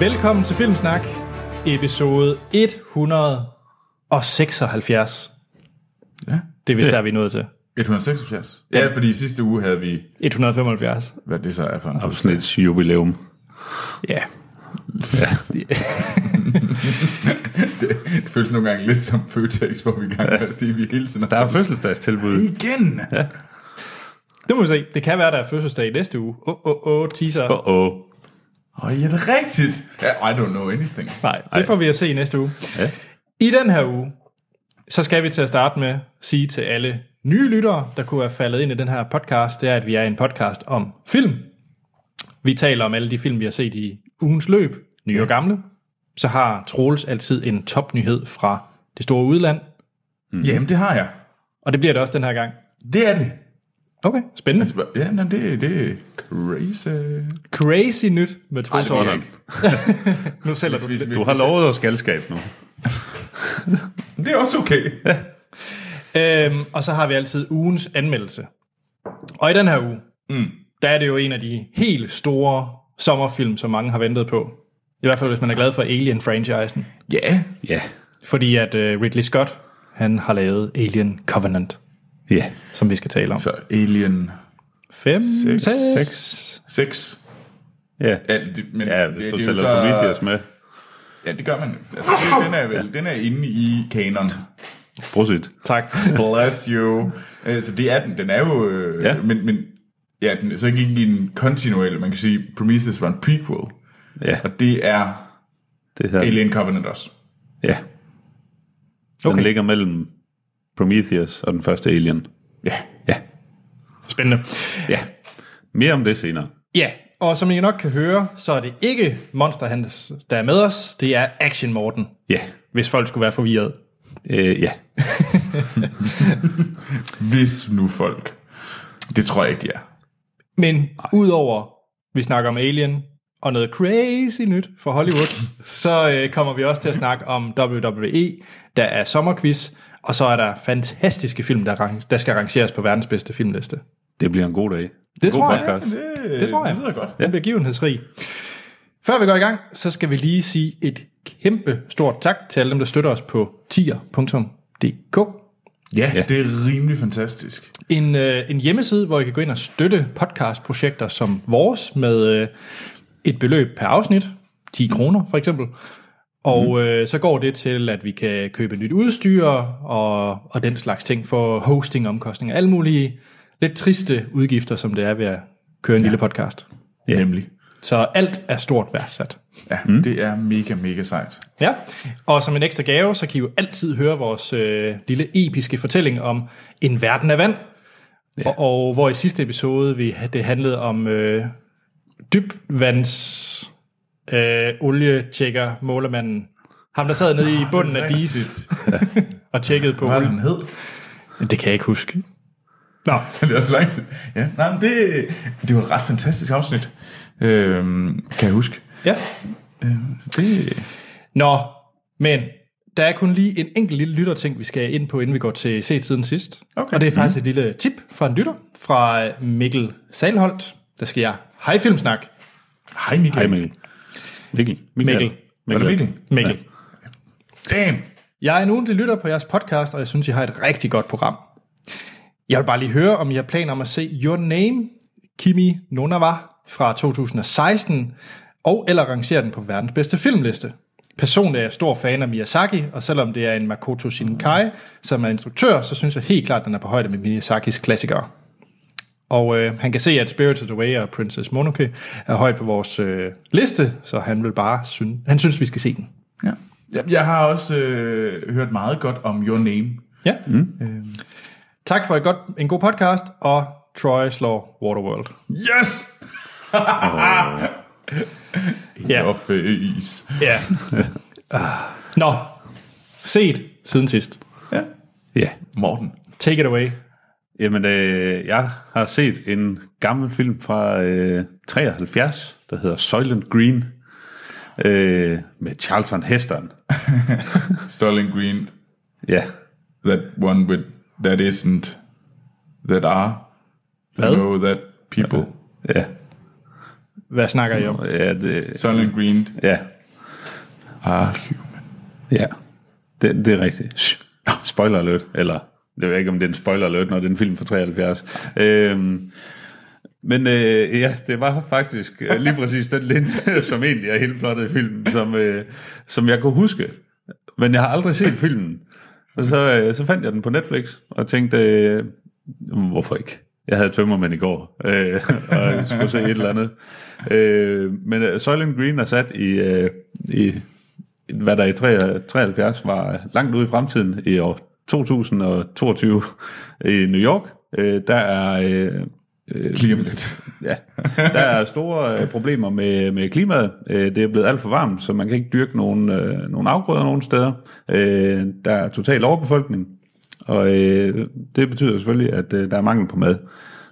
Velkommen til Filmsnak, episode 176. Ja. Det er vist der, vi er nået til. 176. Ja, fordi i sidste uge havde vi, 175. hvad det så er for en Sådan et jubilæum. Ja. Det føles nogle gange lidt som Føtex, hvor vi gang med at stige, vi hele tiden Der er fødselsdagstilbud. Igen! Ja. Det må vi se. Det kan være, der er fødselsdag i næste uge. Åh, oh, oh, oh, teaser. Åh, oh, oh. Åh, oh, ja, det er rigtigt. Ja, I don't know anything. Nej, det får vi at se i næste uge. Ja. I den her uge, så skal vi til at starte med sige til alle nye lyttere, der kunne være faldet ind i den her podcast, det er, at vi er en podcast om film. Vi taler om alle de film, vi har set i ugens løb, nye og gamle. Så har Troels altid en topnyhed fra det store udland, Mm. Jamen, det har jeg. og det bliver det også den her gang. Det er det. Okay, spændende. Ja, nej, det, det er crazy. Crazy nyt med Troels ved jeg Hordahl. ikke. Nu sælger du det. Du har lovet os galskab nu. Det er også okay. Ja. Øhm, og så har vi altid ugens anmeldelse. Og i den her uge, mm. der er det jo en af de helt store sommerfilm, som mange har ventet på. I hvert fald, hvis man er glad for Alien-franchisen. ja. Ja. Fordi at øh, Ridley Scott, han har lavet Alien Covenant, Ja. som vi skal tale om. Så Alien 5, Seks. 6... 6. Ja. Ja, det, men Ja, hvis du er jo tæller Prometheus med. Ja, det gør man. Altså, det, den er vel, den er inde i kanon. Prosit. Tak. Bless you. Øh, Så det er den. Den er jo... Øh, ja. Ja. Men, men ja, den, så gik i en kontinuel... Man kan sige, Prometheus var en prequel. Ja, Og det er det her. Alien Covenant også. Ja. Den Okay. okay. ligger mellem Prometheus og den første Alien. Ja. Ja. Spændende. Ja. Mere om det senere. Ja, og som I nok kan høre, så er det ikke Monster Hans, der er med os. Det er Action Morten, Ja. hvis folk skulle være forvirret. Øh, ja. Hvis nu folk... Det tror jeg ikke, de er. Men udover vi snakker om Alien og noget crazy nyt fra Hollywood, så øh, kommer vi også til at snakke om WWE, der er sommerquiz, og så er der fantastiske film, der, rang- der skal rangeres på verdens bedste filmliste. Det bliver en god dag. Det god tror jeg. podcast. Det, Det tror jeg. Det lyder godt. Den begivenhedsrig. Før vi går i gang, så skal vi lige sige et kæmpe stort tak til alle dem, der støtter os på tier.dk. Ja, Ja. det er rimelig fantastisk. en, øh, en hjemmeside, hvor I kan gå ind og støtte podcastprojekter som vores med øh, et beløb per afsnit, 10 kroner for eksempel. Og mm. øh, så går det til, at vi kan købe nyt udstyr og, og den slags ting for hosting, omkostninger, alle mulige lidt triste udgifter, som det er ved at køre en ja. lille podcast. Ja. Nemlig. Så alt er stort værdsat. Ja, mm. det er mega, mega sejt. Ja, og som en ekstra gave, så kan I jo altid høre vores øh, lille episke fortælling om En verden af vand, ja. og, og hvor i sidste episode vi, det handlede om øh, dybvands øh, olietjekker målermanden. Ham, der sad nede i bunden af disen Rigtigt. og tjekkede på Hvad er olien. den hed? Det kan jeg ikke huske. Nå, det er også langt. Ja, nej, men det, det var et ret fantastisk afsnit. Øhm, kan jeg huske. ja. Øhm, så det, Nå, men der er kun lige en enkelt lille lytterting, vi skal ind på, inden vi går til set siden sidst. Okay. Og det er faktisk et lille tip fra en lytter, fra Mikkel Salholt. Der skal jeg. Hej Filmsnak, Hej Michael. Hej Mikkel. Mikkel. Mikkel. Var det Mikkel. Mikkel? Mikkel. Ja. Damn. Jeg er en ugentlig lytter på jeres podcast, og jeg synes, I har et rigtig godt program. Jeg vil bare lige høre, om I har planer om at se Your Name, Kimi Nonawa fra 2016, og eller rangere den på verdens bedste filmliste. Personligt er jeg stor fan af Miyazaki, og selvom det er en Makoto Shinkai, som er instruktør, så synes jeg helt klart, at den er på højde med Miyazakis klassikere. Og øh, han kan se, at Spirited Away og Princess Mononoke er højt på vores øh, liste, så han vil bare synes, han synes, vi skal se den. Ja. Jamen, jeg har også øh, hørt meget godt om Your Name. Ja. Mm. Tak for et godt, en god podcast, og Troy slår Waterworld. Yes! Ja. Og face. ja. Nå, set siden sidst. Ja. Ja. Morten. Take it away. Jamen, øh, jeg har set en gammel film fra øh, 73, der hedder Soylent Green, øh, med Charlton Heston. Sterling Green. Ja, That one with that isn't. That are. Hvad? Know that people. ja. Hvad snakker I om? Ja, det, Silent Green. ja, Ah, human. ja. Det, det er rigtigt. Shh. Nå, Spoiler alert, eller det ved jeg ikke, om det er en spoiler alert, når det er en film fra 73. Øhm, men øh, ja, det var faktisk øh, lige præcis den linje, som egentlig er helt plottet i filmen, som, øh, som jeg kunne huske. Men jeg har aldrig set filmen. Og så, øh, så fandt jeg den på Netflix, og tænkte, øh, hvorfor ikke? Jeg havde tømmermænd i går, øh, og jeg skulle se et eller andet. Øh, men øh, Soylent Green er sat i, øh, i, hvad der i 73 var langt ude i fremtiden, i år 2022 i New York. Øh, der er... Øh, øh, Lige om lidt. Ja, der er store øh, problemer med, med klimaet. Øh, det er blevet alt for varmt, så man kan ikke dyrke nogen, øh, nogen afgrøder nogen steder. Øh, der er total overbefolkning, og øh, det betyder selvfølgelig, at øh, der er mangel på mad.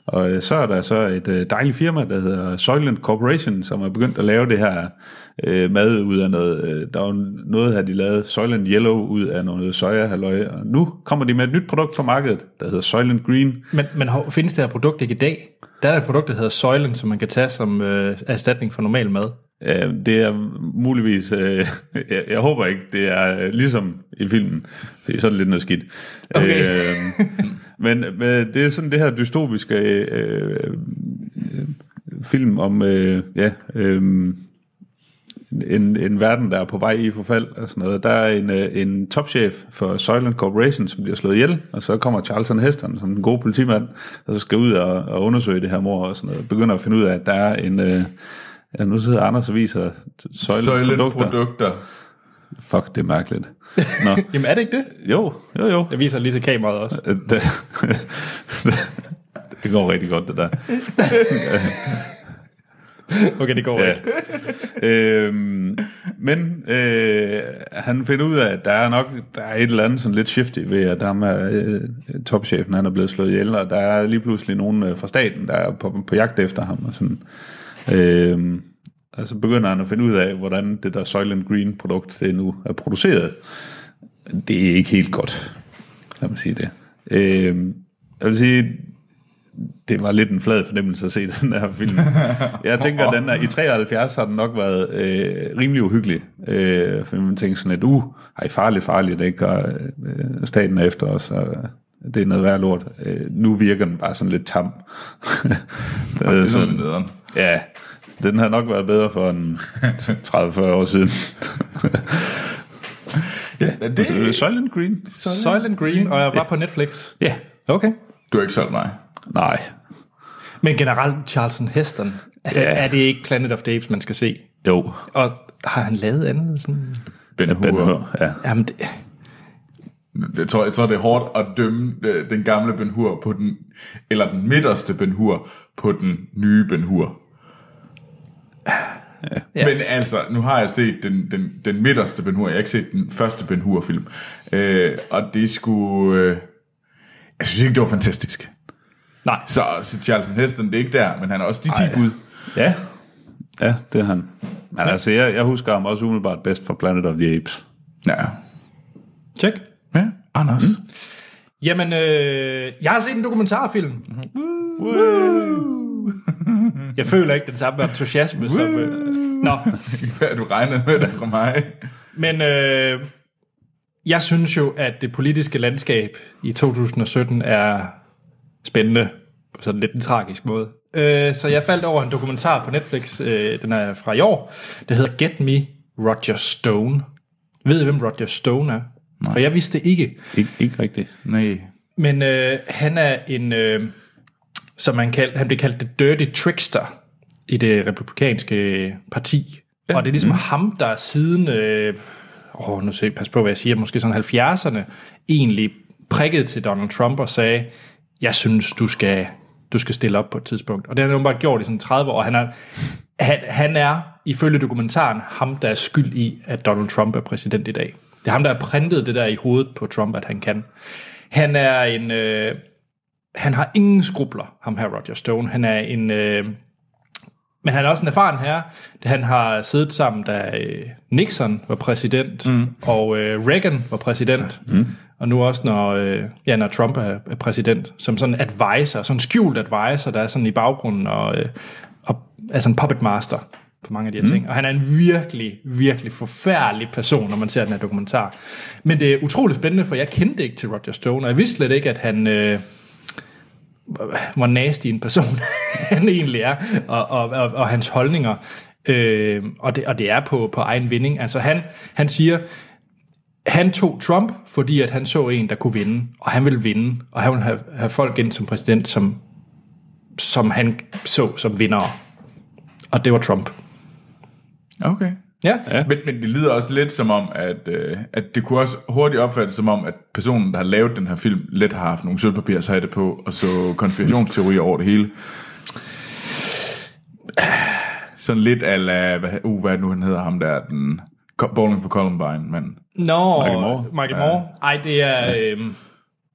Og øh, så er der så et øh, dejligt firma, der hedder Soylent Corporation, som er begyndt at lave det her øh, mad ud af noget. Øh, der var noget her, de lavede Soylent Yellow ud af noget soja, halløj. Og nu kommer de med et nyt produkt på markedet, der hedder Soylent Green, Men, men hov, findes det her produkt ikke i dag? Der er der et produkt, der hedder Søjlen, som man kan tage som øh, erstatning for normal mad. Øh, Det er muligvis... Øh, jeg, jeg håber ikke, det er øh, ligesom i filmen. Det er sådan lidt noget skidt. Okay. Øh, men, men det er sådan det her dystopiske øh, øh, film om... Øh, ja, øh, en, en verden, der er på vej i forfald og sådan noget. Der er en, øh, en topchef for Soylent Corporation, som bliver slået ihjel, og så kommer Charlton Heston, som den gode politimand, og så skal ud og, og undersøge det her mor og sådan noget. Begynder at finde ud af, at der er en... Øh, ja, nu sidder Anders og viser Soylent Søjlen produkter. produkter. Fuck, det er mærkeligt. Nå, Jamen er det ikke det? jo, jo, jo. Jeg viser lige til kameraet også. Øh, Det, det går rigtig godt, det der. Okay, det går ja. Ja. ikke. øhm, men øh, han finder ud af, at der er nok der er et eller andet sådan lidt shifty ved, at ham er, øh, topchefen han er blevet slået ihjel, og der er lige pludselig nogen øh, fra staten, der er på, på jagt efter ham. Og, sådan. Øhm, og så begynder han at finde ud af, hvordan det der Soylent Green produkt det nu er produceret. Det er ikke helt godt, lad mig sige det. Øhm, jeg vil sige, det var lidt en flad fornemmelse at se den her film. Jeg tænker, at den er, i 73 har den nok været øh, rimelig uhyggelig. Øh, for man tænker sådan lidt, uh, ej, farligt, farligt, ikke? Og, øh, staten er efter os, og øh, det er noget værd lort. Øh, nu virker den bare sådan lidt tam. det Det er er sådan sådan, Ligesom nederen. ja, den har nok været bedre for en 30-40 år siden. Ja, Øh, det, Soylent Green? Soylent Green, og jeg var på Netflix. Ja. Okay. du har ikke solgt mig. Nej. Men generelt Charlton Heston, er det, Ja. er det ikke Planet of the Apes, man skal se? Jo. Og har han lavet andet? Sådan? Ben Ben Hur. Ja. Jamen, det, Jeg tror, jeg tror, det er hårdt at dømme øh, den gamle Ben Hur på den, eller den midterste Ben Hur på den nye Ben Hur. Ja. Ja. Men altså, nu har jeg set den, den, den midterste Ben Hur, jeg har ikke set den første Ben Hur-film. Øh, og det skulle... Øh, jeg synes ikke, det var fantastisk. nej. Så, så Charlton Heston, det er ikke der, men han er også de 10 bud. Ja. Ja, det er han. Men altså, jeg, jeg husker ham også umiddelbart bedst fra Planet of the Apes. Ja. Tjek. ja. Anders. Mm. Jamen, øh, jeg har set en dokumentarfilm. Woo! Jeg føler ikke den samme entusiasme som... Øh, nå, Hvad du regnede med det fra mig? men øh, jeg synes jo, at det politiske landskab i 2017 er spændende på sådan lidt en tragisk måde. Øh, så jeg faldt over en dokumentar på Netflix, øh, den er fra i år, der hedder Get Me Roger Stone. Ved I, hvem Roger Stone er? For jeg vidste det ikke. Ikke, ikke rigtigt. Nej. Men øh, han er en, øh, som man kald, han bliver kaldt The Dirty Trickster i det republikanske parti. Ja. Og det er ligesom mm. ham, der siden, øh, åh, nu skal jeg passe på, hvad jeg siger, måske sådan 70'erne, egentlig prikkede til Donald Trump og sagde, jeg synes, du skal, du skal stille op på et tidspunkt. Og det har han åbenbart gjort i sådan 30 år. og Han er, han, han er, ifølge dokumentaren, ham, der er skyld i, at Donald Trump er præsident i dag. Det er ham, der har printet det der i hovedet på Trump, at han kan. Han er en... Øh, han har ingen skrubler, ham her Roger Stone. Han er en... Øh, men han er også en erfaren herre. Han har siddet sammen, da øh, Nixon var præsident, mm. og øh, Reagan var præsident, mm. og nu også, når, øh, ja, når Trump er, er præsident, som sådan advisor, sådan skjult advisor, der er sådan i baggrunden og, øh, og, altså en puppet master på mange af de her mm. ting. Og han er en virkelig, virkelig forfærdelig person, når man ser den her dokumentar. Men det er utroligt spændende, for jeg kendte ikke til Roger Stone, og jeg vidste slet ikke, at han... Øh, hvor nasty en person han egentlig er, og, og, og, og hans holdninger. Øh, og, det, og det er på, på egen vinding. Altså han, han siger, han tog Trump, fordi at han så en, der kunne vinde, og han ville vinde, og han ville have, have folk ind som præsident, som, som han så som vinder. Og det var Trump. Okay. Ja, ja. Men, men det lyder også lidt som om, at, øh, at det kunne også hurtigt opfattes som om, at personen, der har lavet den her film, let har haft nogle sølvpapirshatte på, og så konspirationsteorier over det hele. Sådan lidt ala, hvad, uh, hvad er det nu han hedder ham der, den Co- Bowling for Columbine, men Nå, Michael Moore. Michael Moore. Ej, det er... Ja. Øhm,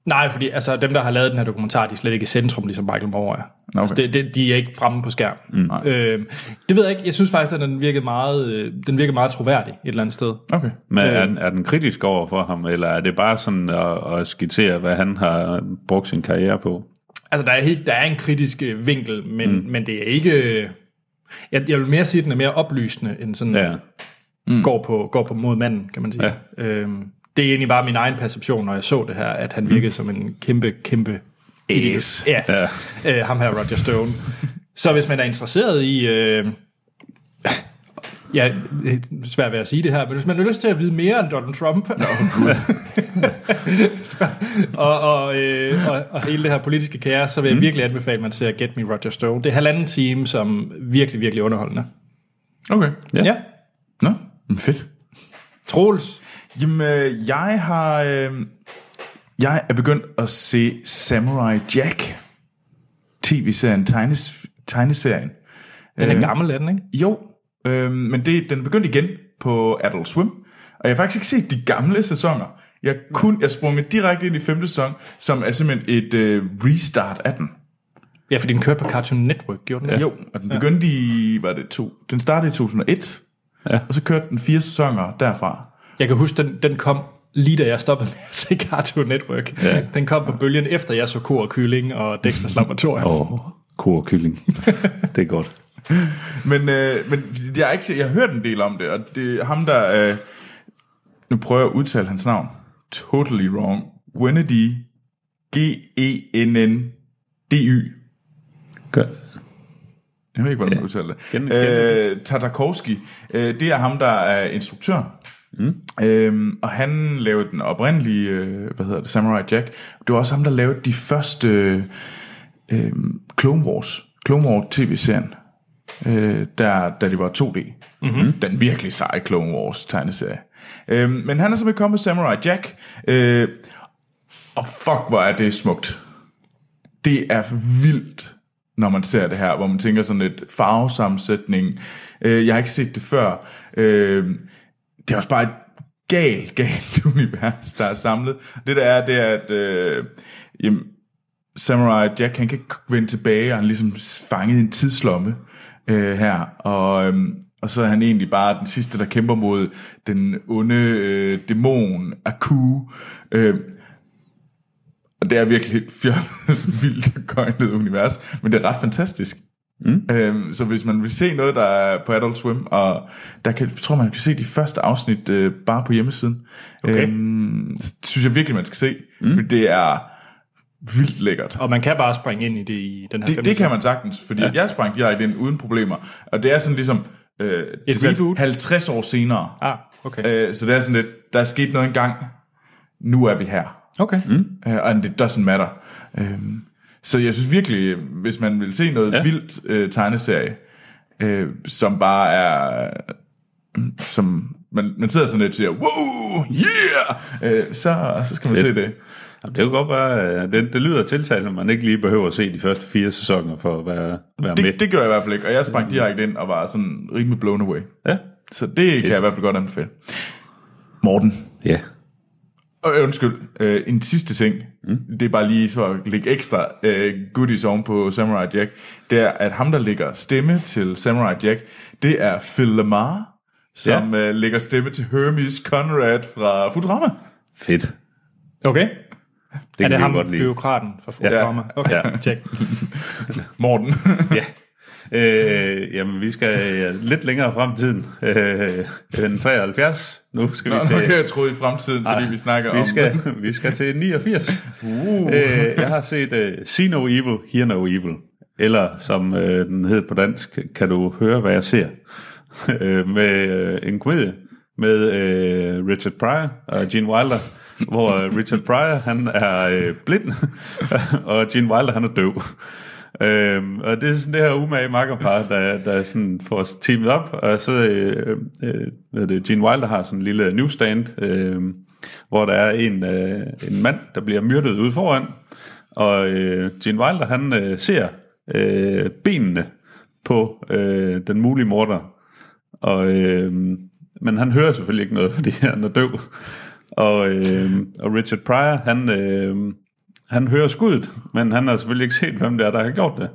nej, fordi altså, dem, der har lavet den her dokumentar, de er slet ikke i centrum, ligesom Michael Moore er. Okay. Nå, Altså, okay. det, det, de er ikke fremme på skærm. Mm. Nej. Øhm, det ved jeg ikke. Jeg synes faktisk, at den virkede meget, øh, den virkede meget troværdig et eller andet sted. okay. Men er, den- er den kritisk over for ham, eller er det bare sådan at, at skitsere, hvad han har brugt sin karriere på? Altså, der er, helt, der er en kritisk øh, vinkel, men, mm. men det er ikke... Jeg, jeg vil mere sige, at den er mere oplysende, end sådan... Ja. går, på, går på mod manden, kan man sige. Ja. Øhm, det er egentlig bare min egen perception, når jeg så det her, at han virkede mm. som en kæmpe, kæmpe Yes. Ja, Ja. Øh, ham her, Roger Stone. så hvis man er interesseret i... Øh, ja, det er svært ved at sige det her, men hvis man har lyst til at vide mere end Donald Trump, no. så, og, og, øh, og, og hele det her politiske kære, så vil jeg virkelig anbefale, at man ser Get Me Roger Stone. Det er halvanden time, som virkelig, virkelig underholdende. Okay. Ja. Ja. Nå, men fedt. Troels. Jamen, øh, jeg har... Øh, jeg er begyndt at se Samurai Jack. TV-serien, tegnes, tegneserien. Den er Øh, gammel, er den, ikke? Jo, øh, men det, den er begyndt igen på Adult Swim. Og jeg har faktisk ikke set de gamle sæsoner. Jeg, kun, jeg sprang direkte ind i femte sæson, som er simpelthen et øh, restart af den. Ja, fordi den kørte på Cartoon Network, gjorde den ikke? Jo, og den begyndte i, var det to, den startede i 2001, Ja. og så kørte den fire sæsoner derfra. Jeg kan huske, den, den kom lige da jeg stoppede med at se Cartoon Network. Ja. Den kom på bølgen efter jeg så Kor og Kylling og Dexter's Laboratorium. Åh, oh, ko og kylling. det er godt. Men, øh, men jeg har ikke set, jeg har hørt en del om det, og det er ham der, øh, nu prøver jeg at udtale hans navn, totally wrong, E Gwennedy, G-E-N-N-D-Y, Gør. jeg ved ikke, hvordan man udtaler det. Gen- gen- øh, Tatakovsky, øh, det er ham, der er instruktør. Mm. Øhm, og han lavede den oprindelige, øh, hvad hedder det, Samurai Jack. Det var også ham, der lavede de første øh, øh, Clone Wars, Clone Wars tv-serien, øh, der, da det var 2D. Mhm. Mm-hmm. Den virkelig seje Clone Wars tegneserie. Øh, men han er simpelthen kommet med Samurai Jack, øh, og fuck, hvor er det smukt det er vildt, når man ser det her, hvor man tænker sådan lidt farvesammensætning. Øh, jeg har ikke set det før. Øh, det er også bare et galt, galt univers, der er samlet. Det der er, det er, at øh, jamen, Samurai Jack, han kan ikke vende tilbage, og han er ligesom fanget i en tidslomme øh, her. Og, øhm, og så er han egentlig bare den sidste, der kæmper mod den onde øh, dæmon, Aku. Øh, og det er virkelig et fjollet, vildt og gøjnet univers, men det er ret fantastisk. Mm. Øhm, så hvis man vil se noget, der er på Adult Swim, og der kan, jeg tror man kan se de første afsnit øh, bare på hjemmesiden, okay. øhm, så synes jeg virkelig, man skal se, mm. for det er vildt lækkert. Og man kan bare springe ind i det i den her Det, femte det kan man sagtens, fordi ja. jeg sprang direkte ind uden problemer, og det er sådan ligesom øh, det er reboot? 50 år senere. sæson. Ah, okay. Øh, så det er sådan lidt, der er sket noget engang, nu er vi her. Okay. Mm. Uh, and it doesn't matter. Uh, så jeg synes virkelig, hvis man vil se noget ja. vildt uh, tegneserie, uh, som bare er... Som, man, man sidder sådan lidt og siger, wow, yeah, uh, så, så skal man se det. Jamen, det kan godt være, øh, det, det lyder tiltalende, at man ikke lige behøver at se de første fire sæsoner for at være, være med. det. Det gjorde jeg i hvert fald ikke, og jeg sprang direkte ind og var sådan rimelig blown away. Ja. Så det Fedt. kan jeg i hvert fald godt anbefale. Morten. ja. Og øh, undskyld, øh, en sidste ting, mm. det er bare lige så at lægge ekstra øh, goodies oven på Samurai Jack, det er, at ham, der lægger stemme til Samurai Jack, det er Phil Lamar, som ja. øh, lægger stemme til Hermes Conrad fra Futurama. Fedt. Det Okay. Det er vi det jo ham, godt lide. byråkraten fra Futurama? Okay, Ja. check. Morten. Ja. Øh, jamen, vi skal øh, lidt længere frem i tiden øh, end 73. Nu skal Nå, vi nu til... kan jeg tro i fremtiden, fordi Ej, vi snakker vi om... skal, vi skal til 89. Uh. Øh, jeg har set uh, See No Evil, Hear No Evil. Eller som øh, den hed på dansk, kan du høre, hvad jeg ser. øh, med øh, en komedie med øh, Richard Pryor og Gene Wilder. hvor øh, Richard Pryor, han er øh, blind, og Gene Wilder, han er døv. Øhm, og det er sådan det her umage makkerpar, der, der sådan får os teamet op, og så øh, øh, hvad er det, Gene Wilder har sådan en lille newsstand, øh, hvor der er en, øh, en mand, der bliver myrdet ude foran, og øh, Gene Wilder, han øh, ser øh, benene på øh, den mulige morder, og, øh, men han hører selvfølgelig ikke noget, fordi han er død. Og, øh, og Richard Pryor, han, øh, han hører skuddet, men han har selvfølgelig ikke set, hvem det er, der har gjort det.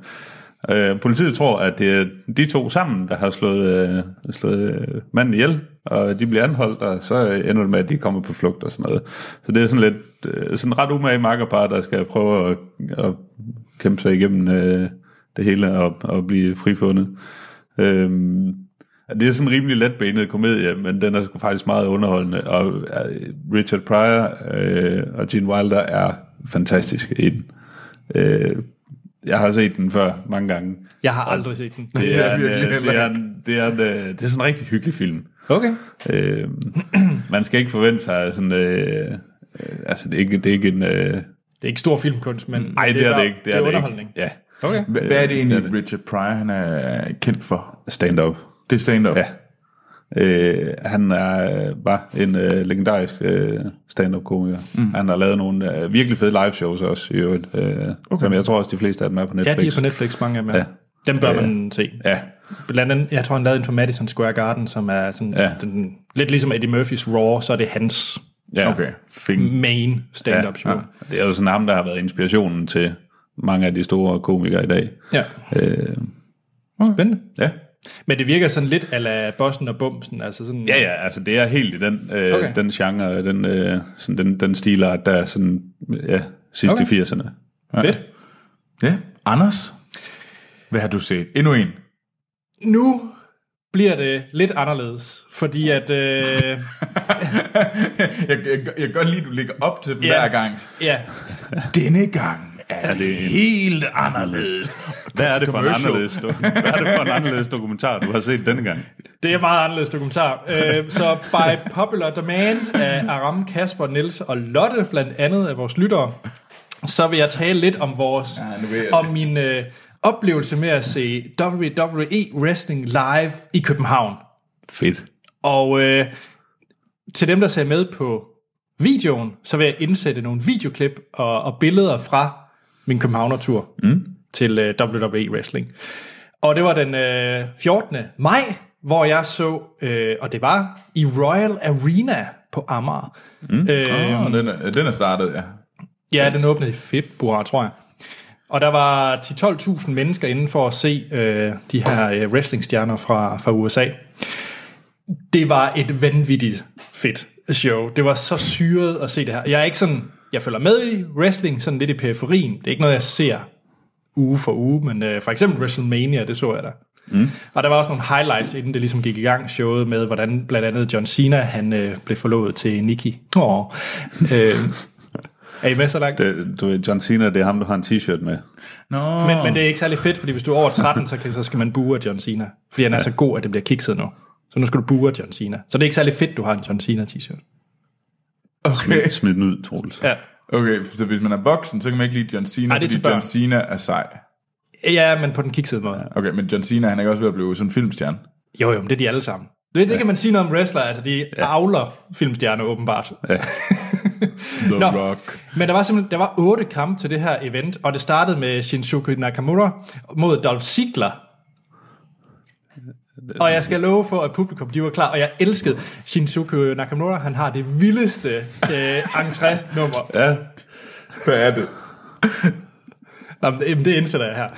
Øh, politiet tror, at det er de to sammen, der har slået, øh, slået øh, manden ihjel, og de bliver anholdt, og så ender det med, at de kommer på flugt og sådan noget. Så det er sådan lidt øh, sådan ret umage makkerpar, der skal prøve at, at kæmpe sig igennem øh, det hele og, og blive frifundet. Øhm, det er sådan en rimelig letbenet komedie, men den er sgu faktisk meget underholdende, og øh, Richard Pryor øh, og Gene Wilder er fantastiske i den. Øh, jeg har set den før mange gange. Jeg har aldrig set den. Det Det har er, jeg en, virkelig øh, heller det, er en, det, er en, øh, det er sådan en rigtig hyggelig film. Okay. Øh, man skal ikke forvente sig sådan... Øh, øh, altså, det er ikke, det er ikke en... Øh, Det er ikke stor filmkunst, men nej, det, det er det ikke. Det er, det underholdning. Ikke. Ja, Okay. Hva- Hvad er det Det er egentlig, Richard Pryor han er kendt for? stand-up. Det er stand-up. Ja. Øh, han er øh, bare en øh, legendarisk øh, stand-up-komiker. Mm. Han har lavet nogle øh, virkelig fede live-shows også, i øvrigt, øh, okay. som jeg tror også, de fleste af dem er på Ja, Netflix. de er på Netflix, mange af dem. Ja. Ja. Dem bør man se. Ja, Blandt andet, jeg tror, han lavede en for Madison Square Garden, som er sådan, ja. Ja. den, lidt ligesom Eddie Murphys Raw, så er det hans ja. Okay. Fing. main stand-up show. Ja. Det er jo sådan ham, der har været inspirationen til mange af de store komikere i dag. Ja. Øh, Spændende. ja. Men det virker sådan lidt ala Boston og Bumsen, altså sådan... Ja, ja, altså det er helt i den, øh, Okay. okay. den genre, den, øh, sådan den, den stilart, der er sådan, ja, sidst okay. Okay. i 80'erne. Fedt. Ja. Anders, hvad har du set? Endnu en. Nu bliver det lidt anderledes, fordi at... Øh, Jeg, jeg, jeg kan godt lide, at du ligger op til dem Ja. hver gang. ja, Denne gang er, er det det en- helt anderledes. Hvad er det for en Commercial. anderledes, do- hvad er det for en anderledes dokumentar, du har set denne gang? det er meget anderledes dokumentar. Øh, så by popular demand af Aram, Kasper, Niels og Lotte, blandt andet af vores lyttere, så vil jeg tale lidt om vores... Ja, nu ved jeg det. om min øh, oplevelse med at se WWE Wrestling live i København. Fedt. Og øh, til dem, der ser med på videoen, så vil jeg indsætte nogle videoklip og, og billeder fra min Københavner-tur mm. til øh, WWE Wrestling. Og det var den øh, 14. maj, hvor jeg så, øh, og det var i Royal Arena på Amager. Mm. Øh, Åh, den, Øhm. er, den er startet, ja. Ja, den åbnede i februar, tror jeg. Og der var 10-12.000 mennesker inden for at se øh, de her øh, wrestlingstjerner fra, fra USA. Det var et vanvittigt fedt show. Det var så syret at se det her. Jeg er ikke sådan, jeg følger med i wrestling, sådan lidt i periferien. Det er ikke noget, jeg ser uge for uge, men øh, for eksempel WrestleMania, det så jeg da. Mm. Og der var også nogle highlights, inden det ligesom gik i gang showet med, hvordan blandt andet John Cena, han øh, blev forlovet til Nikki. Åh. Øh, er I med så langt? Det, du ved, John Cena, det er ham, du har en t-shirt med. Nå, Men, men det er ikke særlig fedt, fordi hvis du er over 13, så, kan, så skal man bue af John Cena. Fordi han er så god, at det bliver kikset nu. Så nu skal du bue af John Cena. Så det er ikke særlig fedt, du har en John Cena t-shirt. okay. Smid den ud, Troels. Ja. okay, så hvis man er voksen, så kan man ikke lide John Cena, Nej, det er til fordi børn. John Cena er sej. ja, men på den kiksede måde. Okay, men John Cena, han er ikke også ved at blive sådan en filmstjerne. Jo, jo, men det er de alle sammen. Det, det kan man sige noget om wrestler, altså de ja. avler filmstjerner åbenbart. Ja. The Nå. Rock. Men der var simpelthen der var otte kampe til det her event, og det startede med Shinsuke Nakamura mod Dolph Ziggler. Og jeg skal love for, at publikum de var klar, og jeg elskede Shinsuke Nakamura. Han har det vildeste øh, entré-nummer. ja. Hvad er det? Nå, men det- jamen, det indsætter jeg her.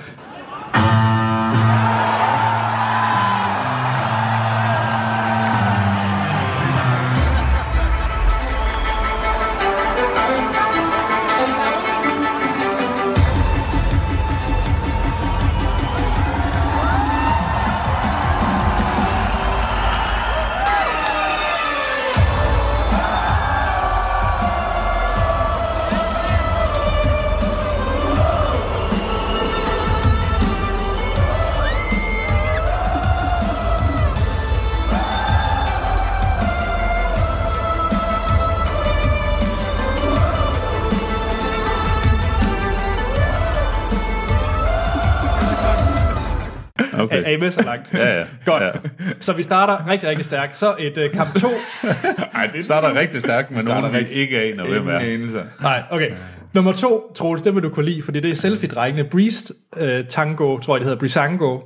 Er, perfekt. er I med så langt? Ja, ja. Godt. Ja. Så vi starter rigtig, rigtig stærkt. Så et uh, kamp 2. Ej, det Starter rigtig stærkt med Starter nogen, vi rigtig- ikke aner, hvem ingen er. anelse. Nej, okay. Nummer 2, Troels, det vil du kunne lide, fordi det er selfie-drengene. Breeze uh, Tango, tror jeg det hedder, Breezango.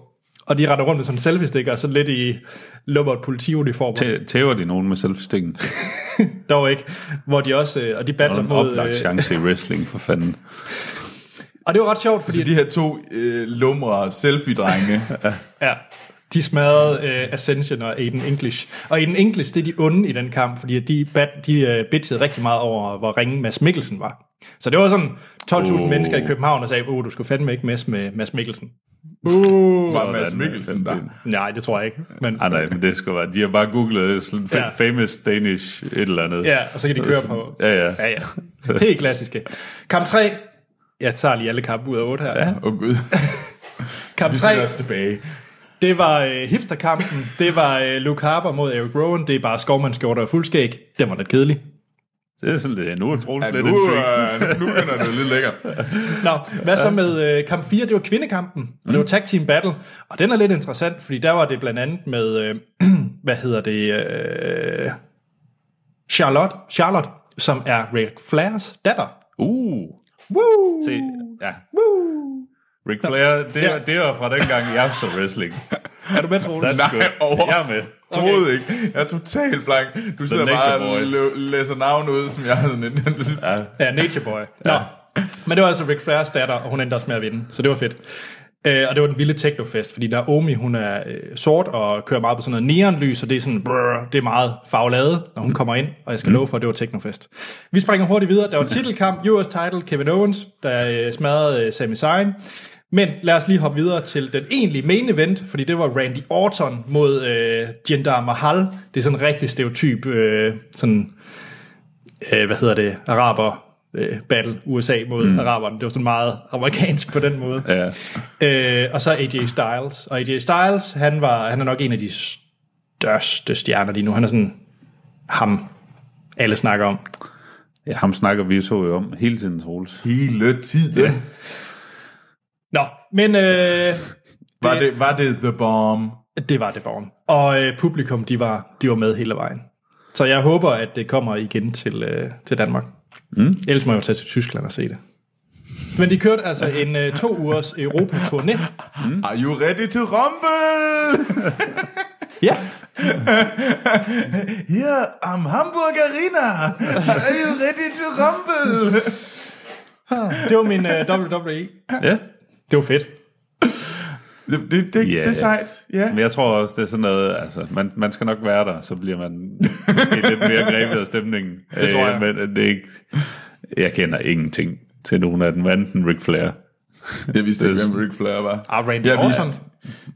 Og de render rundt med sådan en selfie-stikker, sådan lidt i lummert politiuniformer. Tæ- Tæver de nogen med selvstingen? Dog ikke. Hvor de også, øh, og de battler En mod... oplagt Øh, chance i wrestling, for fanden. og det var ret sjovt, fordi Så de her to øh, lumre selfie-drenge. Ja, de smadrede uh, Ascension og Aiden English. Og Aiden English, det er de onde i den kamp, fordi at de, bat, de uh, bitchede rigtig meget over, hvor ringe Mads Mikkelsen var. Så det var sådan 12.000 Oh. oh. mennesker i København, der sagde, oh, du skulle fandme ikke mess med Mads Mikkelsen. Uh. var Sådan, Mads Mikkelsen der. den- Nej, det tror jeg ikke. Men, Ah, nej, men det skal være. De har bare googlet øh, sådan fa- Ja. famous Danish et eller andet. ja, og så kan de køre på. Ja, ja. Ja, ja. Helt klassiske. Kamp 3. Jeg tager lige alle kampe ud af 8 her. Ja. Åh oh, gud, Kamp vi 3, sidder os tilbage. det var øh, hipsterkampen. Det var øh, Luke Harper mod Eric Rowan. Det er bare skovmandskjorter og fuldskæg. Den var lidt kedelig. Det er sådan lidt, nu er Troels Ja, lidt nu, en freak. øh, nu begynder det lidt lækkert. Nå, hvad så med øh, kamp 4? Det var kvindekampen, og det var tag team battle. Og den er lidt interessant, fordi der var det blandt andet med, øh, hvad hedder det, øh, Charlotte, Charlotte, som er Ric Flairs datter. Uh, Woo! se, ja. Woo! Ric Flair, det, Ja. ja. det var fra dengang, jeg så wrestling. Er du med, Troels? That's good. over. Jeg er med. Overhovedet ikke. Jeg er totalt blank. Du sidder nature bare og boy. lø- læser navn ud, som jeg havde en ja. Ja, Nature Boy. Nå. Ja. Men det var altså Ric Flairs datter, og hun endte også med at vinde, så det var fedt. Øh, og det var den vilde technofest, fordi Naomi, hun er øh, sort og kører meget på sådan noget neonlys, og det er sådan, brrr, det er meget farvelade, når hun kommer ind, og jeg skal love for, at det var technofest. Vi springer hurtigt videre. Der var titelkamp, US title, Kevin Owens, der øh, smadrede øh, Sami Zayn. Men lad os lige hoppe videre til den egentlige main event, fordi det var Randy Orton mod øh, Jinder Mahal. Det er sådan en rigtig stereotyp, øh, sådan øh, hvad hedder det, araber øh, battle, USA mod mm. araberne. Det var sådan meget amerikansk på den måde. Ja. Øh, og så AJ Styles. Og AJ Styles, han, var, han er nok en af de største stjerner lige nu. Han er sådan ham, alle snakker om. ja, ham snakker vi så jo om hele tiden, Troels. hele tiden. Ja. Nå, men øh, Var, det, var det The Bomb? det var det, Borgen. Og øh, publikum, de var, de var med hele vejen. Så jeg håber, at det kommer igen til, øh, til Danmark. Mm. Ellers må jeg jo tage til Tyskland og se det. Men de kørte altså en øh, to ugers Europa-turné. Are you ready to rumble? Ja, Here, I'm Hamburgerina. Are you ready to rumble? det var min uh, WWE. Ja. Det var fedt. Det, det, det, Ja. det er sejt, ja. Men jeg tror også, det er sådan noget, altså, man, man skal nok være der, så bliver man måske lidt mere grebet af stemningen. Det tror jeg. Men det er ikke, jeg kender ingenting til nogen af den anden Ric Flair. Jeg vidste ikke, Det er hvem Ric Flair var. Ah, Randy Jeg Orton. vidste-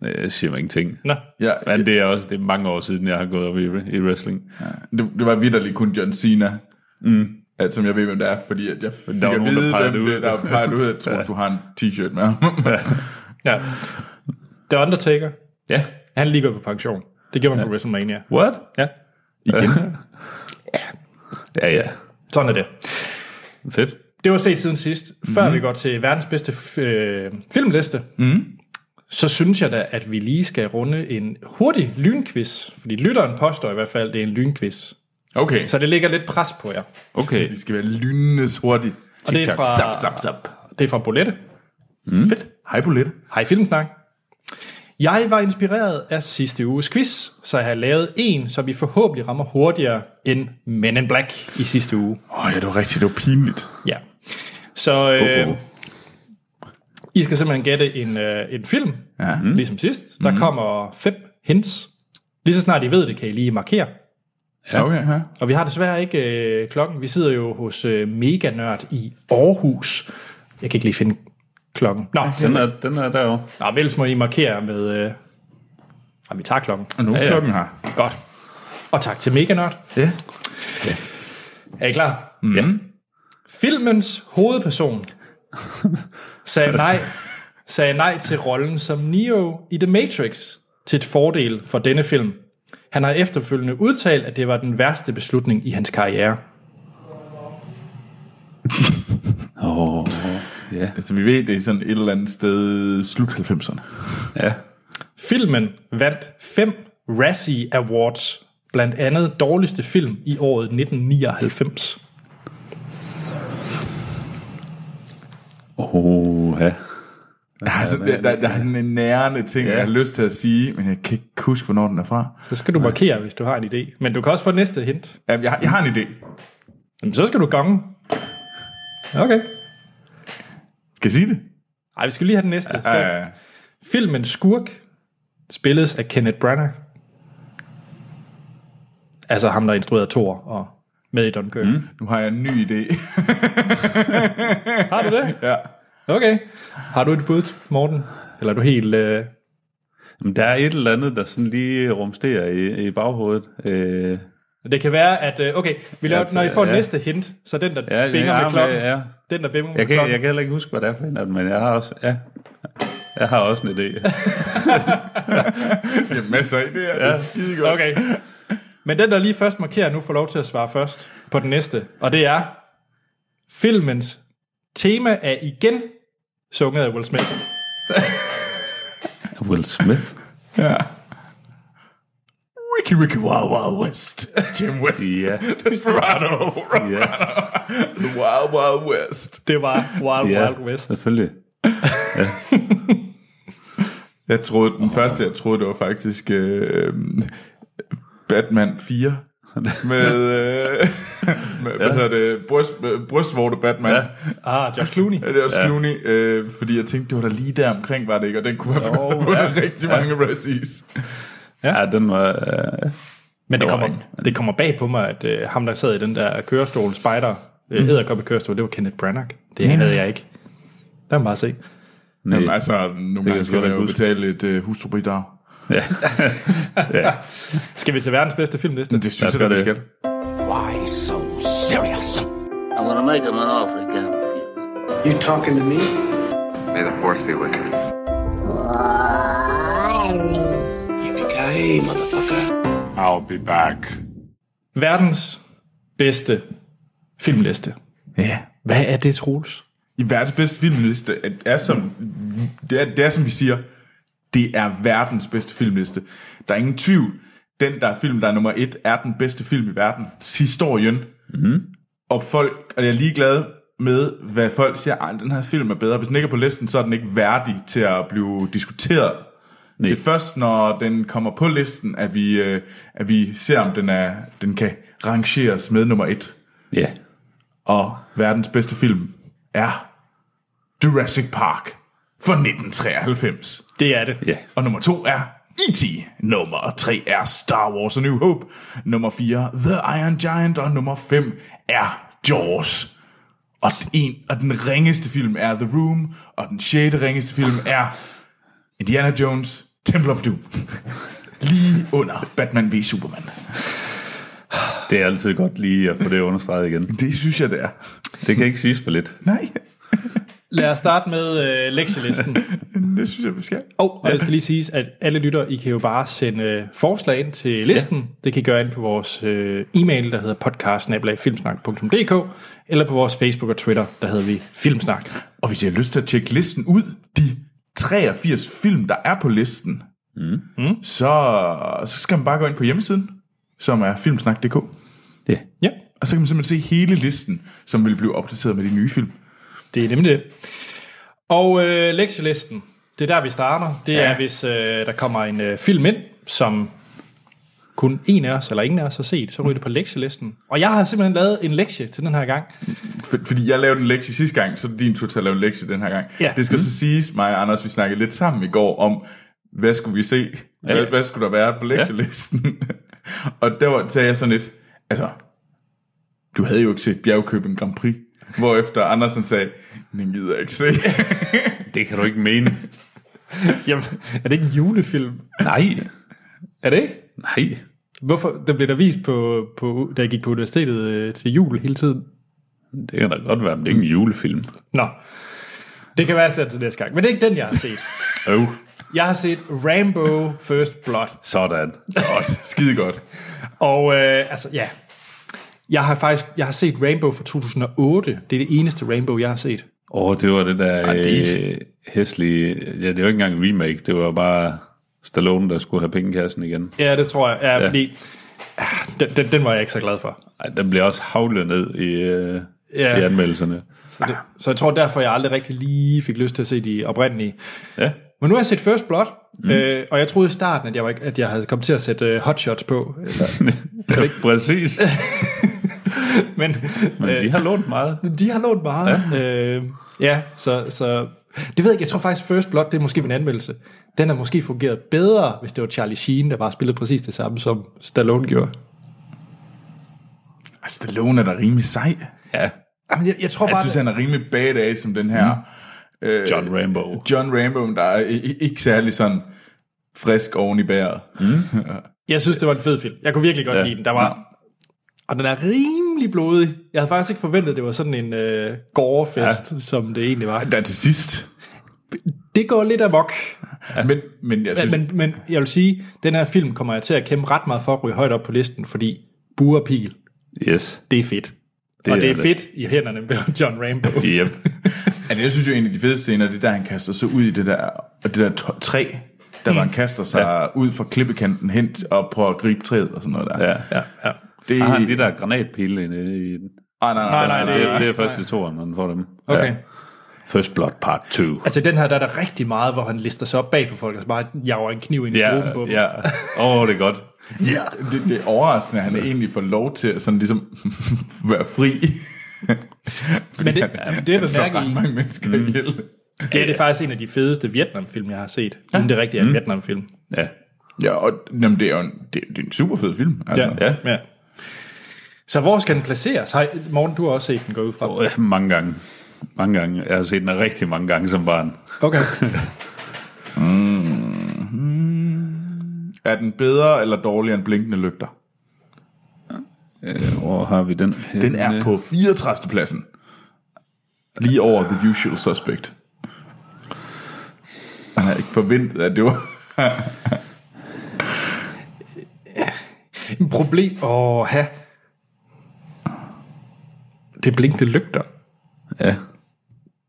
Øh, Jeg siger mig ingenting. Nå. Ja, Men det er også det er mange år siden, jeg har gået op i, i wrestling. det, det var vidderligt kun John Cena. Mm. At, som jeg ved, hvem det er, fordi at jeg fik der var at nogen, der vide, pegede hvem det ud. det, der pegede det ud. Jeg tror, du har en t-shirt med ham. Ja. The Undertaker, Ja. han er lige gået på pension. Det gjorde han ja. på WrestleMania. What? Ja. Igen? ja, ja. Sådan er det. Fedt. Det var set siden sidst. Før mm-hmm. vi går til verdens bedste f- øh, filmliste, mm-hmm. så synes jeg da, at vi lige skal runde en hurtig lynquiz. Fordi lytteren påstår i hvert fald, det er en lynquiz. Okay, Så det ligger lidt pres på jer. Okay. vi skal være lynnes hurtigt. Og det er Tik-tak. fra- Zap, zap, zap. Det er fra Bolette. Mhm. Fedt. Hej, Bolette. Hej Filmsnak. Jeg var inspireret af sidste uges quiz, så jeg har lavet en, så vi forhåbentlig rammer hurtigere end Men in Black i sidste uge. Åh, oh, ja, det var rigtigt. Det var pinligt. Ja. Så øh, Uh-oh. I skal simpelthen gætte en, øh, en film, Ja. mm. ligesom sidst. Der mm. kommer fem hints. Lige så snart I ved det, kan I lige markere. Ja. Okay, ja. Og vi har desværre ikke øh, klokken. Vi sidder jo hos øh, Mega Nørd i Aarhus. Jeg kan ikke lige finde klokken. Nå, Den er, den er derovre. Nå men ellers må I markere med... Øh... Jamen, vi tager klokken. Og nu er ja. klokken her. Godt. Og tak til Mega Nørd. Ja. Er I klar? Mm. Ja. Filmens hovedperson sagde nej, sagde nej til rollen som Neo i The Matrix til et fordel for denne film. Han har efterfølgende udtalt, at det var den værste beslutning i hans karriere. Åh, oh, ja. Altså, vi ved, det er sådan et eller andet sted slut 90'erne. Ja. Filmen vandt fem Razzie Awards, blandt andet dårligste film i året 1999. Åh, ja. Der er, sådan, Altså, der, der, der er sådan en nærende ting, ja. jeg har lyst til at sige, men jeg kan ikke huske, hvornår den er fra. Så skal du markere, hvis du har en idé. Men du kan også få næste hint. Jamen, Jeg har, jeg har en idé. Jamen, så skal du gange. Okay. Skal jeg sige det? Ej, vi skal lige have den næste. Ja. Ja. Filmen Skurk spilles af Kenneth Branagh. Altså ham, der instruerede Thor og med i Dunkirk. Mm. Nu har jeg en ny idé. Har du det? ja. Okay. Har du et bud, Morten? Eller er du helt... Øh... Men der er et eller andet, der sådan lige rumsterer i, i baghovedet. Øh, Det kan være, at... Øh, okay, vi laver, Altså, når I får ja. næste hint, så den, der ja, ja, binger ja, med klokken... Ja, ja. Den, der binger med Jeg, kan, klokken... jeg kan heller ikke huske, hvad det er for en af dem, men jeg har også, ja, jeg har også en idé. Jeg har masser af idéer. Ja. Det er skide godt. Okay. Men den, der lige først markerer nu, får lov til at svare først på den næste. Og det er... Filmens tema er igen sunget af Will Smith. Will Smith? Ja. Ricky Ricky Wow Wow West. Jim West. Ja. Desperado. Ja, The Wild Wild West. Det var Wild ja Wild West. selvfølgelig. Jeg troede, den første, jeg troede, det var faktisk øh, Batman 4. med, øh, med hvad hedder det, bryst, øh, brystvorte Batman. Ja. Ja. Ah, Josh Clooney. Det er også ja. Clooney, øh, fordi jeg tænkte, det var der lige der omkring, var det ikke? Og den kunne i hvert fald Jo, godt have vundet ja. rigtig mange Razzies. Ja, ja den var, øh, Men det var kommer, det kommer bag på mig, at øh, ham, der sad i den der kørestol, spider, øh, æderkoppe kørestol, det var Kenneth Branagh. Det havde jeg ikke. Der må bare se. nej, Jamen altså, nogle jeg gange skal slet der ikke jo huske. betale et øh, hustrubidrag. ja. ja. Ah, Skal vi til verdens bedste filmliste? Det Lad synes os jeg, da, vi gøre det. skal. Why so serious? I'm gonna make him an offer again with you. You talking to me? May the force be with you. Yippee-ki-yay, motherfucker. Verdens bedste filmliste. Ja. Hvad er det, Troels? I verdens bedste filmliste er som, det er, det er som vi siger, det er verdens bedste filmliste. Der er ingen tvivl. Den der film, der er nummer et, er den bedste film i verden. Historien. Mm. Og folk, og jeg er ligeglad med, hvad folk siger, at den her film er bedre. Hvis den ikke er på listen, så er den ikke værdig til at blive diskuteret. Nej. Det er først, når den kommer på listen, at vi, øh, at vi ser, om den, er, den kan rangeres med nummer et. ja. Og verdens bedste film er Jurassic Park fra 1993. Det er det. ja. Og nummer to er E.T. Nummer tre er Star Wars A New Hope. Nummer fire The Iron Giant. Og nummer fem er Jaws. Og den, en, og den ringeste film er The Room. Og den sjette ringeste film er Indiana Jones Temple of Doom. Lige under Batman v Superman. Det er altid godt lige at få det understreget igen. Det synes jeg, det er. Det kan ikke siges for lidt. Nej, Lad os starte med øh, lektielisten. det synes jeg, vi skal. Og, og det skal lige siges, at alle lytter, I kan jo bare sende øh, forslag ind til listen. Ja. Det kan I gøre ind på vores øh, e-mail, der hedder podcast eller på vores Facebook og Twitter, der hedder vi Filmsnak. Og hvis I har lyst til at tjekke listen ud, de 83 film, der er på listen, mm. så, så skal man bare gå ind på hjemmesiden, som er filmsnak.dk. Ja. Ja, Og så kan man simpelthen se hele listen, som vil blive opdateret med de nye film. det er nemlig det. Og øh, lektielisten, det er der, vi starter. Det ja. Ja. er, hvis øh, der kommer en øh, film ind, som kun en af os, eller ingen af os har set, så ryger det på lektielisten. Og jeg har simpelthen lavet en lektie til den her gang. For, fordi jeg lavede en lektie sidste gang, så er det din tur til at lave en lektie den her gang. Ja. Det skal mm. så siges, mig og Anders, vi snakkede lidt sammen i går om, hvad skulle vi se? Hvad, Ja. hvad skulle der være på lektielisten? og der var, sagde jeg sådan lidt, altså, du havde jo ikke set Bjergkøbing Grand Prix. Hvorefter Andersen sagde, den gider jeg ikke se. Det kan du ikke mene. Jamen, er det ikke en julefilm? Nej. Er det ikke? Nej. Hvorfor? Den blev der vist på, på da jeg gik på universitetet øh, til jul hele tiden. Det kan da godt være, men det er ikke en julefilm. Nå, det kan være, jeg ser til næste gang. Men det er ikke den, jeg har set. Øv. Oh. Jeg har set Rambo First Blood. Sådan. godt, skide godt. Og øh, altså, ja. Jeg har faktisk jeg har set Rambo fra 2008. Det er det eneste Rambo, jeg har set. Åh, oh, det var det der det- øh, hæslige... Ja, det var ikke engang en remake, det var bare... Stallone, der skulle have pengekassen igen. Ja, det tror jeg. Ja, Ja. ja. fordi ah, den, den, den var jeg ikke så glad for. Ej, den bliver også havlet ned i, øh, Ja. ja. i anmeldelserne. Så, det, så jeg tror derfor, jeg aldrig rigtig lige fik lyst til at se de oprindelige. Ja. Men nu har jeg set First Blood, mm. øh, og jeg troede i starten, at jeg, var ikke, at jeg havde kommet til at sætte øh, hotshots på. ja, præcis. Men, øh, Men de har lånt meget. De har lånt meget. Ja, øh, ja så, så... Det ved jeg ikke, jeg tror faktisk First Blood, det er måske min anmeldelse. Den har måske fungeret bedre, hvis det var Charlie Sheen, der bare spillede præcis det samme, som Stallone gjorde. Altså, Stallone er da rimelig sej. Ja, Jamen, jeg, jeg tror Jeg bare... synes, han er rimelig badass som den her. Mm. Øh, John Rambo. John Rambo, der er i- i- ikke særlig sådan frisk oven i bæret. Mm. Jeg synes, det var en fed film. Jeg kunne virkelig godt Ja. ja. lide den. Der var... Og den er rimelig blodig. Jeg havde faktisk ikke forventet, det var sådan en øh, gårdfest, ja. som det egentlig var. Der til sidst. Det går lidt amok. Ja. Men, men jeg synes, Men, men, men jeg vil sige, den her film kommer jeg til at kæmpe ret meget for at ryge højt op på listen, fordi Burpil, Yes. det er fedt. Det er og det er det. fedt i hænderne på John Rambo. Yep. Altså, jeg synes jo, en af de fedeste scener, det er, der han kaster sig ud i det der, og det der t- træ, der mm. hvor han kaster sig ja. ud fra klippekanten hen og prøver at gribe træet og sådan noget der. Ja. ja. ja. Det Har han er... de der granatpille inde i den? Ah, nej, nej, nej, nej, det, nej, det nej. er først i toeren, når den får dem. Okay. Ja. First Blood Part 2. Altså i den her, der er der rigtig meget, hvor han lister sig op bag på folk, og så bare jager en kniv ind i Ja, struben på dem. ja. Åh, oh, det er godt. Det, det er overraskende, at han egentlig får lov til at sådan ligesom være fri. Men det, det er Han slår ret bemærket i, mange mennesker mm. ihjel. det er det faktisk en af de fedeste Vietnamfilm, jeg har set. Ja. Inden det rigtige Mm. er en Vietnamfilm. Ja. Ja, og jamen, det er jo en, det, det er en super fed film. Altså. Ja. ja. ja. Så hvor skal den placeres? Har, Morten, du har også set den gå ud fra. Åh, ja, Mange gange. Mange gange. Jeg har set den rigtig mange gange som barn. Okay. Er den bedre eller dårligere end Blinkende Lygter? Øh, hvor har vi den? Den er på 34. pladsen. Lige over The Usual Suspect. Jeg havde ikke forventet, at det var... En problem at have. Det blinkende lygter. Ja.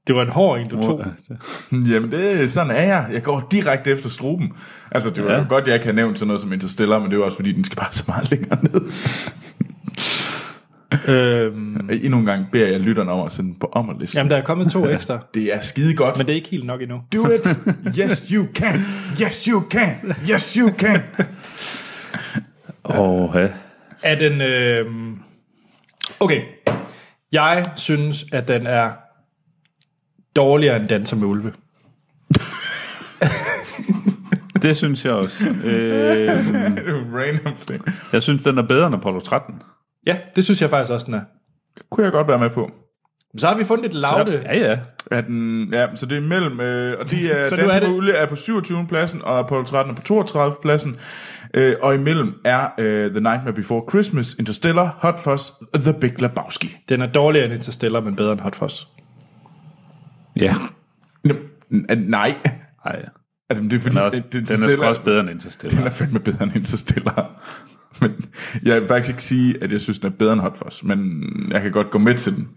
Det var en hård en, du tog. Hvor- Jamen, det, sådan er jeg. Jeg går direkte efter struben. Altså, det var Ja. ja. godt, jeg ikke har nævnt sådan noget som Interstellar, men det var også, fordi den skal bare så meget længere ned. Øhm, Endnu en gang beder jeg lytterne om at sende den på ommerlisten. jamen, der er kommet to ekstra. Det er skide godt. Men det er ikke helt nok endnu. Do it! Yes, you can! Yes, you can! Yes, you can! Åh, ja. Er den... Øh... Okay. Jeg synes, at den er dårligere end Danser med Ulve. Det synes jeg også. Øh, Random thing. jeg synes, den er bedre end Apollo 13. Ja, det synes jeg faktisk også, den er. Kunne jeg godt være med på. Så har vi fundet et lavte. Ja, ja. Er den, ja, så det er imellem, øh, og det er, Så så nu er Danser det- på Ulle er på 27. pladsen, og Apollo 13 er på 32. pladsen, øh, og imellem er øh, The Nightmare Before Christmas, Interstellar, Hot Fuzz, og The Big Lebowski. Den er dårligere end Interstellar, men bedre end Hot Fuzz. Ja. N- n- nej, Ej. altså, det er fordi, Den er, også, det, det, den er sgu Interstellar- også bedre end Den er Interstellar. fandme bedre end Interstellar. Men jeg vil faktisk ikke sige, at jeg synes, den er bedre end Hot Fuzz, men jeg kan godt gå med til den.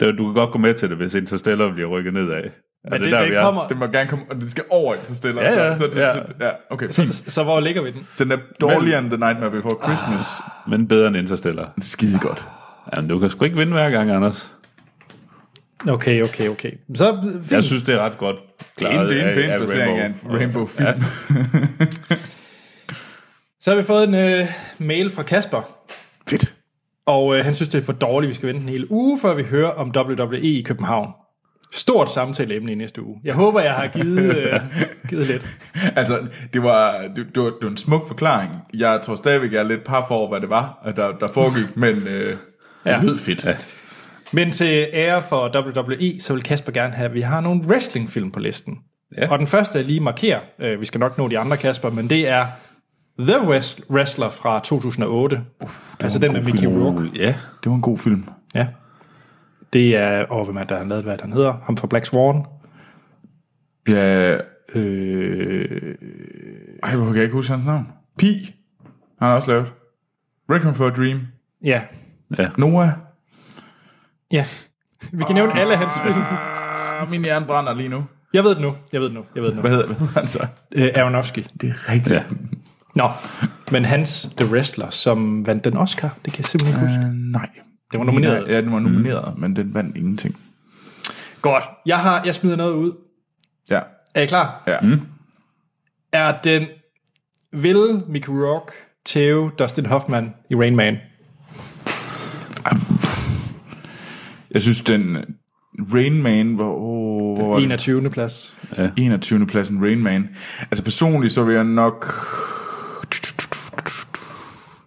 Den, du kan godt gå med til det, hvis Interstellar bliver rykket nedad. Er Men det, det, vi det er? kommer... Den må gerne komme, og den skal over Interstellar. Ja, ja, så, så, det, ja. ja. Så, ja okay, fint. Så, så hvor ligger vi den? Så den er dårligere end The Nightmare Before Christmas. Men bedre end Interstellar. Ah, Skide godt. Jamen, du kan sgu ikke vinde hver gang, Anders. Okay, okay, okay. Så øh, fint. Jeg synes, det er ret godt klaret det er en af- pæn af placering af en Rainbow-film. Ja. Så har vi fået en øh, mail fra Kasper. Fedt. Og øh, han synes, det er for dårligt, vi skal vente en hel uge, før vi hører om WWE i København. Stort samtaleemne i næste uge. Jeg håber, jeg har givet, øh, givet lidt. Altså, det var, det, det, var, det var en smuk forklaring. Jeg tror stadigvæk, jeg er lidt par for, hvad det var, at der, der foregik, men øh, Ja. det lød fedt. Ja. Men til ære for WWE, så vil Kasper gerne have, at vi har nogle wrestlingfilm på listen. Ja. Ja. Og den første, jeg lige markerer, øh, vi skal nok nå de andre, Kasper, men det er The Wrest- Wrestler fra 2008. Uh, altså den med Mickey Rourke. Ja. Det var en god film. Ja. Det er, åh, hvem er det, der har lavet, hvad han hedder? Ham fra Black Swan. Ja, Øh, ej, hvorfor kan jeg ikke huske hans navn? Pi har han også lavet. Requiem for a Dream. ja. Noah. ja. Vi kan nævne alle hans film. Ah, min hjerne brænder lige nu. Jeg ved det nu. Jeg ved det nu. Jeg ved det nu. Hvad hedder, hvad hedder han så? Øh, Aronofsky. Det er rigtigt. Ja. Nå, men hans The Wrestler, som vandt den Oscar, det kan jeg simpelthen ikke huske. Uh, nej. Det var nomineret. Ja, den var nomineret, mm. men den vandt ingenting. Godt. Jeg, har, jeg smider noget ud. Ja. Er I klar? ja. Mm. Er den... Vil Mickey Rourke tæve Dustin Hoffman i Rain Man? Jeg synes, den øh, Rain Man var... Oh, hvor var det? 21. plads. 21. pladsen Rain Man. Altså personligt, så vil jeg nok...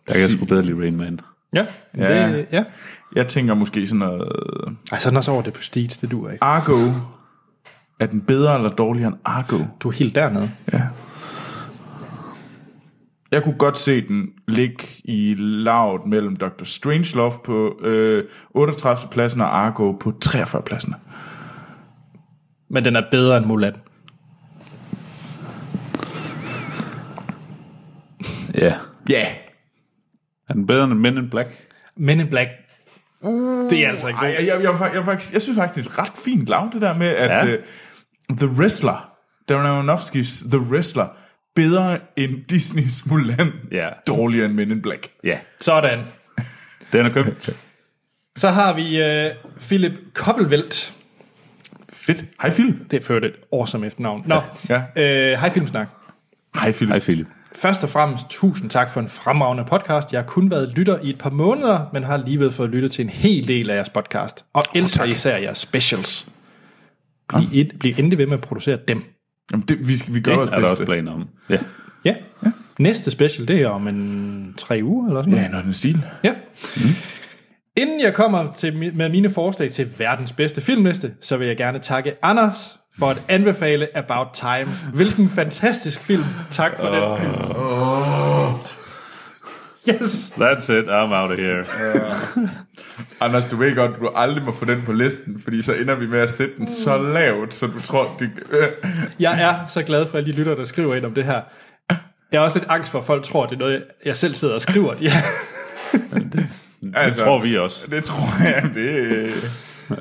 Der kan jeg sgu bedre lide Rain Man. Ja. Ja. Det, ja. Jeg tænker måske sådan noget... øh, Ej, så er den også over det prestige, det duer ikke. Argo. Er den bedre eller dårligere end Argo? Du er helt dernede. Jeg kunne godt se den ligge i lavet mellem Dr. Strangelove på øh, 38. pladsen og Argo på 43. pladsen. Men den er bedre end Mulan. Ja. Ja. Yeah. Er den bedre end Men in Black? Men in Black. Det er altså ikke Ej, god. jeg, jeg, jeg, var- jeg, faktisk, jeg synes faktisk, det er ret fint lavet det der med, at ja. Ja. øh, The Wrestler, Darren Aronofskis The Wrestler, bedre end Disney's Mulan, Ja. dårligere end Men in Black. Ja. Sådan. Den er købt. Så har vi øh, Philip Koppelvelt. Fedt. Hej Philip. Det er ført et awesome efternavn. Nå, Ja. øh, hej Filmsnak. Hej Philip. Hej Philip. Først og fremmest, tusind tak for en fremragende podcast. Jeg har kun været lytter i et par måneder, men har alligevel fået lyttet til en hel del af jeres podcast. Og elsker oh, især jeres specials. Bliv, et, bliv endelig ved med at producere dem. Jamen, det, vi, skal, vi gør Det vores er der bedste. også planer om. Ja. Ja. ja. Næste special, det er om en tre uger eller sådan noget. Ja, noget i den stil. Ja. Mm. Inden jeg kommer til, mi- med mine forslag til verdens bedste filmliste, så vil jeg gerne takke Anders for at anbefale About Time. Hvilken fantastisk film. Tak for oh. den. Yes. That's it, I'm out of here. Anders, du ved godt, du aldrig må få den på listen, fordi så ender vi med at sætte den så lavt, så du tror, det... øh, Jeg er så glad for alle de lytter, der skriver ind om det her. Jeg har også lidt angst for, at folk tror, at det er noget, jeg selv sidder og skriver. Ja. Altså- Det tror vi også. Det tror jeg, det... øh.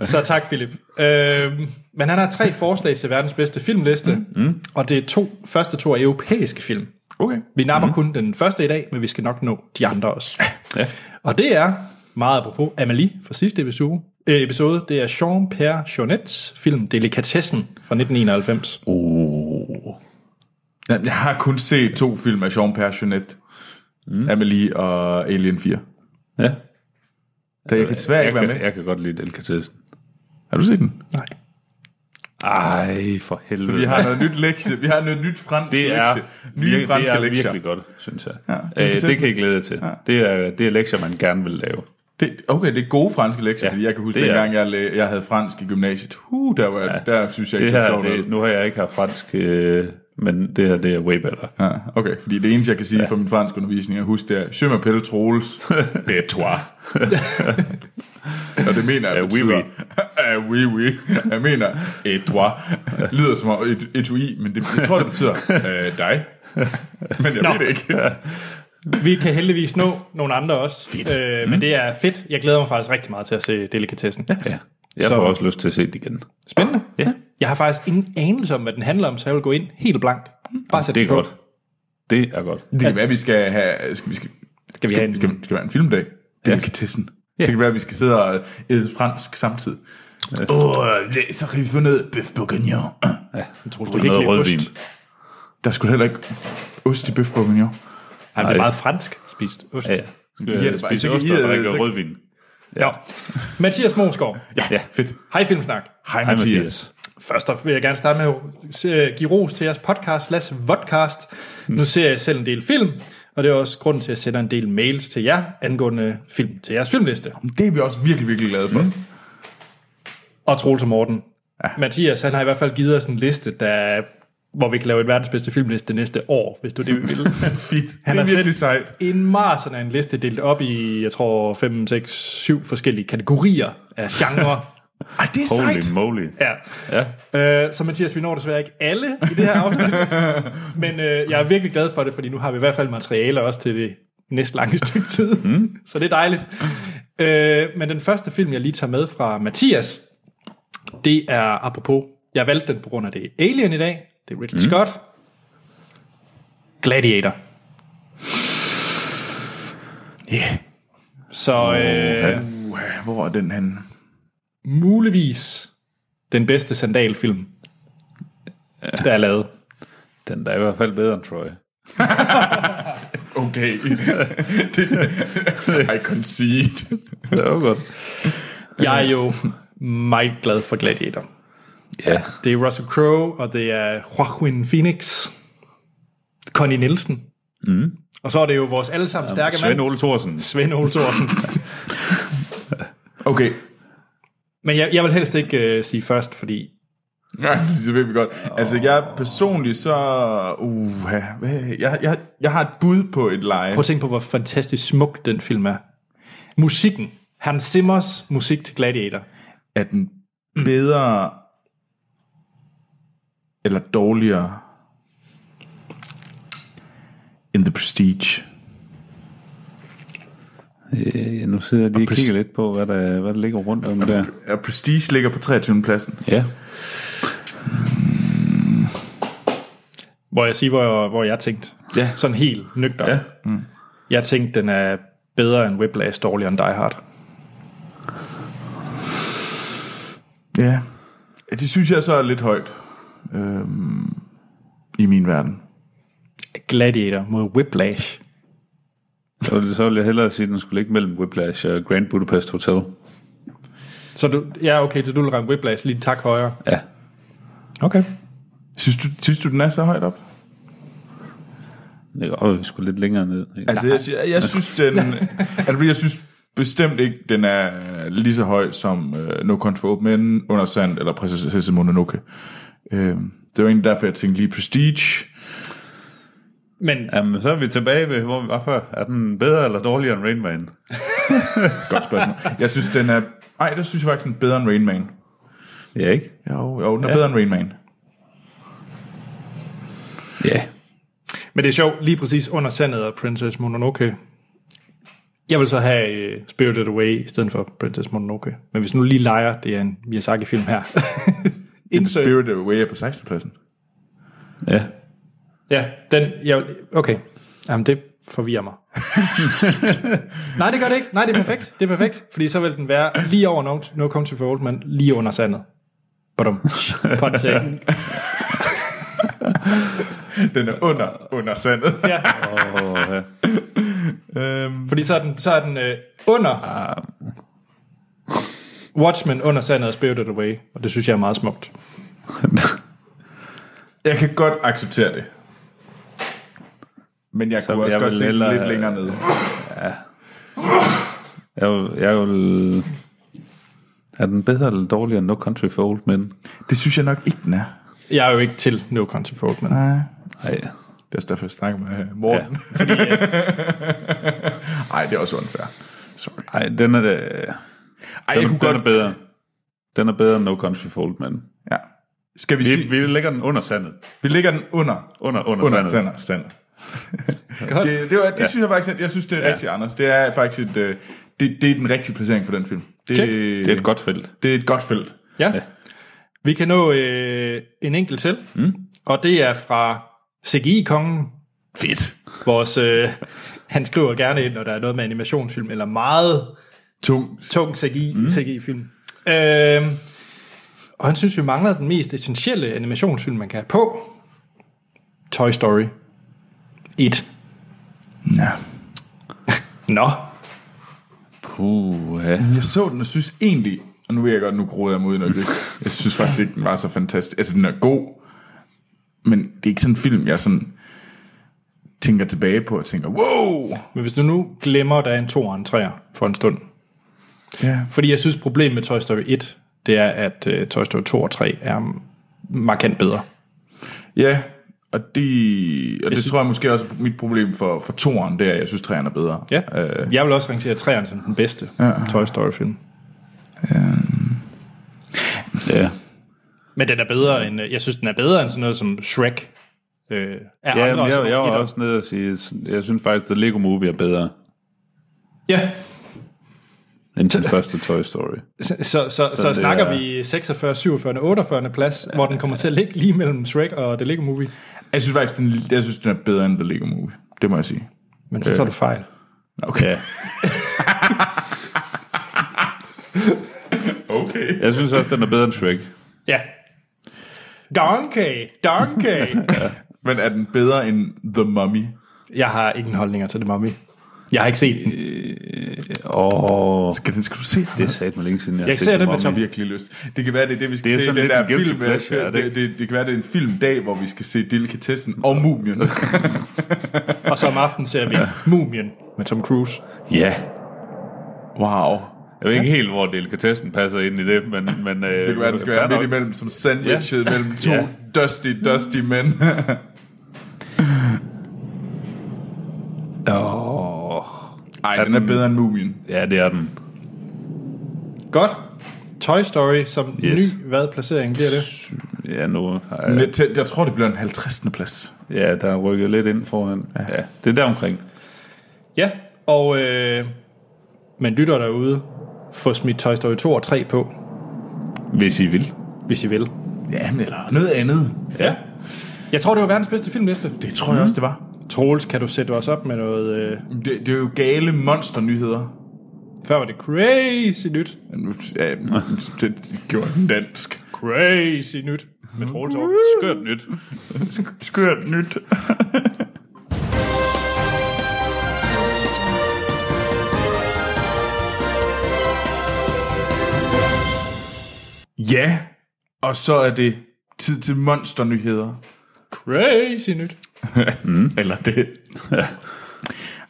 Så tak, Philip. Øhm, men han har tre forslag til verdens bedste filmliste, mm. og det er to, første to er europæiske film. Okay. Vi napper mm. kun den første i dag, men vi skal nok nå de andre også. Ja. Og det er, meget apropos Amélie fra sidste episode, øh, episode det er Jean-Pierre Jeunets film Delikatessen fra 1991. Oh. Jamen, jeg har kun set to film af Jean-Pierre Jeunet. Mm. Amelie og Alien 4. Ja. Da jeg kan desværre Jeg ikke være kan, med. jeg kan godt lide delikatessen. Har du set den? Nej. Ej, for helvede. Vi har noget nyt lektie. Vi har noget nyt fransk det er, lektie. Nye vir- det franske er lektier. virkelig godt, synes jeg. Ja, Ja, øh, det kan I glæde jer til. Ja. Det, er, det er lektier, man gerne vil lave. Det, okay, det er gode franske lektier, Ja, fordi jeg kan huske, det er- dengang jeg, læ- jeg havde fransk i gymnasiet. Uh, der, var, ja. der synes jeg Det ikke, her, var sjovt. det, nu har jeg ikke haft fransk, øh, men det her, det er way better. Ja, okay, fordi det eneste, jeg kan sige ja. fra min fransk undervisning, er husk, det er Je m'appelle Troels. Det tror Og det mener jeg Ja, oui, betyder... oui. Ja, oui, oui. Jeg mener, et toi. Lyder som om et, etui, men det, jeg tror, det betyder øh, dig. Men jeg Nå. Nå. ved det ikke. Vi kan heldigvis nå nogle andre også. Fedt. Øh, men mm. det er fedt. Jeg glæder mig faktisk rigtig meget til at se Delikatessen. Ja. jeg. Jeg Så- får også lyst til at se det igen. Spændende. Ja. Jeg har faktisk ingen anelse om, hvad den handler om, så jeg vil gå ind helt blank. Bare sæt Mm. Det er den på. godt. Det er godt. Det kan være, vi skal have... Skal vi, skal, Skal vi have en... skal, skal, skal være en filmdag? Det ja. kan tisse Det kan være, at vi skal sidde og æde fransk samtidig. Åh, oh, så kan vi få noget bøf bourguignon. Jeg tror, Det er noget rødvin. Der skulle heller ikke ost i bøf bourguignon. Han bliver Nej. meget fransk spist. Ost. Ja, ja. I er Skal det jeg bare- spise så kan ost I, øh, og drikke så- rødvin? Ja. Mathias Mosgaard. Ja. Fedt. Hej Filmsnak. Hej, Hej Mathias. Mathias. Først og vil jeg gerne starte med at øh, give ros til jeres podcast slash vodcast. Mm. Nu ser jeg selv en del film, og det er også grunden til, at jeg sender en del mails til jer angående film til jeres filmliste. Det er vi også virkelig, virkelig glade for. Mm. Og Troels og Morten. Ja. Mathias, han har i hvert fald givet os en liste, der, hvor vi kan lave et verdens bedste filmliste næste år, hvis du det vil. Fedt. Han det er har virkelig sendt- sejt. en maraton af en liste delt op i, jeg tror, 5, 6, 7 forskellige kategorier af genre. Ej, det er Holy sejt. moly. Ja. ja. Øh, så Mathias, vi når desværre ikke alle i det her afsnit, men øh, jeg er virkelig glad for det, fordi nu har vi i hvert fald materiale også til det næste lange stykke tid, mm. så det er dejligt. Øh, men den første film, jeg lige tager med fra Mathias, det er apropos Jeg valgte den på grund af det er Alien i dag. Det er Ridley mm. Scott. Gladiator. Ja. Yeah. Så øh, Uha, hvor er den henne? muligvis den bedste sandalfilm, der er lavet. Den der er i hvert fald bedre end Troy. Okay. I concede. Det var godt. Jeg er jo meget glad for Gladiator. Ja. Det er Russell Crowe, og det er Joaquin Phoenix, Connie Nielsen, mm. og så er det jo vores allesammen stærke Svend mand, Ole Thorsen. Svend Ole Thorsen. Okay. Men jeg, jeg vil helst ikke øh, sige først, fordi Ja, det ved vi godt. Altså, jeg personligt så... Uh, jeg, jeg, jeg har et bud på et leje. prøv at tænke på, hvor fantastisk smuk den film er. Musikken. Hans Simmers musik til Gladiator. Er den bedre eller dårligere end The Prestige? Øh, nu sidder jeg lige og kigger lidt på, hvad der, hvad der ligger rundt om der. Ja, Prestige ligger på 23. pladsen. Ja. Hvor jeg siger, hvor, hvor jeg tænkte. Ja. Sådan helt nøgter. Ja. Mm. Jeg tænkte, den er bedre end Whiplash, dårligere end Die Hard. Ja. ja det synes jeg så er lidt højt øhm, i min verden. Gladiator mod Whiplash. Så, vil- så vil jeg hellere sige, at den skulle ligge mellem Whiplash og Grand Budapest Hotel. Så du, ja, okay, så du vil ramme Whiplash lige en tak højere. Ja. Okay. Synes du, synes du den er så højt op? Det går jo sgu lidt længere ned. Altså, jeg, jeg, jeg synes den... altså, fordi jeg synes bestemt ikke, den er lige så høj som øh, No Country for Old Men, Under Sand eller Prinsesse Mononoke. Øh, det var egentlig derfor, jeg tænkte lige Prestige. Men Jamen, så er vi tilbage ved, hvor vi var før. Er den bedre eller dårligere end Rain Man? Godt spørgsmål. jeg synes, den er... Ej, der synes jeg faktisk, den er bedre end Rain Man. Ja, ikke? Jo, jo den er ja. bedre end Rain Man. Ja. Men det er sjovt, lige præcis under sandet af Princess Mononoke. Jeg vil så have uh, Spirited Away i stedet for Princess Mononoke. Men hvis nu lige leger, det er en Miyazaki-film her. Insert. Spirit Away er på 16. pladsen. Ja. Ja, den, jeg, okay. Jamen, det forvirrer mig. Nej, det gør det ikke. Nej, det er perfekt. Det er perfekt. Fordi så vil den være lige over No, no Country for Old Men, lige under sandet. Badum. Pot take. Den er under, under sandet. Ja. Og, ja. øhm, Fordi så er den, så er den øh, under... Watchmen under sandet og Spirited Away, og det synes jeg er meget smukt. jeg kan godt acceptere det. Men jeg Så så kunne også jeg godt vil se den hellere- lidt længere nede. Jeg, vil- jeg vil... Er den bedre eller dårligere end No Country for Old Men? Det synes jeg nok ikke, den er. Jeg er jo ikke til No Country for Old Men. Nej. Nej. Det er også derfor, jeg snakker med øh, Morten. Ja. Ja. Ej, det er også unfair. Sorry. Nej, den er... øh, Ej, Den, jeg er, kunne den godt... er bedre. Den er bedre end No Country for Old Men. Ja. Skal vi, vi, Vi, sige, vi, vi lægger den under sandet. vi lægger den under. Under, under, Under sandet. Sander. Sander. det, det, var, det ja. synes jeg faktisk, at- jeg synes, det er ja. rigtigt, Anders. Det er faktisk et, øh, det, det er den rigtige placering for den film. Det, Check. Det er et godt felt. det er et godt felt. Ja. ja. Vi kan nå øh, en enkelt til, mm. og det er fra CGI-kongen. Fedt. Vores, øh, han skriver gerne ind, når der er noget med animationsfilm, eller meget Tung. tung CGI, mm. CGI-film. Øh, og han synes, vi mangler den mest essentielle animationsfilm, man kan have på. Toy Story 1. Ja. Nå, Puh, ja. Jeg så den og synes egentlig, og nu ved jeg godt, nu groede jeg mod noget det. Jeg synes faktisk ikke, den var så fantastisk. Altså, den er god, men det er ikke sådan en film, jeg sådan tænker tilbage på og tænker, wow! men hvis du nu glemmer, at der er en to og en træer for en stund, Ja, Fordi jeg synes, problemet med Toy Story 1, det er, at uh, Toy Story 2 og 3 er mm, markant bedre. Ja, og det, og det synes- tror jeg måske også er mit problem for, for toeren, det er, at jeg synes, træerne er bedre. Ja. Øh, Øh. Jeg vil også rangere 3'eren som den bedste ja. Toy Story-film. Ja, Men den er bedre end, øh, jeg synes, den er bedre end sådan noget som Shrek. Øh, er ja andre men jeg, som jeg var etter. også nede og sige, jeg synes faktisk, at Lego Movie er bedre. Ja, end den første Toy Story. Så, så, så, så, det snakker er- vi 46, 47, 48 plads, hvor den kommer til at ligge lige mellem Shrek og The Lego Movie. Jeg synes faktisk, den, jeg synes, den er bedre end The Lego Movie. Det må jeg sige. Men Øh. så tager du fejl. Okay. Ja. Okay. Jeg synes også, den er bedre end Shrek. Ja. Donkey! Donkey! Men er den bedre end The Mummy? jeg har ingen holdninger til det, mommy. Jeg har ikke set den. Åh, oh, Skal, den, skal du se det sagde mig længe siden, jeg, Jeg ser den med har Tom. virkelig lyst. Det kan være, det er det, vi skal Det er se. sådan den lidt en der guilty film, øh, pleasure, er det, det det, ikke? det, det, kan være, det er en filmdag, hvor vi skal se Delikatessen og Mumien. Og så om aftenen ser vi Mumien med Tom Cruise. Ja. wow. Jeg ved ikke helt, hvor delikatessen passer ind i det, men... men øh, Det kan være, den skal være midt imellem som sandwichet ja. mellem to Ja. ja. dusty, dusty mænd. Åh, Nej, den er bedre end Mumien. ja, det er den. Godt. Toy Story som Yes. yes. ny hvad placering bliver det? Ja, nu har jeg, Lidt tæt. Jeg tror, det bliver en 50. plads. ja, der er rykket lidt ind foran. Ja, ja det er der omkring. Ja, og øh, man lytter derude. Få smidt Toy Story 2 og 3 på, Hvis I vil. hvis I vil. Ja, men eller noget andet. Ja. Jeg tror, det var verdens bedste filmliste. Mm. Det tror jeg også, det var. Troels, kan du sætte os op med noget... Øh, Det, det er jo gale monsternyheder. før var det crazy nyt. Nu, ja, det, det gjorde den dansk. Crazy nyt. Med Mhm. Troels over. Skørt nyt. Skørt nyt. ja, og så er det tid til monsternyheder. Crazy nyt. Eller det.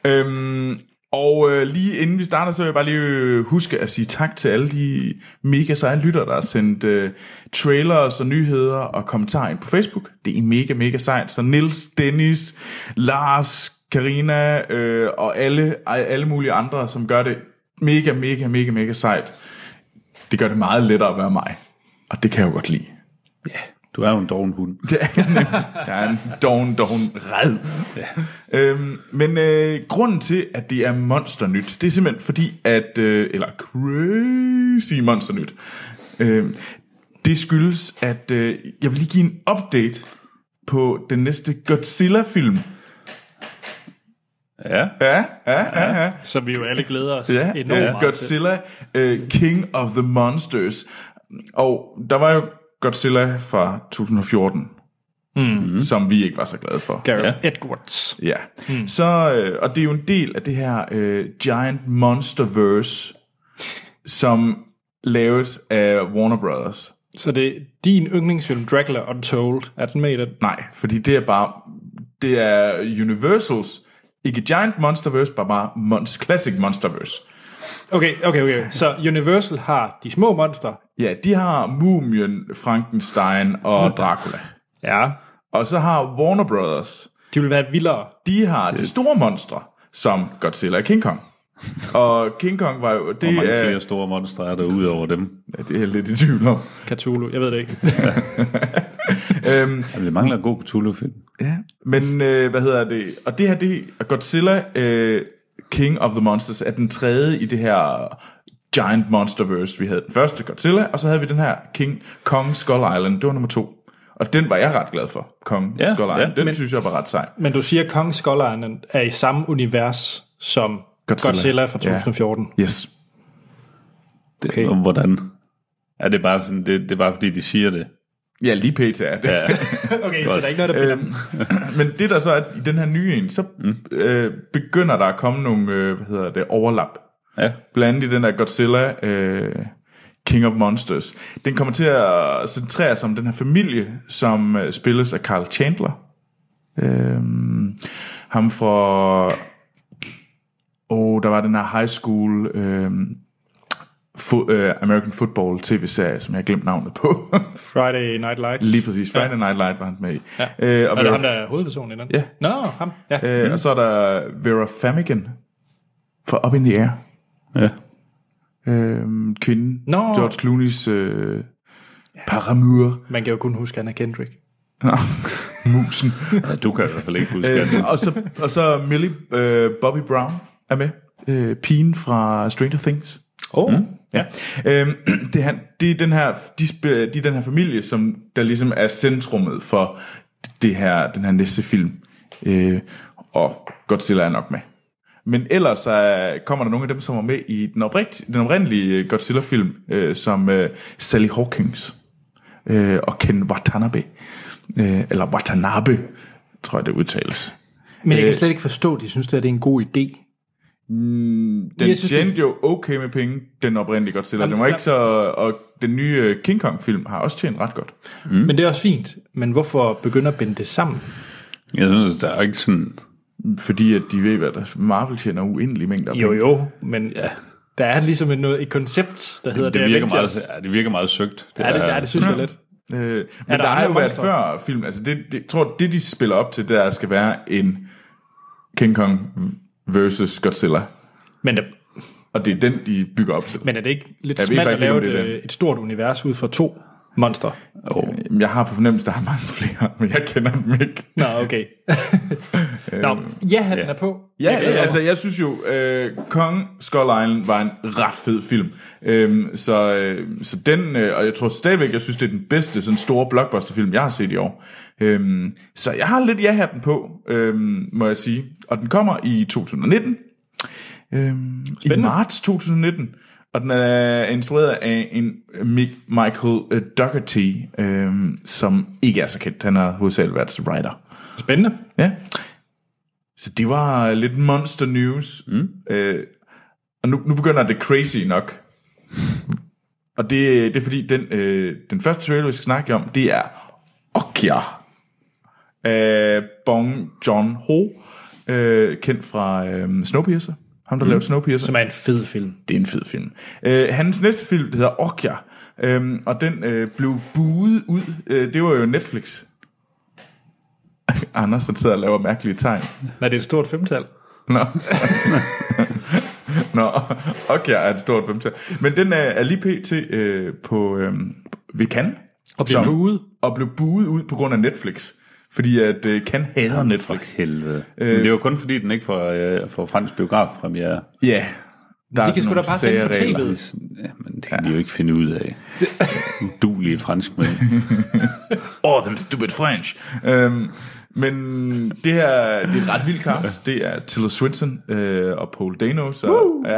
øhm, og øh, lige inden vi starter, så vil jeg bare lige øh, huske at sige tak til alle de mega seje lytter, der har sendt øh, trailers og nyheder og kommentarer ind på Facebook. Det er mega, mega sejt. Så Nils, Dennis, Lars, Karina øh, og alle, alle mulige andre, som gør det mega, mega, mega, mega sejt. Det gør det meget lettere at være mig. Og det kan jeg jo godt lide. Du er jo en doven hund. Det er jeg nemlig. Jeg er en doven, doven red. Ja. Øhm, men øh, grunden til, at det er monsternyt, det er simpelthen fordi, at... Øh, eller crazy monsternyt. Øh, det skyldes, at øh, jeg vil lige give en update på den næste Godzilla-film. Ja. Ja, ja, ja, ja. Som vi jo alle glæder os Ja, enormt ja. meget til. Øh, Godzilla, uh, King of the Monsters. Og der var jo Godzilla fra 2014, mm. som vi ikke var så glade for. Gareth ja. Edwards. Ja. Hmm. Mm. Så, øh, og det er jo en del af det her øh, Giant Monsterverse, som laves af Warner Brothers. Så det er din yndlingsfilm, Dracula Untold. Er den med i den? Nej, fordi det er bare, det er Universals, ikke Giant Monsterverse, bare, bare Monst- Classic Monsterverse. Okay, okay, okay. Så Universal har de små monster. Ja, de har Mumien, Frankenstein og Dracula. Ja. Og så har Warner Brothers, De vil være vildere. de har de store monstre, som Godzilla og King Kong. Og King Kong var jo, Hvor det mange er, flere store monstre er der ud over dem? Ja, det er jeg lidt i tvivl om. Cthulhu, jeg ved det ikke. Øhm, Jamen, det mangler en god Cthulhu-film. Ja, men øh, hvad hedder det? Og det her, det er Godzilla øh, King of the Monsters, er den tredje i det her Giant Monsterverse. Vi havde den første Godzilla, og så havde vi den her King Kong Skull Island. Det var nummer to. Og den var jeg ret glad for, Kong Ja, ja, Skull Island. ja, den men... synes jeg var ret sej. Men du siger, at Kong Skull Island er i samme univers som Godzilla. Godzilla, Godzilla fra Ja. 2014. Yes. Det, Okay. okay. Om hvordan. Er det bare sådan, det, det er bare fordi, de siger det. Ja, lige pt. er det. Ja. Okay, så der er ikke noget, der binder Øhm, men det der så er i den her nye en, så mm. øh, begynder der at komme nogle, øh, hvad hedder det, overlap. ja. Blandt andet i den der Godzilla øh, King of Monsters. Den kommer til at centrere sig om den her familie, som øh, spilles af Carl Chandler. Øh, ham fra... Åh, oh, der var den her high school øh, fo- øh, American Football tv-serie, som jeg har glemt navnet på. Øh, Friday Night Lights. Lige præcis. Friday Night Light var han med i. Ja. Øh, og, Er det ham, Vera, der er hovedpersonen i den? Ja. Nå, ham. Ja. øh, og så er der Vera Famigan fra Up in the Air. ja. øh, kvinden. Nå. George Clooney's øh, paramour. Man kan jo kun huske, at han er Kendrick. Nå, Musen. ja du kan i hvert fald ikke huske det. øh, og, så, og så Millie øh, Bobby Brown er med. Øh, pigen fra Stranger Things. Oh. Mm. Ja. Øhm, det, er han, det er den her, de, sp- de er den her familie, som der ligesom er centrummet for det her, den her næste film. Øh, og Godzilla er nok med. Men ellers så øh, kommer der nogle af dem, som var med i den, oprigt, den oprindelige øh, Godzilla-film, øh, som øh, Sally Hawkins øh, og Ken Watanabe. Øh, eller Watanabe, tror jeg det udtales. Men jeg Øh, kan slet ikke forstå, at de synes, det, her, det er en god idé. Den Jeg synes, synes, tjente det- jo okay med penge, den oprindelige Godzilla. Jamen, den var ja. ikke så... Og den nye øh, King Kong-film har også tjent ret godt. Mm. Men det er også fint. Men hvorfor begynde at binde det sammen? Jeg synes, der er ikke sådan... Fordi at de ved, hvad der... Marvel tjener uendelige mængder af Jo, penge. jo, men ja. der er ligesom et, noget, et koncept, der hedder Det, det, er virker meget, Avengers. ja, det virker meget søgt. Det Ja, det, ja, det synes jeg Ja. lidt. Øh, men der, andre der har jo været monstre? før film. Altså, det, det, jeg tror, det de spiller op til, der skal være en King Kong versus Godzilla. Men, der, Og det er den, de bygger op til. Men, men er det ikke lidt Jeg ved smalt at faktisk ikke, lave om det er et, et stort univers ud fra to monster? Øh, jeg har på fornemmelse, der er mange flere, men jeg kender dem ikke. Nå, okay. Nå, ja, han er på. Ja, Jeg glæder altså mig. jeg synes jo, øh, Kong Skull Island var en ret fed film. Øhm, så, øh, så den, øh, og jeg tror stadigvæk, jeg synes, det er den bedste sådan store blockbusterfilm, jeg har set i år. Øhm, så jeg har lidt ja-hatten på, øhm, må jeg sige. Og den kommer i 2019. Øhm, I marts 2019. Og den er instrueret af en Mick Michael øh, Dougherty, øhm, som ikke er så kendt. Han har hovedsageligt været writer. spændende. Ja. Så det var lidt monster news. Mm. Øh, og nu, nu begynder det crazy nok. og det, det er fordi, den, øh, den første trailer, vi skal snakke om, det er Okja. Af Bong Joon-ho. Øh, kendt fra øh, Snowpiercer. Ham, der mm. lavede Snowpiercer. Som er en fed film. Det er en fed film. Øh, hans næste film, det hedder Okja. Øhm, og den øh, blev buet ud. Øh, det var jo Netflix. Anders, der sidder og laver mærkelige tegn. Nej, det er et stort femtal. Nå. Nå, Okja er et stort femtal. Men den er, er lige pt. Øh, på øh, ved Cannes. Og bliver som- buet. Og blev buet ud på grund af Netflix. Fordi at øh, Cannes hader Netflix. For helvede. Øh, Men det var kun fordi, den ikke får, øh, får fransk biografpremiere. Ja. Der De kan sgu da bare sende den for TV. TV'et. Det er sådan, Ja, men det kan ja. de jo ikke finde ud af. Udulige franskmænd. All them stupid French. Øhm, men det her det er et ret vildt cast. Det er Tilda Swinton øh, og Paul Dano. Så, ja,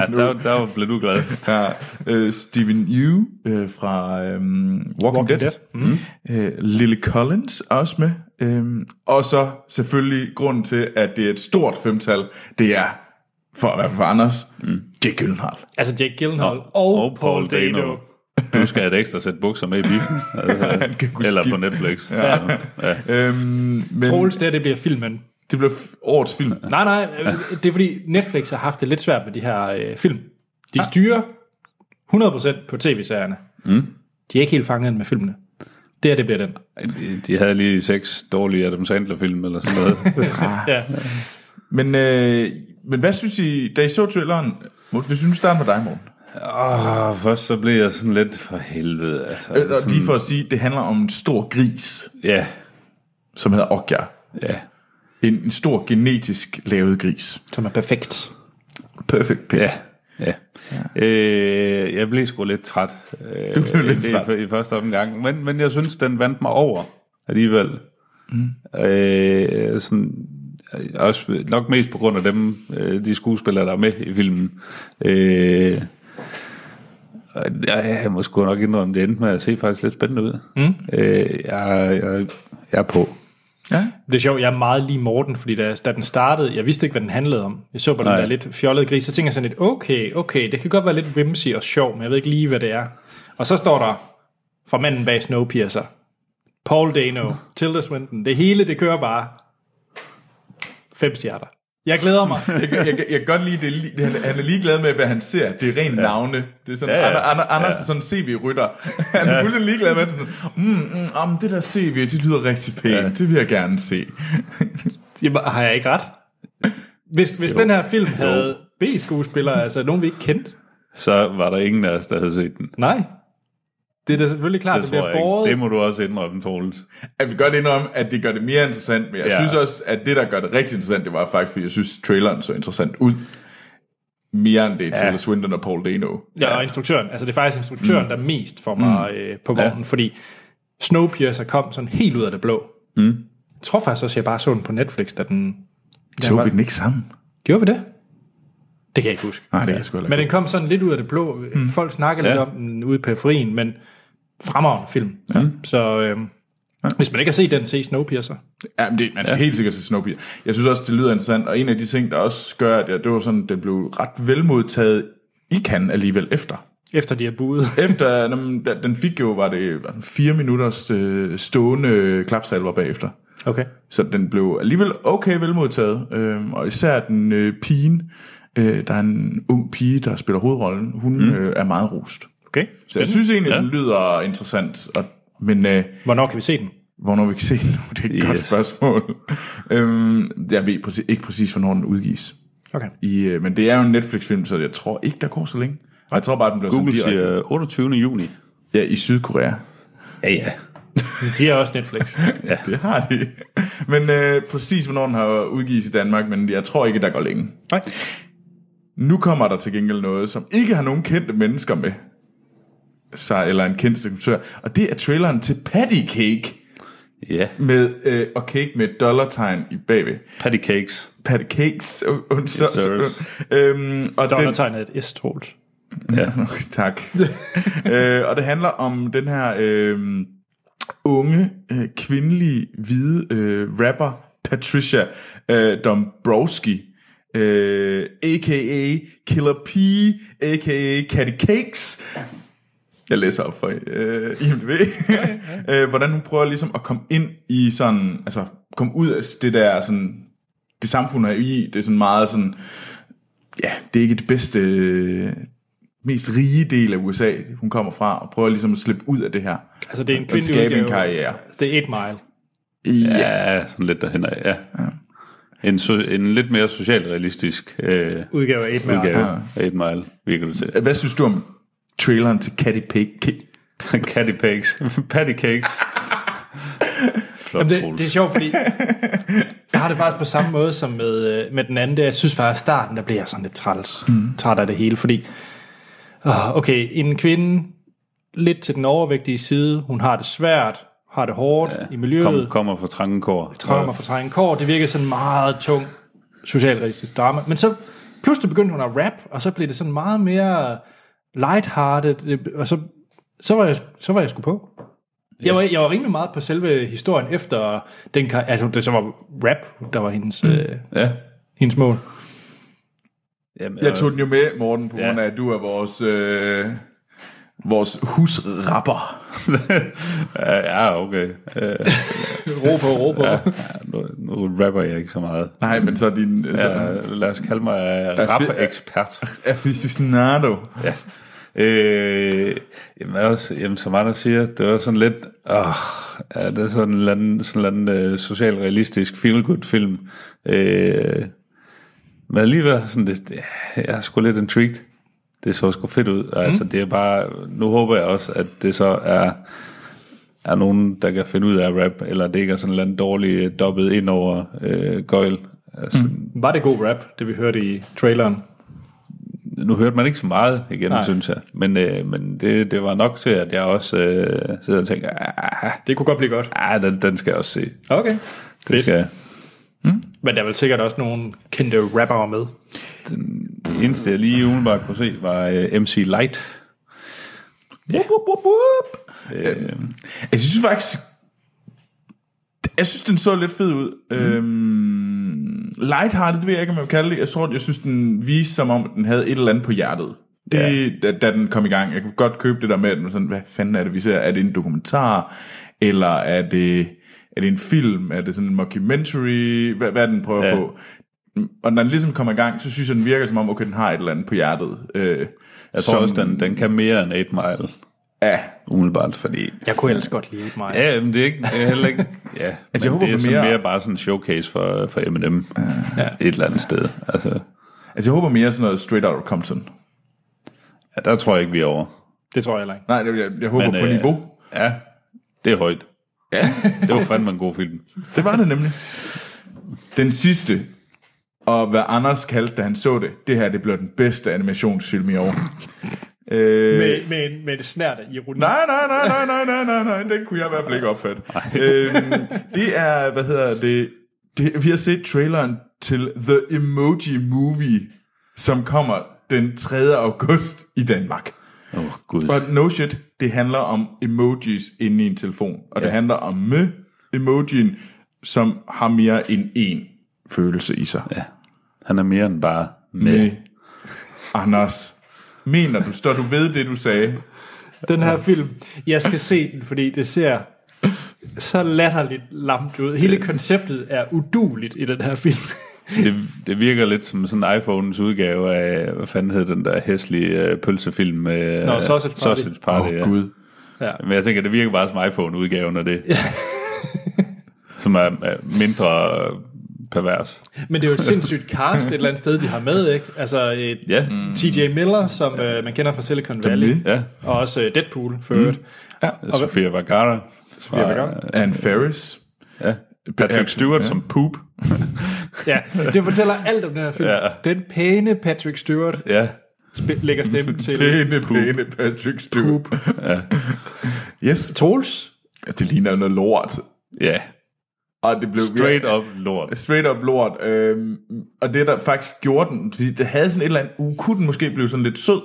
Ja, der, der blev du glad. ja, øh, Steven Yeun øh, fra øh, Walking, Walking Dead. Dead. Mm. Øh, Lily Collins er også med. Øh, og så selvfølgelig grunden til, at det er et stort femtal, det er, for at være for Anders, mm. Jake Gyllenhaal. Altså Jake Gyllenhaal og, og Paul Dano. Du skal have et ekstra sæt bukser med i biffen. Han kan kunne Eller på skifte. Netflix. Ja. Ja. Øhm, men Troels, det, her, det bliver filmen. det blev årets film. Nej, nej, øh, det er fordi Netflix har haft det lidt svært med de her øh, film. De styrer 100% på tv-serierne. Mm. De er ikke helt fanget med filmene. Det her, det bliver den. De- De havde lige seks dårlige Adam Sandler-film eller sådan noget. Ja. Men, øh, men hvad synes I, da I så traileren, Morten, hvis vi nu starter med dig, Morten. Åh, først så blev jeg sådan lidt for helvede. Altså, Øh, og lige for at sige, det handler om en stor gris, Ja, som hedder Okja. ja. En, en stor genetisk lavet gris. Som er perfekt. Perfect pig. Ja, ja. Øh, jeg blev sgu lidt træt. Øh, du blev lidt i, træt. I, i første omgang. Men, men jeg synes, den vandt mig over alligevel. Mm. Øh, sådan, øh, også nok mest på grund af dem, øh, de skuespillere, der er med i filmen. Øh, og jeg, jeg må sgu nok indrømme, det endte med at se faktisk lidt spændende ud. Mm. Øh, jeg, jeg, jeg er på. Ja. Det er sjovt, jeg er meget lige Morten, fordi da, da den startede, jeg vidste ikke, hvad den handlede om. Jeg så på den Nej. der lidt fjollede gris, så tænkte jeg sådan lidt, okay, okay, det kan godt være lidt whimsy og sjov, men jeg ved ikke lige, hvad det er. Og så står der, fra manden bag Snowpiercer, Paul Dano, Tilda Swinton, det hele, det kører bare. Fem stjerner. Jeg glæder mig. Jeg, jeg, jeg, jeg kan godt lide, det, er li- han, han er ligeglad med, hvad han ser. Det er rent ja. navne. Det er sådan, Ja, ja, ja. Ander, Ander, Anders er sådan en CV-rytter. Han er fuldstændig ligeglad med det. Sådan, Mm, mm, om det der CV, det lyder rigtig pænt. Ja. Det vil jeg gerne se. Jamen, har jeg ikke ret? Hvis, hvis den her film havde B-skuespillere, altså nogen vi ikke kendte, Så var der ingen af os, der havde set den. nej. Det er da selvfølgelig klart, det, Det, det tror bliver jeg ikke. båret Det må du også indrømme, Troels. Jeg vil godt indrømme, at det gør det mere interessant, men jeg Ja. ja. synes også, at det, der gør det rigtig interessant, det var faktisk, fordi jeg synes, traileren så interessant ud. mere end det er Tilda ja. Swinton og Paul Dano. Ja, og instruktøren. Altså, det er faktisk instruktøren, mm. der mest får mig mm. øh, på vognen, ja. fordi Snowpiercer kom sådan helt ud af det blå. Mm. Jeg tror faktisk også, jeg bare så den på Netflix, da den... da Så var- vi den ikke sammen? Gjorde vi det? Det kan jeg ikke huske. Nej, det kan jeg sgu heller Men den ikke. kom sådan lidt ud af det blå. Mm. Folk snakkede ja. Ja. lidt om den ude i periferien, men fremragende film. Ja. Så øh, ja. hvis man ikke har set den, se Snowpiercer. Ja, men det, man skal ja. helt sikkert se Snowpiercer. Jeg synes også, det lyder interessant, og en af de ting, der også gør, at jeg, det var sådan, den blev ret velmodtaget i kan alligevel efter. Efter de har buet. Efter, nå, men da- den fik jo, var det var den fire minutters øh, stående øh, klapsalver bagefter. Okay. Så den blev alligevel okay velmodtaget, øhm, og især den øh, pigen, øh, der er en ung pige, der spiller hovedrollen, hun mm. øh, er meget rost. okay. Så jeg synes egentlig, ja. den lyder interessant, og, men øh, Hvornår kan vi se den? hvornår vi kan se den, det er et yes. godt Yes. spørgsmål. øhm, jeg ved præcis, ikke præcis, hvornår den udgives. Okay. I, øh, men det er jo en Netflix-film, så jeg tror ikke, der går så længe. Og jeg tror bare, den bliver Google sådan direkte. siger 28. juni. Ja, i Sydkorea. Ja, ja. De er også Netflix. Ja. Det har de. Men øh, præcis, hvornår den har udgivet i Danmark, men jeg tror ikke, der går længe. Nej. Nu kommer der til gengæld noget, som ikke har nogen kendte mennesker med. Så, eller en kendt instruktør. Og det er traileren til Patty Cake. Ja, Med, øh, og cake med et dollartegn i bagved. patty cakes. Patty Cakes. Und, und, så, sir. så, øhm, og den, Dollartegnet er et S, Troels. Ja. tak. øh, og det handler om den her øh, unge, øh, kvindelige, hvide øh, rapper, Patricia øh, Dombrowski, øh, a.k.a. Killer P, a.k.a. Catty Cakes, jeg læser op for øh, IMDb, øh, hvordan hun prøver ligesom at komme ind i sådan, altså komme ud af det der sådan, det samfund hun er i, det er sådan meget sådan, ja, det er ikke det bedste, øh, mest rige del af USA, hun kommer fra, og prøver ligesom at slippe ud af det her. Altså, det er en Og skabe kvindelig en udgave. karriere. Det er et mile. Ja, Ja, sådan lidt derhen af, ja. ja. En, so, en lidt mere socialrealistisk øh, Udgave af et mile. udgave af ja. 8 Mile, virker det til. Hvad synes du om traileren til Catty Pig? Ki- Catty cakes. patty cakes. Flot, Jamen, Troels. det, det er sjovt, fordi jeg har det faktisk på samme måde som med, øh, med den anden. Der. Jeg synes faktisk, at starten, der bliver jeg sådan lidt træls, mm. træt af det hele, fordi åh, okay, en kvinde lidt til den overvægtige side, hun har det svært, har det hårdt ja. i Kom, miljøet, kommer fra Trangenkår. traumer for sig en kår, det virker sådan meget tung socialrealistisk drama, men så pludselig begyndte hun at rap, og så blev det sådan meget mere lighthearted, det- og så, så, var, jeg, så var jeg sgu på. Jeg var, jeg var rimelig meget på selve historien efter den kar- altså det så var rap, der var hendes, mm. øh, Ja. hendes mål. Jamen, Øh. Jeg tog den jo med, Morten, på grund af, at du er vores, øh, vores husrapper. ja, ja, okay. Øh, Ro på, ro på. Ja. nu, nu rapper jeg ikke så meget. Nej, men så er din... altså, Ja. Så, Ja, lad os kalde mig rap-ekspert. aficionado. Ja. Øh, jamen, også, jamen, som andre siger, det var sådan lidt, åh, ja, det er sådan en eller anden, sådan en eller anden øh, socialrealistisk feel-good film. Øh, men alligevel, sådan det, ja, jeg er sgu lidt intrigued. Det så sgu fedt ud. Og, mm. altså, det er bare, nu håber jeg også, at det så er, er nogen, der kan finde ud af at rap, eller det ikke er sådan en eller anden dårlig øh, dobbet ind over øh, gøjl. Altså, mm. Var det god rap, det vi hørte i traileren? Nu hørte man ikke så meget igen, Nej. Nej. synes jeg. Men, øh, men det, det var nok til, at jeg også øh, sidder og tænker, ah, Det kunne godt blive godt. ah, den, den skal jeg også se. Okay. Det skal jeg. Men der er vel sikkert også nogle kendte rappere med. Det eneste, jeg lige umiddelbart kunne se, var øh, MC Light. Woop, woop, woop, woop. Øh, jeg synes faktisk... Jeg synes, den så lidt fed ud. Mm. Øhm, lighthearted, det ved jeg ikke, om jeg vil kalde det. Jeg tror, jeg synes, den viste som om, den havde et eller andet på hjertet. Det, ja. da, da den kom i gang. Jeg kunne godt købe det der med, at den var sådan, hvad fanden er det, vi ser? Er det en dokumentar? Eller er det, er det en film? Er det sådan en mockumentary? Hvad, hvad er den prøver ja. Ja. på? Og når den ligesom kommer i gang, så synes jeg, den virker som om, okay, den har et eller andet på hjertet. Øh, Jeg tror også, den, den kan mere end 8 Mile, Ja, umiddelbart, fordi... Jeg kunne ellers godt lide mig. Ja, men det er, ikke, det er heller ikke... Ja, altså, jeg jeg håber håber, det er på sådan mere- mere... mere bare sådan en showcase for, for M&M ja. et eller andet sted. Altså, Altså, jeg håber mere sådan noget straight out of Compton. ja, der tror jeg ikke, vi er over. Det tror jeg heller ikke. Nej, jeg, jeg, jeg håber Men, Men, på øh, niveau. Ja, det er højt. Ja. det var fandme en god film. Det var det nemlig. Den sidste Og hvad Anders kaldte, da han så det, det her det blev den bedste animationsfilm i år. øh, Med, med, en, med en snært af ironi. Nej, nej, nej, nej, nej, nej, nej, nej, den kunne jeg i hvert fald ikke opfatte. øhm, det er, hvad hedder det, det, vi har set traileren til The Emoji Movie, som kommer den 3. august i Danmark. Åh, oh, gud. Og no shit, det handler om emojis inde i en telefon, og ja. det handler om med emojien, som har mere end én følelse i sig. Ja. Han er mere end bare med. Med. Anders, mener du, står du ved det, du sagde? Den her film, jeg skal se den, fordi det ser så latterligt lamt ud. Hele konceptet er uduligt i den her film. Det, det virker lidt som sådan iPhones udgave af, hvad fanden hed den der hæslige uh, pølsefilm? Uh, Nå, Sausage Party. Sausage Party, ja. Gud. Men jeg tænker, det virker bare som iPhone-udgaven af det. som er, er mindre øh, pervers. Men det er jo et sindssygt cast et eller andet sted, de har med, ikke? Altså et Ja. T.J. Miller, som øh, man kender fra Silicon Valley, Ja. og også øh, Deadpool, for øvrigt. Mm. Og Sofia Vergara. Sofia Vergara. Anne Ferris. Ja. Patrick Stewart ja. som poop. Ja, det fortæller alt om den her film. Ja. Den pæne Patrick Stewart Ja. sp- lægger stemme til Pæne, pæne Patrick Stewart. Poop. Yes, Troels. det ligner jo noget lort. Ja. Og det blev Straight up lort. Straight up lort. Øhm, og det, der faktisk gjorde den, fordi det havde sådan et eller andet, uh, kunne den måske blive sådan lidt sød,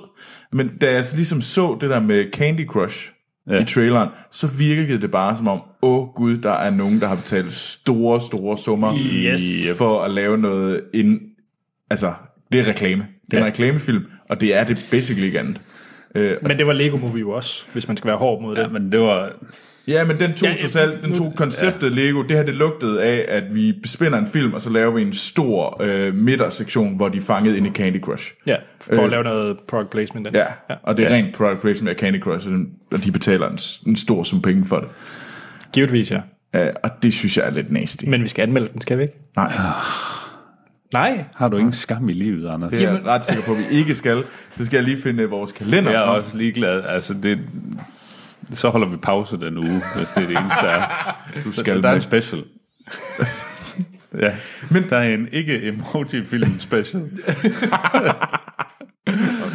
men da jeg så ligesom så det der med Candy Crush ja. Ja. i traileren, så virkede det bare som om, åh oh, gud, der er nogen, der har betalt store, store summer Yes. for at lave noget ind. Altså, det er reklame. Det er ja. en reklamefilm, og det er det basically ikke andet. Øh, Men det var Lego Movie jo også, hvis man skal være hård mod det. Ja, men det var... Ja, men den tog Ja, ja, sig selv, den tog konceptet ja. Lego, det her det lugtede af, at vi bespinder en film, og så laver vi en stor øh, midtersektion, hvor de er fanget ind i Candy Crush. Ja, for Øh. at lave noget product placement. Den. Ja, ja. og det er ja. rent product placement af Candy Crush, og den- og de betaler en, s- en stor sum penge for det. Givetvis, ja. Uh, og det synes jeg er lidt nasty. Men, Men vi skal anmelde den, skal vi ikke? Nej, Nej. Har du ingen skam i livet, Anders? det er jeg ret sikker på, at vi ikke skal. Så skal jeg lige finde øh, vores kalender. Jeg er frem. også ligeglad. Altså, det, så holder vi pause den uge, hvis det er det eneste, der er. du Skal skal der er med. en special. ja, men der er en ikke-emoji-film special.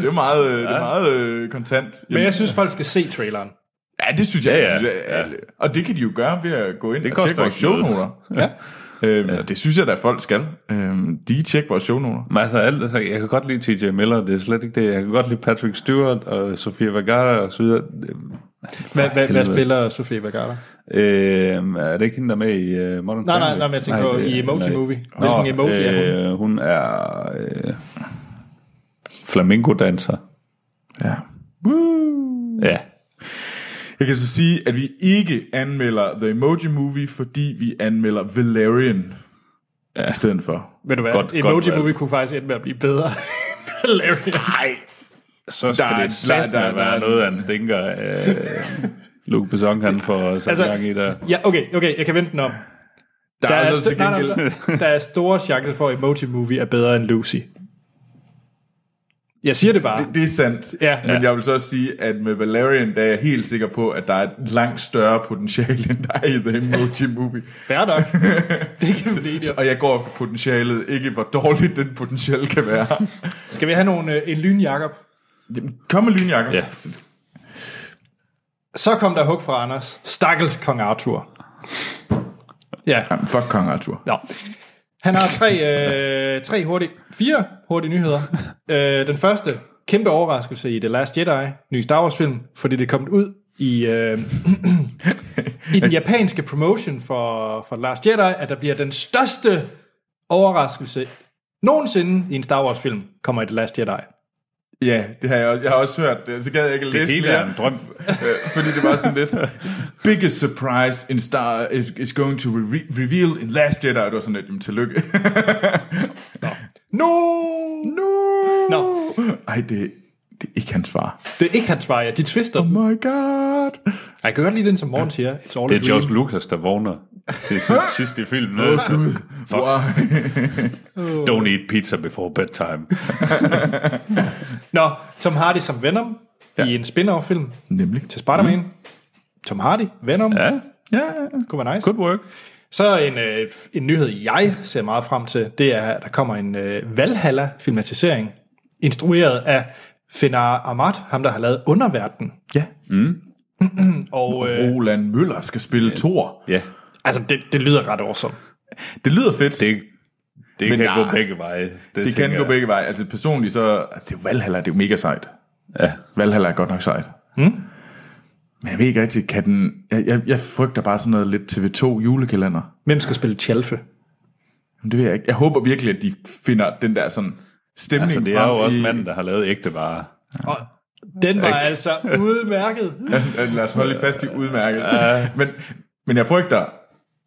Det er meget, øh, det er meget øh, kontant. Men jeg synes, folk skal se traileren. Ja, det synes jeg. Ja, ja. det synes jeg alle- Og det kan de jo gøre ved at gå ind Det og tjekke koster vores ikke noget. shownoter. Ja. Øhm, ja. Det synes jeg da, folk skal. Øhm, de tjekker vores shownoter. Men altså, alt, altså, jeg kan godt lide T.J. Miller, det er slet ikke det. Jeg kan godt lide Patrick Stewart og Sofia Vergara og så videre. Hvad, hvad, hvad helvede. spiller Sofie Vergara? Øh, er det ikke hende, der er med i uh, Modern Nej, Family? nej, nej, men jeg tænker på det er- i Emoji Movie. Hvilken emoji er hun? øh, hun? er øh, flamingodanser. Ja. Ja. Jeg kan så sige, at vi ikke anmelder The Emoji Movie, fordi vi anmelder Valerian ja. i stedet for. Ved du hvad? Godt- Emoji godt valg. Movie kunne faktisk ende med at blive bedre. Nej. Så skal Der der, er- det satme der- der- der- være noget af en stinker. Øh, Luke Besson, han får sat Altså- altså, gang i der. Ja, okay, okay, jeg kan vente den om. Der, der, er, altså st- til nej, nej, gengæld- der, der er store chancer for, at Emoji Movie er bedre end Lucy. Jeg siger det bare. Det er sandt, Ja. men jeg vil så også sige, at med Valerian, der er jeg helt sikker på, at der er et langt større potentiale, end der er i The Emoji Movie. Fair nok. Det kan vi blive enige om. Og jeg går efter potentialet, ikke hvor dårligt den potentiale kan være. Skal vi have nogle, øh, en lyn, Jacob? Jamen, Kom med lyn, Jacob. Ja. Så kom der hug fra Anders. Stakkels kong Arthur. Ja, Jamen, fuck Kong Arthur. Nå. Han har tre, øh, tre hurtige, fire hurtige nyheder. Øh, den første, kæmpe overraskelse i The Last Jedi, ny Star Wars film, fordi det er kommet ud i, øh, i den japanske promotion for, for The Last Jedi, at der bliver den største overraskelse nogensinde i en Star Wars film, kommer i The Last Jedi. Ja, det har jeg også, jeg har også hørt. det. Så gad jeg ikke Det læse hele mere, er en drøm. øh, fordi det var sådan lidt... Biggest surprise in Star is, is going to re- reveal in Last Jedi. Det var sådan lidt, jamen tillykke. No! no! Nå. Ej, det, det er ikke hans far. Det er ikke hans vej, de twister. Oh den. my god. Jeg kan godt lide den, som Morten siger. It's all Det a er George dream. Lucas, der vågner. Det er sit sidste film. Noget, Wow. Don't eat pizza before bedtime. Nå, Tom Hardy som Venom ja. i en spin-off film Nemlig. til Spider-Man. Mm. Tom Hardy, Venom. Ja, Ja, ja, ja. Kunne være nice. good work. Så en, øh, en nyhed, jeg ser meget frem til, det er, at der kommer en øh, Valhalla-filmatisering, instrueret af Finar Amat, ham der har lavet Underverden. Ja. Og øh, Roland Møller skal spille Thor. Ja, altså, det, det lyder ret awesome. Det lyder fedt. det, det Men kan nej, gå begge veje. Det, det tænker kan gå jeg. begge veje. Altså personligt så... Altså, det er jo Valhalla, det er jo mega sejt. Ja. Hmm? Valhalla er godt nok sejt. Mm. Men jeg ved ikke rigtig, kan den... Jeg, jeg, jeg frygter bare sådan noget lidt TV2 julekalender. Hvem skal spille Tjalfe? Men det ved jeg ikke. Jeg håber virkelig, at de finder den der sådan stemning Altså, det er jo frem også i- manden, der har lavet ægte varer. Og den var altså udmærket. Ja, Lad os holde fast i udmærket. men, men jeg frygter,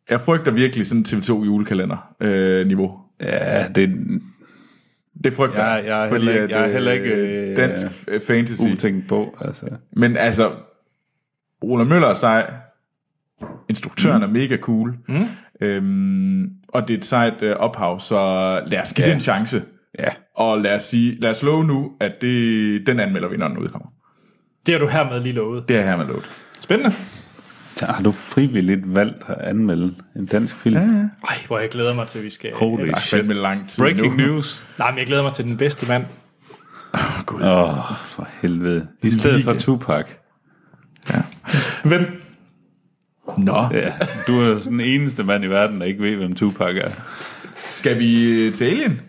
jeg frygter virkelig sådan TV2 julekalender øh, niveau. Ja, det, Det frygter Jeg- jeg er heller ikke- jeg er heller ikke, øh, øh, dansk f- fantasy. tænke på. Altså. Men altså, Ola Møller er sej. Instruktøren mm. er mega cool. Mm. Øhm, og det er et sejt øh, ophav, så lad os give ja. det en chance. Ja. Og lad os, sige, lad os love nu, at det, den anmelder vi, når den udkommer. Det har du hermed lige lovet. Det er her med lovet. Spændende. Har du frivilligt valgt at anmelde en dansk film? Ja. Ej, hvor jeg glæder mig til, at vi skal... Holy Det er shit. fandme lang tid Breaking nu. news. Nej, men jeg glæder mig til den bedste mand. Åh, oh, for helvede. I stedet for Tupac. Hvem? Nå, Ja, du er sådan den eneste mand i verden, der ikke ved, hvem Tupac er. skal vi øh, til Alien?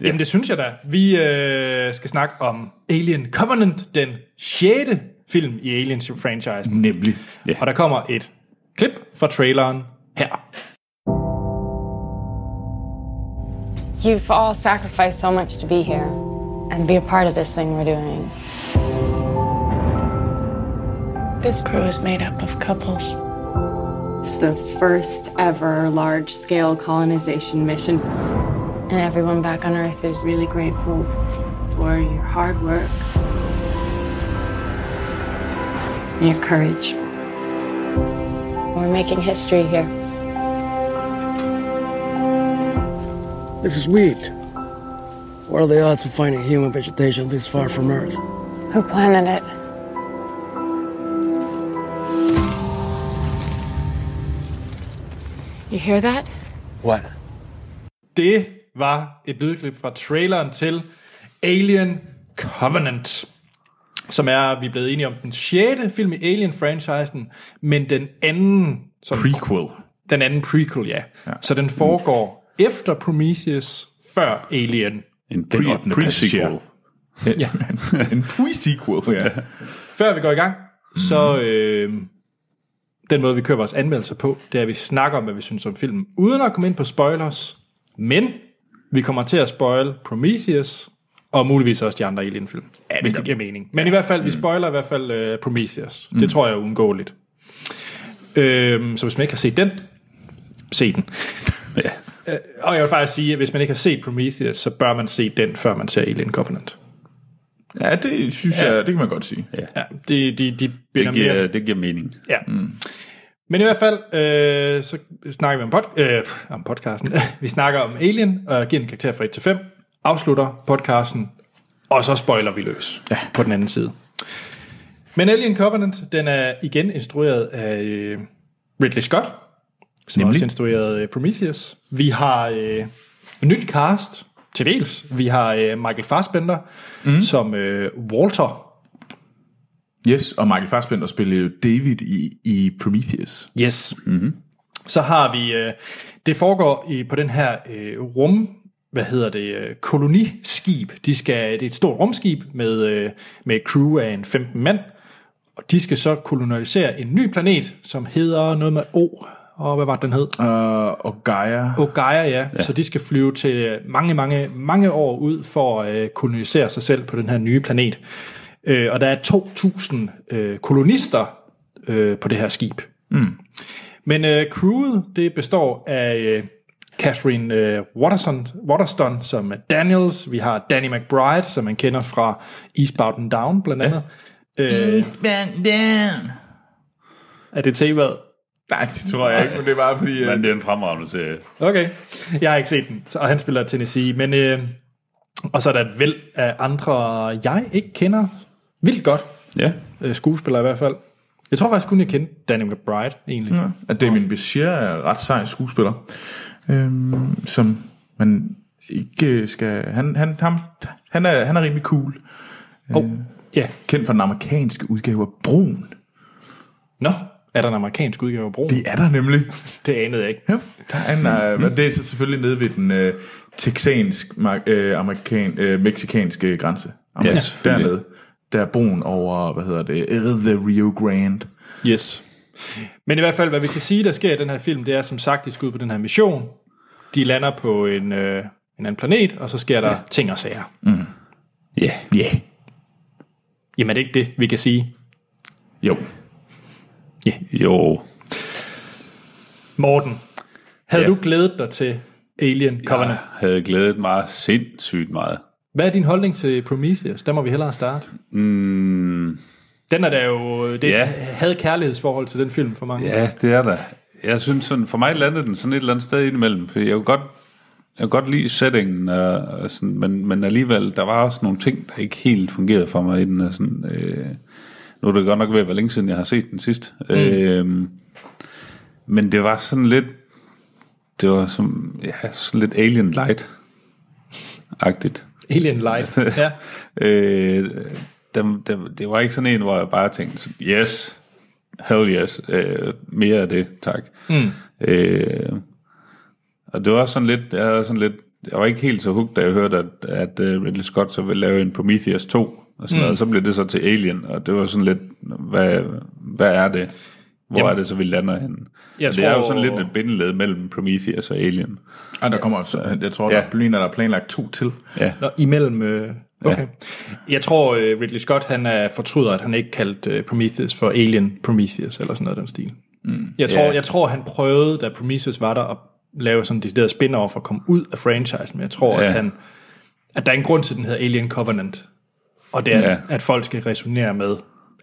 Ja. Jamen, det synes jeg da. Vi øh, skal snakke om Alien Covenant, den sjette film i Aliens-franchisen. Nemlig. Ja. Og der kommer et klip fra traileren her. You've all sacrificed so much to be here and be a part of this thing we're doing. This crew is made up of couples. It's the first ever large scale colonization mission. And everyone back on Earth is really grateful for your hard work, and your courage. We're making history here. This is wheat. What are the odds of finding human vegetation this far from Earth? Who planted it? You hear that? What? Det var et lydklip fra traileren til Alien Covenant, som er, vi er blevet enige om, den sjette film i Alien-franchisen, men den anden... Som, Prequel. Den anden prequel, ja. ja. Så den foregår mm. efter Prometheus, før Alien. En Den pre- ottende pre-sequel. passager. Ja. en pre-sequel, ja. Før vi går i gang, så øh, den måde, vi kører vores anmeldelser på, det er, at vi snakker om, hvad vi synes om filmen, uden at komme ind på spoilers. Men vi kommer til at spoil Prometheus, og muligvis også de andre Alien-film, ja, Mm. hvis det giver mening. Men i hvert fald, vi spoiler i hvert fald øh, Prometheus. Det tror jeg er uundgåeligt. Øh, så hvis man ikke har set den, se den. Ja. Og jeg vil faktisk sige, at hvis man ikke har set Prometheus, så bør man se den, før man ser Alien Covenant. Ja, det synes ja. jeg, det kan man godt sige. Ja, de, de, de binder Det, mere giver, det giver mening. Ja. Mm. Men i hvert fald, øh, så snakker vi om, pod- øh, om podcasten. vi snakker om Alien, og giver en karakter fra 1 til 5, afslutter podcasten, og så spoiler vi løs ja. på den anden side. Men Alien Covenant, den er igen instrueret af øh, Ridley Scott, som Nemlig. også instruerede øh, Prometheus. Vi har øh, et nyt cast, til dels. Vi har øh, Michael Fassbender mm. som øh, Walter, Yes, og Michael Fassbender spiller jo David i, i Prometheus. Yes. Mm-hmm. Så har vi, øh, det foregår i, på den her øh, rum, hvad hedder det, øh, koloniskib. De skal, det er et stort rumskib med, øh, med et crew af en 15 mand, og de skal så kolonisere en ny planet, som hedder noget med O, og hvad var det, den hed? Uh, og Gaia. Oh. Ogaya, ja. ja. Så de skal flyve til øh, mange, mange, mange år ud for at øh, kolonisere sig selv på den her nye planet. Øh, og der er 2.000 øh, kolonister øh, på det her skib. Mm. Men øh, crewet, det består af øh, Catherine øh, Waterson, Waterston som er Daniels. Vi har Danny McBride, som man kender fra Eastbound and Down, blandt andet. Ja. Øh, er det temaet? Nej, det tror jeg ikke, men det er bare fordi... Men Uh, det er en fremragende serie. Okay, jeg har ikke set den, så, og han spiller Tennessee, men øh, og så er der et væld af andre, jeg ikke kender vildt godt, Ja. øh, skuespillere i hvert fald. Jeg tror faktisk kun, jeg kendte Danny McBride, egentlig. Ja. At Damien Bashir er en ret sej skuespiller, øhm, som man ikke skal... Han, han, ham, han, er, han er rimelig cool. Oh, ja. Kendt for den amerikanske udgave af Brun. Nå, er der en amerikansk udgave af Broen? Det, Det er der nemlig. det anede jeg ikke. Ja, der er en, øh, men det er så selvfølgelig nede ved den øh, texansk ma- øh, amerikan, øh, meksikanske grænse. Ja, Amerika, ja, selvfølgelig. dernede. Der er broen over, hvad hedder det, øh, The Rio Grande. Yes. Men i hvert fald, hvad vi kan sige, der sker i den her film, det er som sagt, de skal ud på den her mission. De lander på en, øh, en anden planet, og så sker der ja. ting og sager. Ja. Ja. Yeah. Jamen, er det ikke det, vi kan sige? Jo. Jo. Morten, havde Ja. ja. du glædet dig til Alien Covenant? Jeg havde glædet mig sindssygt meget. Hvad er din holdning til Prometheus? Der må vi hellere starte. Mm, Den er der jo... Det Ja. ja. havde kærlighedsforhold til den film for mange. ja, det er der. Jeg synes sådan, for mig landede den sådan et eller andet sted indimellem, for jeg kunne godt, jeg kunne godt lide settingen, og, og sådan, men, men alligevel, der var også nogle ting, der ikke helt fungerede for mig i den. Og sådan, øh, nu er det godt nok ved at være længe siden, jeg har set den sidst. Mm. Øh, men det var sådan lidt, det var som, ja, sådan lidt Alien Light-agtigt. Alien Light. Ja. Øh, dem, dem, det var ikke sådan en, hvor jeg bare tænkte, sådan, yes, hell yes, øh, mere af det, tak. Mm. Øh, og det var sådan lidt, jeg var sådan lidt, jeg var ikke helt så hooked, da jeg hørte, at, at uh, Ridley Scott så ville lave en Prometheus 2, og sådan mm. noget. så blev det så til Alien, og det var sådan lidt, hvad, hvad er det? Hvor Jamen, er det så, vi lander henne? jeg Og det er jo tror- sådan lidt et bindeled mellem Prometheus og Alien. Ej, der kommer også, jeg tror, der Ja. er planer, der er planlagt to til. Ja, Nå, imellem... Øh, okay. Ja. Ja. Jeg tror, øh, Ridley Scott han er fortryder, at han ikke kaldte øh, Prometheus for Alien Prometheus, eller sådan noget af den stil. Mm. Jeg, tror, Ja. yeah. jeg tror, han prøvede, da Prometheus var der, at lave sådan en decideret spin-off og komme ud af franchisen, men jeg tror, Ja. at, han, at der er en grund til, at den hedder Alien Covenant, og det er, Ja. yeah. at folk skal resonere med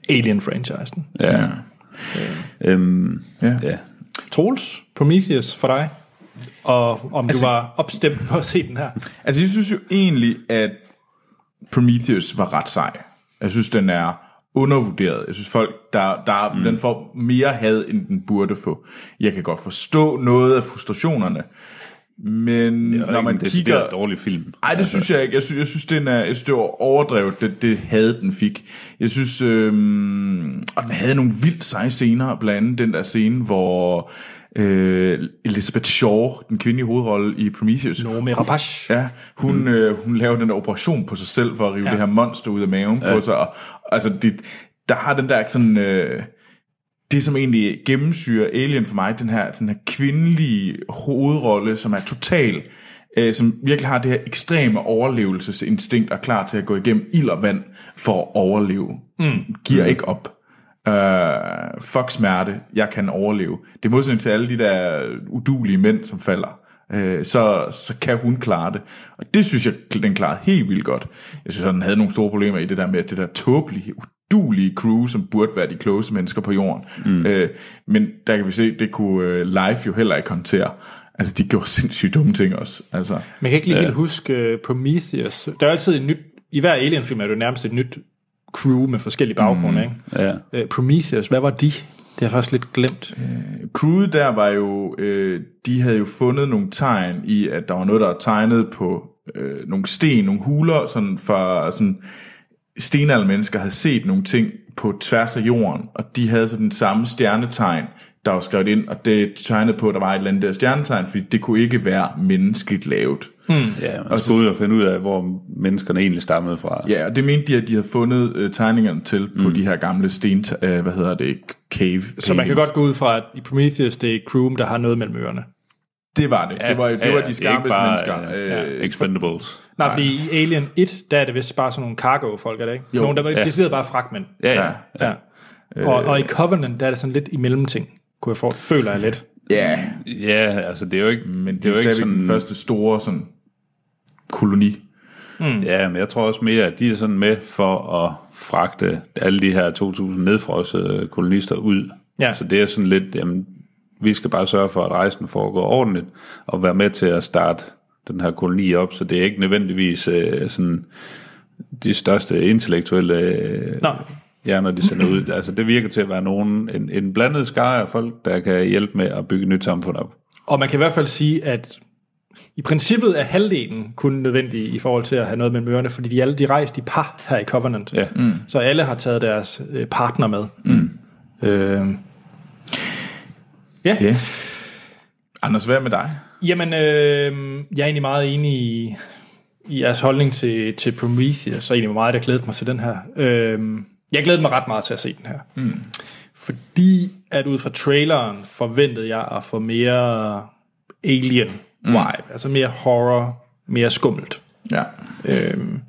Alien-franchisen. ja. ja. Øhm, Ja. ja. Troels, Prometheus for dig, og om altså, du var opstemt på at se den her. Altså, jeg synes jo egentlig, at Prometheus var ret sej. Jeg synes, den er undervurderet. Jeg synes, folk, der, der mm. den får mere had, end den burde få. Jeg kan godt forstå noget af frustrationerne, men Og når man det kigger... dårlig film. Ej, det synes jeg ikke. Jeg synes, jeg synes, den er, jeg synes det var overdrevet, det, det had, den fik. Jeg synes, øhm, og den havde nogle vildt seje scener, blandt andet den der scene, hvor øh, Elizabeth Shaw, den kvindelige hovedrolle i Prometheus, Nomi Rapace. Ja, hun, mm. øh, hun laver den der operation på sig selv for at rive ja. det her monster ud af maven ja. på sig. Og, altså, det, der har den der sådan... Øh, det, som egentlig gennemsyrer Alien for mig, den her, den her kvindelige hovedrolle, som er total, øh, som virkelig har det her ekstreme overlevelsesinstinkt og er klar til at gå igennem ild og vand for at overleve. Mm. Giver ikke op. Øh, fuck smerte, jeg kan overleve. Det er modsætning til alle de der udulige mænd, som falder. Øh, så, så kan hun klare det. Og det synes jeg, den klarede helt vildt godt. Jeg synes, at den havde nogle store problemer i det der med, at det der tåbelige, udulige crew, som burde være de klogeste mennesker på jorden. Mm. Øh, men der kan vi se, det kunne øh, live jo heller ikke håndtere. Altså, de gjorde sindssygt dumme ting også. Altså, Man kan ikke lige ja. helt huske uh, Prometheus. Der er altid et nyt... I hver Alien-film er det jo nærmest et nyt crew med forskellige baggrunde, mm. ikke? Ja. Uh, Prometheus, hvad var de? Det har jeg faktisk lidt glemt. crewet der var jo, øh, de havde jo fundet nogle tegn i, at der var noget, der var tegnet på øh, nogle sten, nogle huler, sådan for sådan, stenaldermennesker havde set nogle ting på tværs af jorden, og de havde så den samme stjernetegn, der var skrevet ind, og det tegnede på, at der var et eller andet der stjernetegn, fordi det kunne ikke være menneskeligt lavet. ja man skulle ud og finde ud af, hvor menneskerne egentlig stammede fra. altså- Ja, og det mente de, at de havde fundet øh, tegningerne til på de her gamle sten, øh, hvad hedder det, cave. Så man kan paintings. godt gå ud fra, at i Prometheus, det er et crew, der har noget mellem ørerne. Det var det. Ja, det var, det Ja, var de ja, det er ikke skarpeste bare, mennesker. øh, ja, Expendables. Nej, fordi i Alien 1, der er det vist bare sådan nogle cargo-folk, er det ikke? Jo. Jo. Nogle, der Ja. ja. decideret bare fragtmænd. Ja, ja. Ja. ja. Og, og i Covenant, der er det sådan lidt i mellemting, kunne jeg for, føler jeg lidt. ja, Ja, altså det er jo ikke... Men det er jo stadigvæk sådan... den første store sådan, koloni. Ja, men jeg tror også mere, at de er sådan med for at fragte alle de her 2.000 nedfrosset kolonister ud. Ja. Så det er sådan lidt, jamen, vi skal bare sørge for, at rejsen foregår ordentligt, og være med til at starte den her koloni op, så det er ikke nødvendigvis øh, sådan de største intellektuelle øh, Nå, hjerner, de sender ud. Altså, det virker til at være nogen, en, en blandet skare af folk, der kan hjælpe med at bygge et nyt samfund op. Og man kan i hvert fald sige, at i princippet er halvdelen kun nødvendig i forhold til at have noget med mørerne, fordi de alle de rejste i par her i Covenant. Ja. Mm. Så alle har taget deres øh, partner med. Mm. Øh, ja. Ja. Anders, hvad med dig? Jamen, øh, jeg er egentlig meget enig i, i jeres holdning til, til Prometheus, og egentlig meget, der glædede mig til den her. Øh, jeg glædede mig ret meget til at se den her. Mm. Fordi at ud fra traileren forventede jeg at få mere alien vibe, mm. altså mere horror, mere skummelt. Ja. Øhm,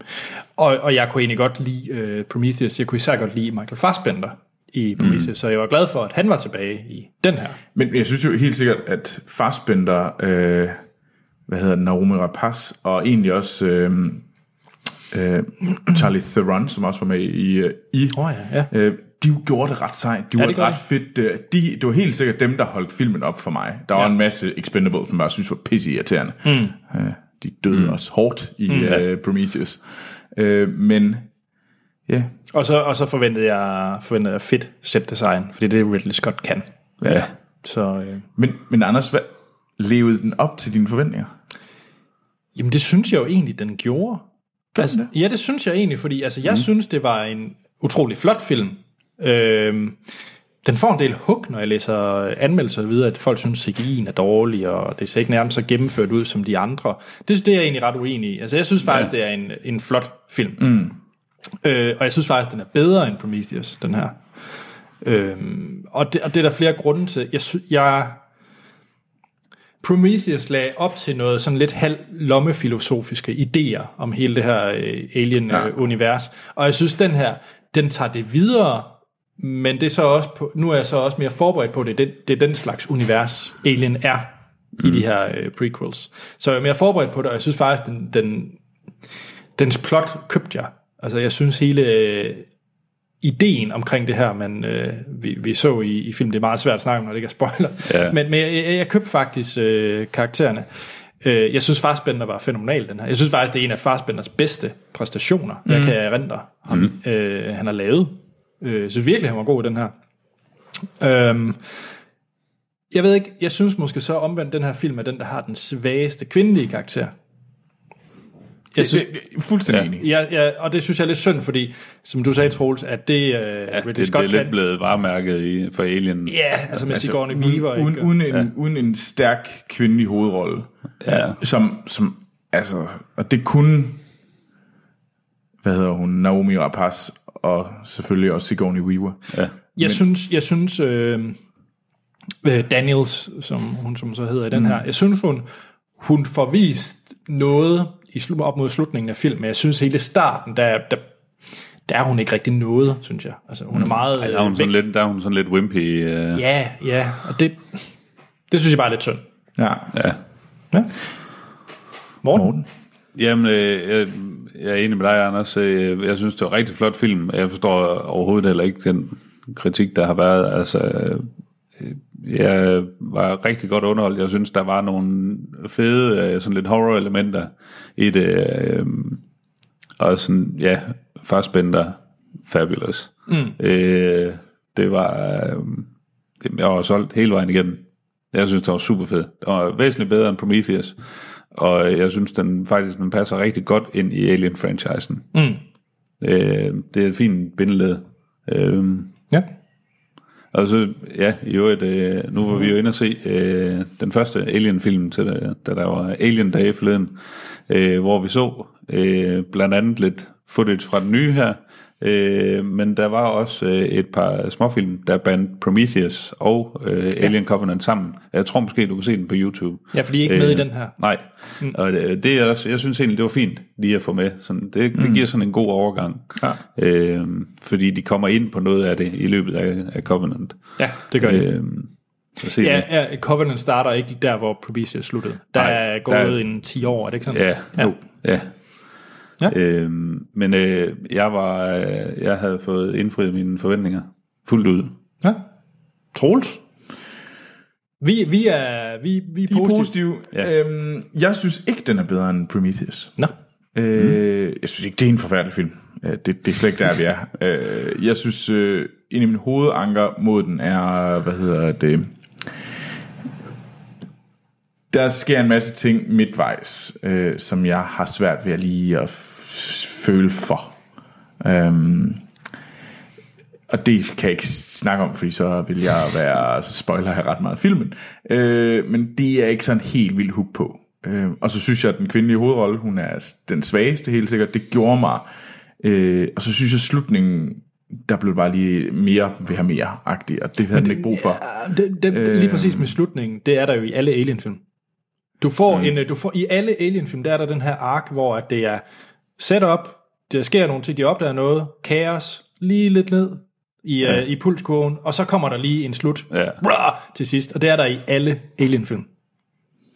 og, og jeg kunne egentlig godt lide øh, Prometheus. Jeg kunne især godt lide Michael Fassbender i Prometheus, mm. så jeg var glad for, at han var tilbage i den her. Men jeg synes jo helt sikkert, at Fassbender, øh, hvad hedder den, Naomi Rapaz, og egentlig også øh, øh, Charlie Theron, som også var med i, øh, i Åh ja, ja. Øh, de jo gjorde det ret sejt. De var det et gør ret fedt. øh, De, det var helt sikkert dem, der holdt filmen op for mig. Der var Ja. en masse Expendables, som jeg synes var pisse irriterende. Mm. Øh, de døde mm. også hårdt i mm. øh, Prometheus. Øh, men ja, yeah. Og så, og så forventede jeg, forventede jeg fedt set design, fordi det er Ridley Scott kan. Ja. Så øh, Men, men Anders, hvad, levede den op til dine forventninger? jamen det synes jeg jo egentlig, den gjorde. altså, det? Ja, det synes jeg egentlig, fordi altså, jeg mm. synes, det var en utrolig flot film. Øhm, den får en del hug, når jeg læser anmeldelser og videre, at folk synes, at CGI'en er dårlig, og det ser ikke nærmest så gennemført ud som de andre. Det, det er jeg egentlig ret uenig i. Altså, jeg synes faktisk, ja. det er en, en flot film. Mm. Øh, og jeg synes faktisk, den er bedre end Prometheus, den her. Øhm, og, det, og det er der flere grunde til. Jeg, sy- jeg Prometheus lagde op til noget sådan lidt halv lommefilosofiske idéer om hele det her øh, alien-univers. Og jeg synes, den her, den tager det videre, men det er så også på, nu er jeg så også mere forberedt på det. Det, det er den slags univers, alien er i de her øh, prequels. Så jeg er mere forberedt på det, og jeg synes faktisk, den, den, dens plot købte jeg. Altså, jeg synes hele øh, ideen omkring det her, man, øh, vi, vi så i, i filmen, det er meget svært at snakke om, når det ikke er spoiler, Ja. men, men jeg, jeg, jeg købte faktisk øh, karaktererne. Øh, jeg synes, Farsbender var fænomenal, den her. Jeg synes faktisk, det er en af Farsbenders bedste præstationer, mm. jeg kan erindre ham, mm. øh, han har lavet. Øh, jeg synes virkelig, han var god i den her. Øhm, jeg ved ikke, jeg synes måske så omvendt, den her film er den, der har den svageste kvindelige karakter. Jeg synes, det, det, fuldstændig ja. enig. Ja, ja, og det synes jeg er lidt synd, fordi, som du sagde, Troels, at det øh, ja, Ridley Det, det, Scott er lidt kan... blevet varemærket i, for Alien. Ja, altså med Sigourney uden, Weaver. uden, ikke? uden, en, ja. uden en stærk kvindelig hovedrolle. Ja. Som, som, altså, og det kunne, hvad hedder hun, Naomi Rapaz, og selvfølgelig også Sigourney Weaver. Ja. Jeg synes, jeg synes øh, øh, Daniels, som hun som så hedder i den mm. her, jeg synes, hun, hun får vist noget i slu- op mod slutningen af filmen, men jeg synes hele starten, der, der, der er hun ikke rigtig noget, synes jeg. Altså, hun er meget Mm. Der er hun øh, sådan væk. lidt, der er hun sådan lidt wimpy. Øh, Ja, ja, og det, det synes jeg bare er lidt synd. Ja. ja. Ja. Morten? Morten. Jamen, øh, jeg, jeg er enig med dig, Anders. Øh, Jeg synes, det var en rigtig flot film. Jeg forstår overhovedet heller ikke den kritik, der har været. Altså, øh, jeg var rigtig godt underholdt. Jeg synes, der var nogle fede, øh, sådan lidt horror-elementer i det. Øh, og sådan, ja, Fassbender, fabulous. Mm. Øh, det var... Øh, det- jeg var solgt hele vejen igennem. Jeg synes, det var super fed. Og væsentligt bedre end Prometheus. Og jeg synes, den faktisk den passer rigtig godt ind i Alien-franchisen. Mm. Øh, det er et fint bindeled. Øh, Ja. og så, ja, i øvrigt, øh, nu var vi jo inde og se øh, den første Alien-film, til, da- da der var Alien Day forleden, øh, hvor vi så øh, blandt andet lidt footage fra den nye her, øh, men der var også øh, et par småfilm, der bandt Prometheus og øh, Alien Covenant sammen. Jeg tror måske, du kan se den på YouTube. Øh, Ja, for de er ikke med i den her. Nej, mm. og det, det er også, jeg synes egentlig, det var fint lige at få med. Sådan, det, det giver sådan en god overgang, Ja. øh, fordi de kommer ind på noget af det i løbet af, af Covenant. ja, det gør det. Øh, så se Ja, ja. ja, Covenant starter ikke der, hvor Prometheus sluttede. Der Nej, er der gået er- der... en 10 år, er det ikke sådan? Ja, Ja. ja. ja. Ja. Øhm, men øh, jeg var, øh, jeg havde fået indfriet mine forventninger fuldt ud. ja. Troels? Vi, vi er, vi, vi er I er positive. positiv. Ja. Ja. Øhm, jeg synes ikke, den er bedre end Prometheus. Nå. Øh, Jeg synes ikke, det er en forfærdelig film. Øh, Det, det er slet ikke der, vi er. øh, jeg synes, øh, en af mine hovedanker mod den er, hvad hedder det... Der sker en masse ting midtvejs, øh, som jeg har svært ved at lige at f- føle for. Øhm, og det kan jeg ikke snakke om, fordi så vil jeg være så spoiler her ret meget af filmen. Øh, men det er jeg ikke sådan helt vildt hook på. Øh, og så synes jeg, at den kvindelige hovedrolle, hun er den svageste helt sikkert, det gjorde mig. Øh, og så synes jeg, at slutningen, der blev bare lige mere ved have mere-agtig, og det havde den ikke brug for. Ah, Det, det, øh, lige præcis med slutningen, det er der jo i alle Alien-film. Du får, mm. en, øh, du får i alle Alien-film, der er der den her ark, hvor at det er setup, der sker nogle ting, de opdager noget, kaos, lige lidt ned i, ja. øh, i pulskurven, og så kommer der lige en slut Ja. Bra! til sidst, og det er der i alle Alien-film.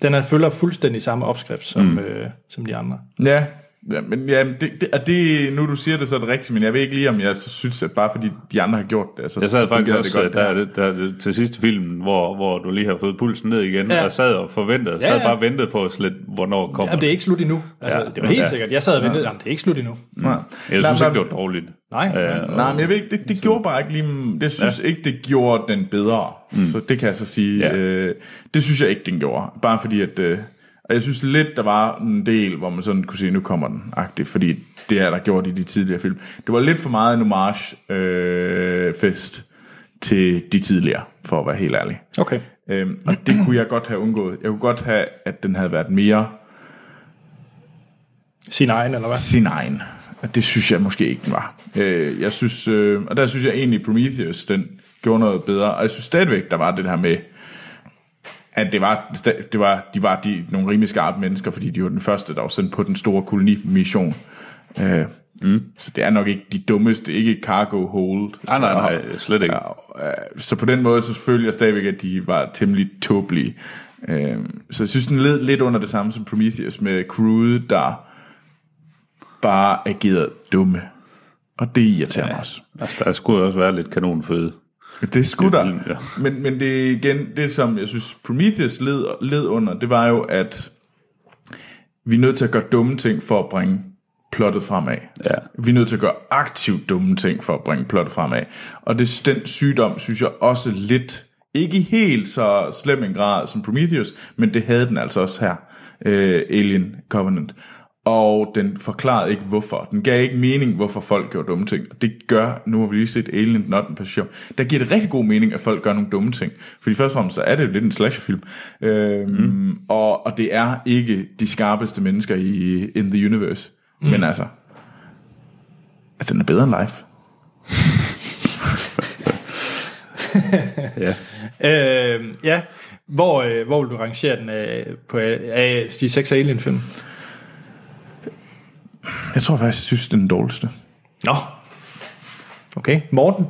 Den her følger fuldstændig samme opskrift som, mm. øh, som de andre. Ja, ja men ja, det, det, og det, nu du siger det, så er det rigtigt, men jeg ved ikke lige, om jeg så synes, at bare fordi de andre har gjort det, så, Jeg sad så faktisk fungerede også, øh, det det der, er det, der er det, til sidste filmen, hvor, hvor du lige har fået pulsen ned igen, Ja. ja. og sad og forventede, ja, ja. sad ja. bare ventet på os lidt, hvornår kommer Jamen, det er ikke slut endnu. Altså, Ja. ja. Det var helt Ja. ja. sikkert. Jeg sad og ventede, jamen, det er ikke slut endnu. Nej. Jeg synes nej, ikke, det var dårligt. Nej. Øh, var... Nej, men jeg ved ikke, det, det gjorde bare ikke lige... Det synes Mm. ja. ikke, det gjorde den bedre. Mm. Så det kan jeg så sige. Ja. Ja. Øh, det synes jeg ikke, den gjorde. Bare fordi, at... Øh, og jeg synes lidt, der var en del, hvor man sådan kunne se, nu kommer den, agtigt, fordi det er der gjort i de tidligere film. Det var lidt for meget en homage-fest øh, fest til de tidligere, for at være helt ærlig. Okay. Øhm, og det kunne jeg godt have undgået. Jeg kunne godt have, at den havde været mere Sin egen, eller hvad? sin egen. Og det synes jeg måske ikke, den var. Øh, jeg synes, øh, og der synes jeg egentlig, Prometheus, den gjorde noget bedre. Og jeg synes stadigvæk, der var det her med, at det var, det var, de var de, nogle rimelig skarpe mennesker, fordi de var den første, der var sendt på den store kolonimission. Øh, mm. Så det er nok ikke de dummeste, ikke cargo hold. Nej, nej, nej, slet ikke. Ja, øh, så på den måde, så føler jeg stadigvæk, at de var temmelig tåbelige. Øh, så jeg synes, den led lidt under det samme som Prometheus med crewet, der bare agerede dumme. Og det irriterer ja. mig også. Altså, der skulle også være lidt kanonføde. Det skulle Det er der. vildt, ja. Men, men det er igen det, som jeg synes, Prometheus led, led under, det var jo, at vi er nødt til at gøre dumme ting for at bringe plottet fremad. Ja. Vi er nødt til at gøre aktivt dumme ting for at bringe plottet fremad. Og det, den sygdom, synes jeg også lidt, ikke i helt så slem en grad som Prometheus, men det havde den altså også her, øh, Alien Covenant. Og den forklarede ikke hvorfor. Den gav ikke mening, hvorfor folk gjorde dumme ting. Og det gør, nu har vi lige set Alien Not in Passion, der giver det rigtig god mening, at folk gør nogle dumme ting. Fordi først og fremmest, så er det jo lidt en slasherfilm. Øhm, mm. og, og det er ikke de skarpeste mennesker i in the universe. Mm. Men altså, Altså, den er bedre end live. Ja. Øh, ja. Hvor, øh, hvor vil du rangere den øh, på øh, af de seks Alien-film? Jeg tror faktisk, jeg synes, det er den dårligste. Nå. Okay. Morten?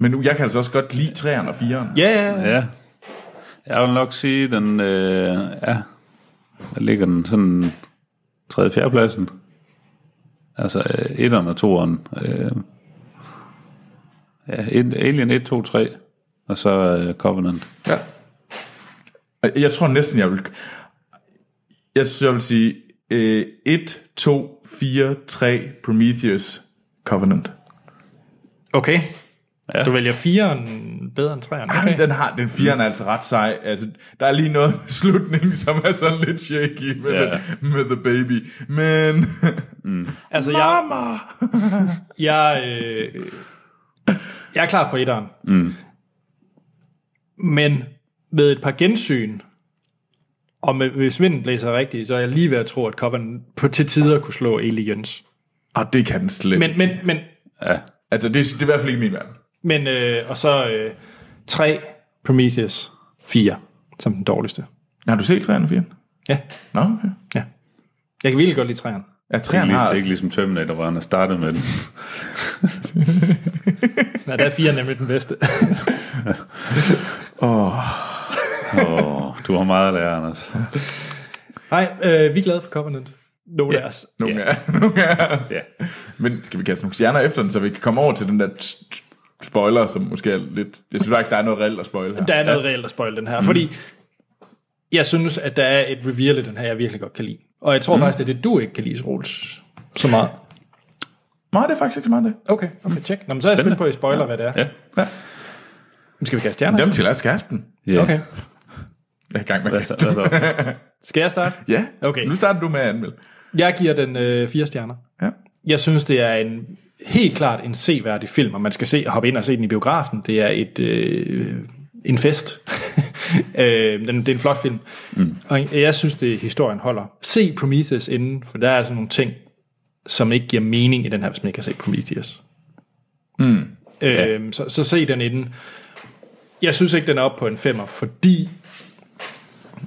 Men nu, jeg kan altså også godt lide 3'eren og 4'eren. Ja, ja. ja. Jeg vil nok sige, den, øh, ja, der ligger den sådan 3. 4. pladsen. Altså øh, 1'eren og 2'eren. Øh, ja, et- Alien 1, 2, 3, og så øh, Covenant. ja. Og Jeg tror næsten, jeg vil... Jeg, synes, jeg vil sige øh, 1, 2, 4, 3, Prometheus, Covenant. Okay. Ja. Du vælger fireren bedre end treeren. Okay. Okay. Den har den 4'eren er altså ret sej. Altså, der er lige noget slutning, som er sådan lidt shaky med, Ja. yeah. med the baby. Men Altså, jeg, jeg, øh, jeg er klar på etteren. Mm. Men med et par gensyn, og med, hvis vinden blæser rigtigt, så er jeg lige ved at tro, at Coven på til tider kunne slå Aliens. og Ah, det kan den slet. Men, Men, men, men, Ja, altså, det, det er i hvert fald ikke min verden. Men, øh, og så øh, 3, Prometheus, 4, som den dårligste. Har du set 3'eren og 4'eren? Ja, Nå, okay. ja. Jeg kan virkelig godt lide 3'eren. Ja, det 3'eren er, ikke ligesom, har... det er ikke ligesom Terminator, hvor han har startet med den. Nej, der er 4 nemlig den bedste. Åh, du har meget at lære, Anders. Nej, øh, vi er glade for Covenant. Nogle yeah. af os. Nogle yeah. af, nogle af os. Ja. Men skal vi kaste nogle stjerner efter den, så vi kan komme over til den der t- t- spoiler, som måske er lidt... Jeg synes faktisk, der er noget reelt at spoil her. Der er noget reelt at spoil den her, mm. fordi jeg synes, at der er et reveal i den her, jeg virkelig godt kan lide. Og jeg tror mm. faktisk, det er det, du ikke kan lide, Rolls, så meget. Nej, det er faktisk ikke så meget det. Okay, okay, tjek. Nå, men så er jeg spændt på, at I spoiler, ja. hvad det er. Ja. Ja. Men Skal vi kaste stjerner? Dem til at skærpe den. Ja. Okay. Jeg er i gang med at Hvad så? kaste Hvad så? Skal jeg starte? Ja, Okay. nu starter du med at anmelde. Jeg giver den øh, fire stjerner. Ja. Jeg synes, det er en helt klart en seværdig film, og man skal se hoppe ind og se den i biografen. Det er et øh, en fest. øh, den, det er en flot film. Mm. Og jeg synes, det historien holder. Se Prometheus inden, for der er altså nogle ting, som ikke giver mening i den her, hvis man ikke har set Prometheus. Mm. Øh, ja. så, så se den inden. Jeg synes ikke, den er oppe på en femmer, fordi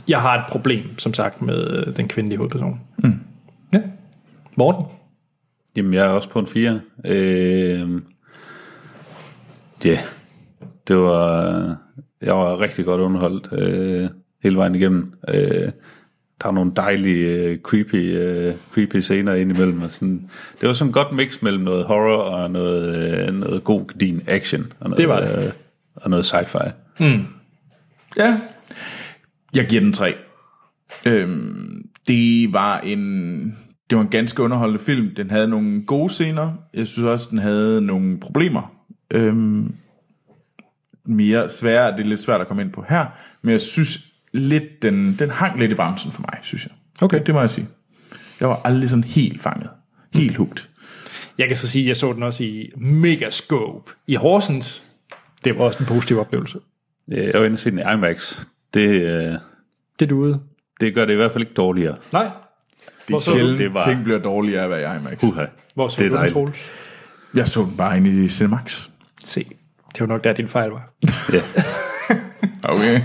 jeg har et problem, som sagt, med øh, den kvindelige hovedperson. Mm. Ja. Morten? Jamen, jeg er også på en 4. Øh, ja, yeah. det var... Jeg var rigtig godt underholdt øh, hele vejen igennem. Øh, der er nogle dejlige, øh, creepy, øh, creepy scener indimellem. Og sådan. Det var sådan en godt mix mellem noget horror og noget, øh, noget god, din action. Og noget, Det var det. Øh, og noget sci-fi. Ja. Jeg giver den tre. Øhm, det var en det var en ganske underholdende film. Den havde nogle gode scener. Jeg synes også, den havde nogle problemer. Øhm, mere svære, det er lidt svært at komme ind på her, men jeg synes lidt, den, den hang lidt i bremsen for mig, synes jeg. Okay. Det må jeg sige. Jeg var aldrig sådan helt fanget. Helt hugt. Jeg kan så sige, at jeg så den også i Megascope i Horsens. Det var også en positiv oplevelse. Øh, jeg var inde og se den i IMAX. Det, øh, Det duede. det gør det i hvert fald ikke dårligere. Nej. Det er så du? sjældent, Det det var- Uh. var... ting bliver dårligere af at være i IMAX. Uha. Hvor så Det er du den, dejligt. Troels? Jeg så den bare inde i Cinemax. Se, det var nok der, din fejl var. Ja. Okay.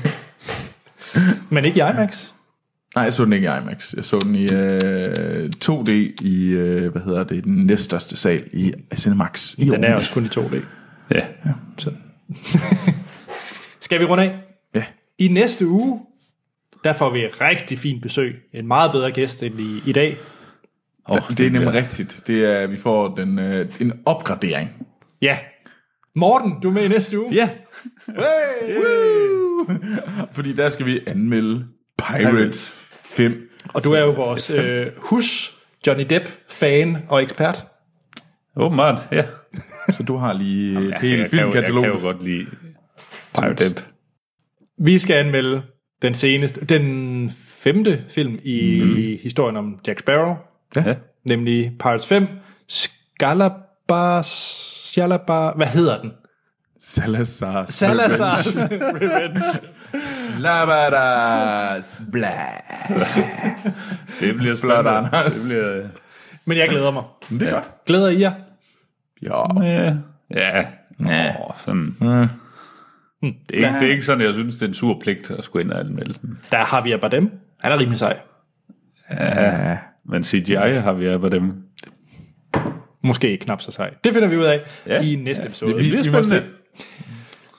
Men ikke i IMAX. Nej, jeg så den ikke i IMAX. Jeg så den i øh, 2D i, øh, hvad hedder det, den næststørste sal i Cinemax. I Den er Aarhus. også kun i 2D. ja. Så. Skal vi runde af? Ja. I næste uge, der får vi et rigtig fint besøg. En meget bedre gæst end i, i dag. Oh, Det er nemlig rigtigt. Det er, vi får den, øh, en opgradering. Ja. Morten, du er med i næste uge. Ja. Hey! Woo! Fordi der skal vi anmelde Pirates 5. Og du er jo vores øh, hus Johnny Depp-fan og ekspert. Åbenbart, ja. Så du har lige Jamen, Altså, hele jeg, kan jo, jeg kan filmkatalogen. jo godt lide Pirate Depp. Vi skal anmelde den seneste, den femte film i mm. historien om Jack Sparrow, Ja. nemlig Pirates 5. Skalaba, Shalaba, hvad hedder den? Salazar. Salazar's Revenge. Labadas. Blah. Det bliver Flot, spændende. Anders. Det bliver... Men jeg glæder mig. Men det er godt. Glæder I jer? Ja. Ja. Ja. Ja. Nå, sådan. Mm. Det, er ikke, det er ikke sådan, jeg synes, det er en sur pligt at skulle ind og anmelde den. Der har vi Bardem. Han er rimelig sej. Ja. Men CGI har vi af på dem. Måske ikke knap så sej. Det finder vi ud af Ja. i næste episode. Det bliver vi må se. spændende.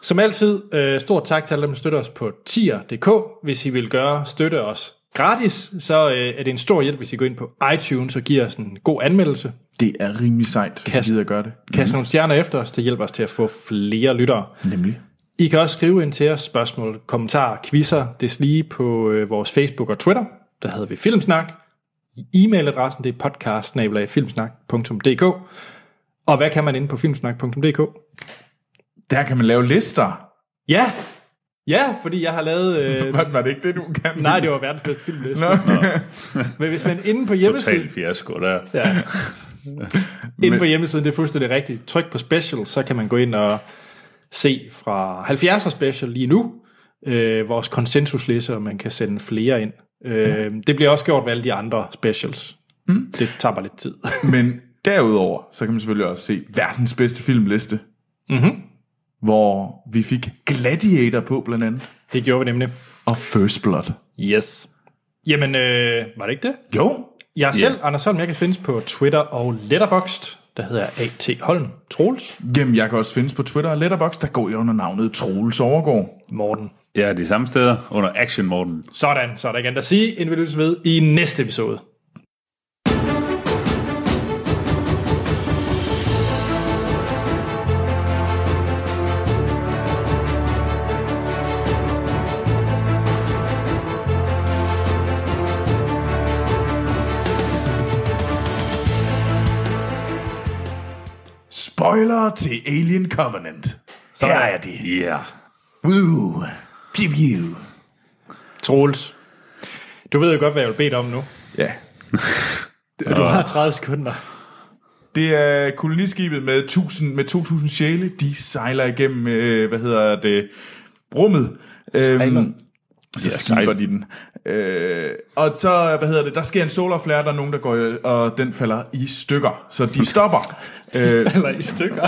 Som altid, øh, stort tak til alle dem, der støtter os på tier.dk. Hvis I vil gøre støtte os gratis, så øh, er det en stor hjælp, hvis I går ind på iTunes og giver os en god anmeldelse. Det er rimelig sejt, hvis Kast- vi gider at gøre det. Kast nogle stjerner efter os, det hjælper os til at få flere lyttere. Nemlig. I kan også skrive ind til os spørgsmål, kommentarer, quizzer, deslige på øh, vores Facebook og Twitter. Der hedder vi Filmsnak. E-mailadressen det er podcast-filmsnak.dk Og hvad kan man inde på filmsnak.dk? Der kan man lave lister. Ja, ja, fordi jeg har lavet... Øh, Hvad var det ikke det, du kan? nej, det var verdens bedste filmliste. Nå. Men hvis man inde på Total hjemmesiden... fiasko der. Ja. Inde på hjemmesiden, det er fuldstændig rigtigt. Tryk på special, så kan man gå ind og se fra 70'er special lige nu, øh, vores konsensusliste, og man kan sende flere ind. Øh, det bliver også gjort ved alle de andre specials. Mm. Det tager bare lidt tid. Men derudover, så kan man selvfølgelig også se verdens bedste filmliste. Mm-hmm. Hvor vi fik Gladiator på blandt andet. det gjorde vi nemlig. Og First Blood. Yes. Jamen, øh, var det ikke det? Jo. Jeg er selv, Anders Holm, jeg kan findes på Twitter og Letterboxd. Der hedder jeg A.T. Holm. Troels. Jamen, jeg kan også findes på Twitter og Letterboxd. Der går jeg under navnet Troels Overgaard. Morten. Ja, de samme steder under Action Morten. Sådan, så er der ikke andet at sige, end vi lyttes ved i næste episode. Spoiler til Alien Covenant. Så Her er de. Ja. Yeah. Woo. Pew pew. Troels. Du ved jo godt, hvad jeg vil bede dig om nu. Ja. Du har 30 sekunder. Det er koloniskibet med 1000, med 2000 sjæle. De sejler igennem, øh, hvad hedder det, rummet. Øhm, Sejler. så skiber de den. Øh, og så, hvad hedder det, der sker en solarflare, der er nogen, der går, øh, og den falder i stykker. Så de stopper. øh, Eller i stykker.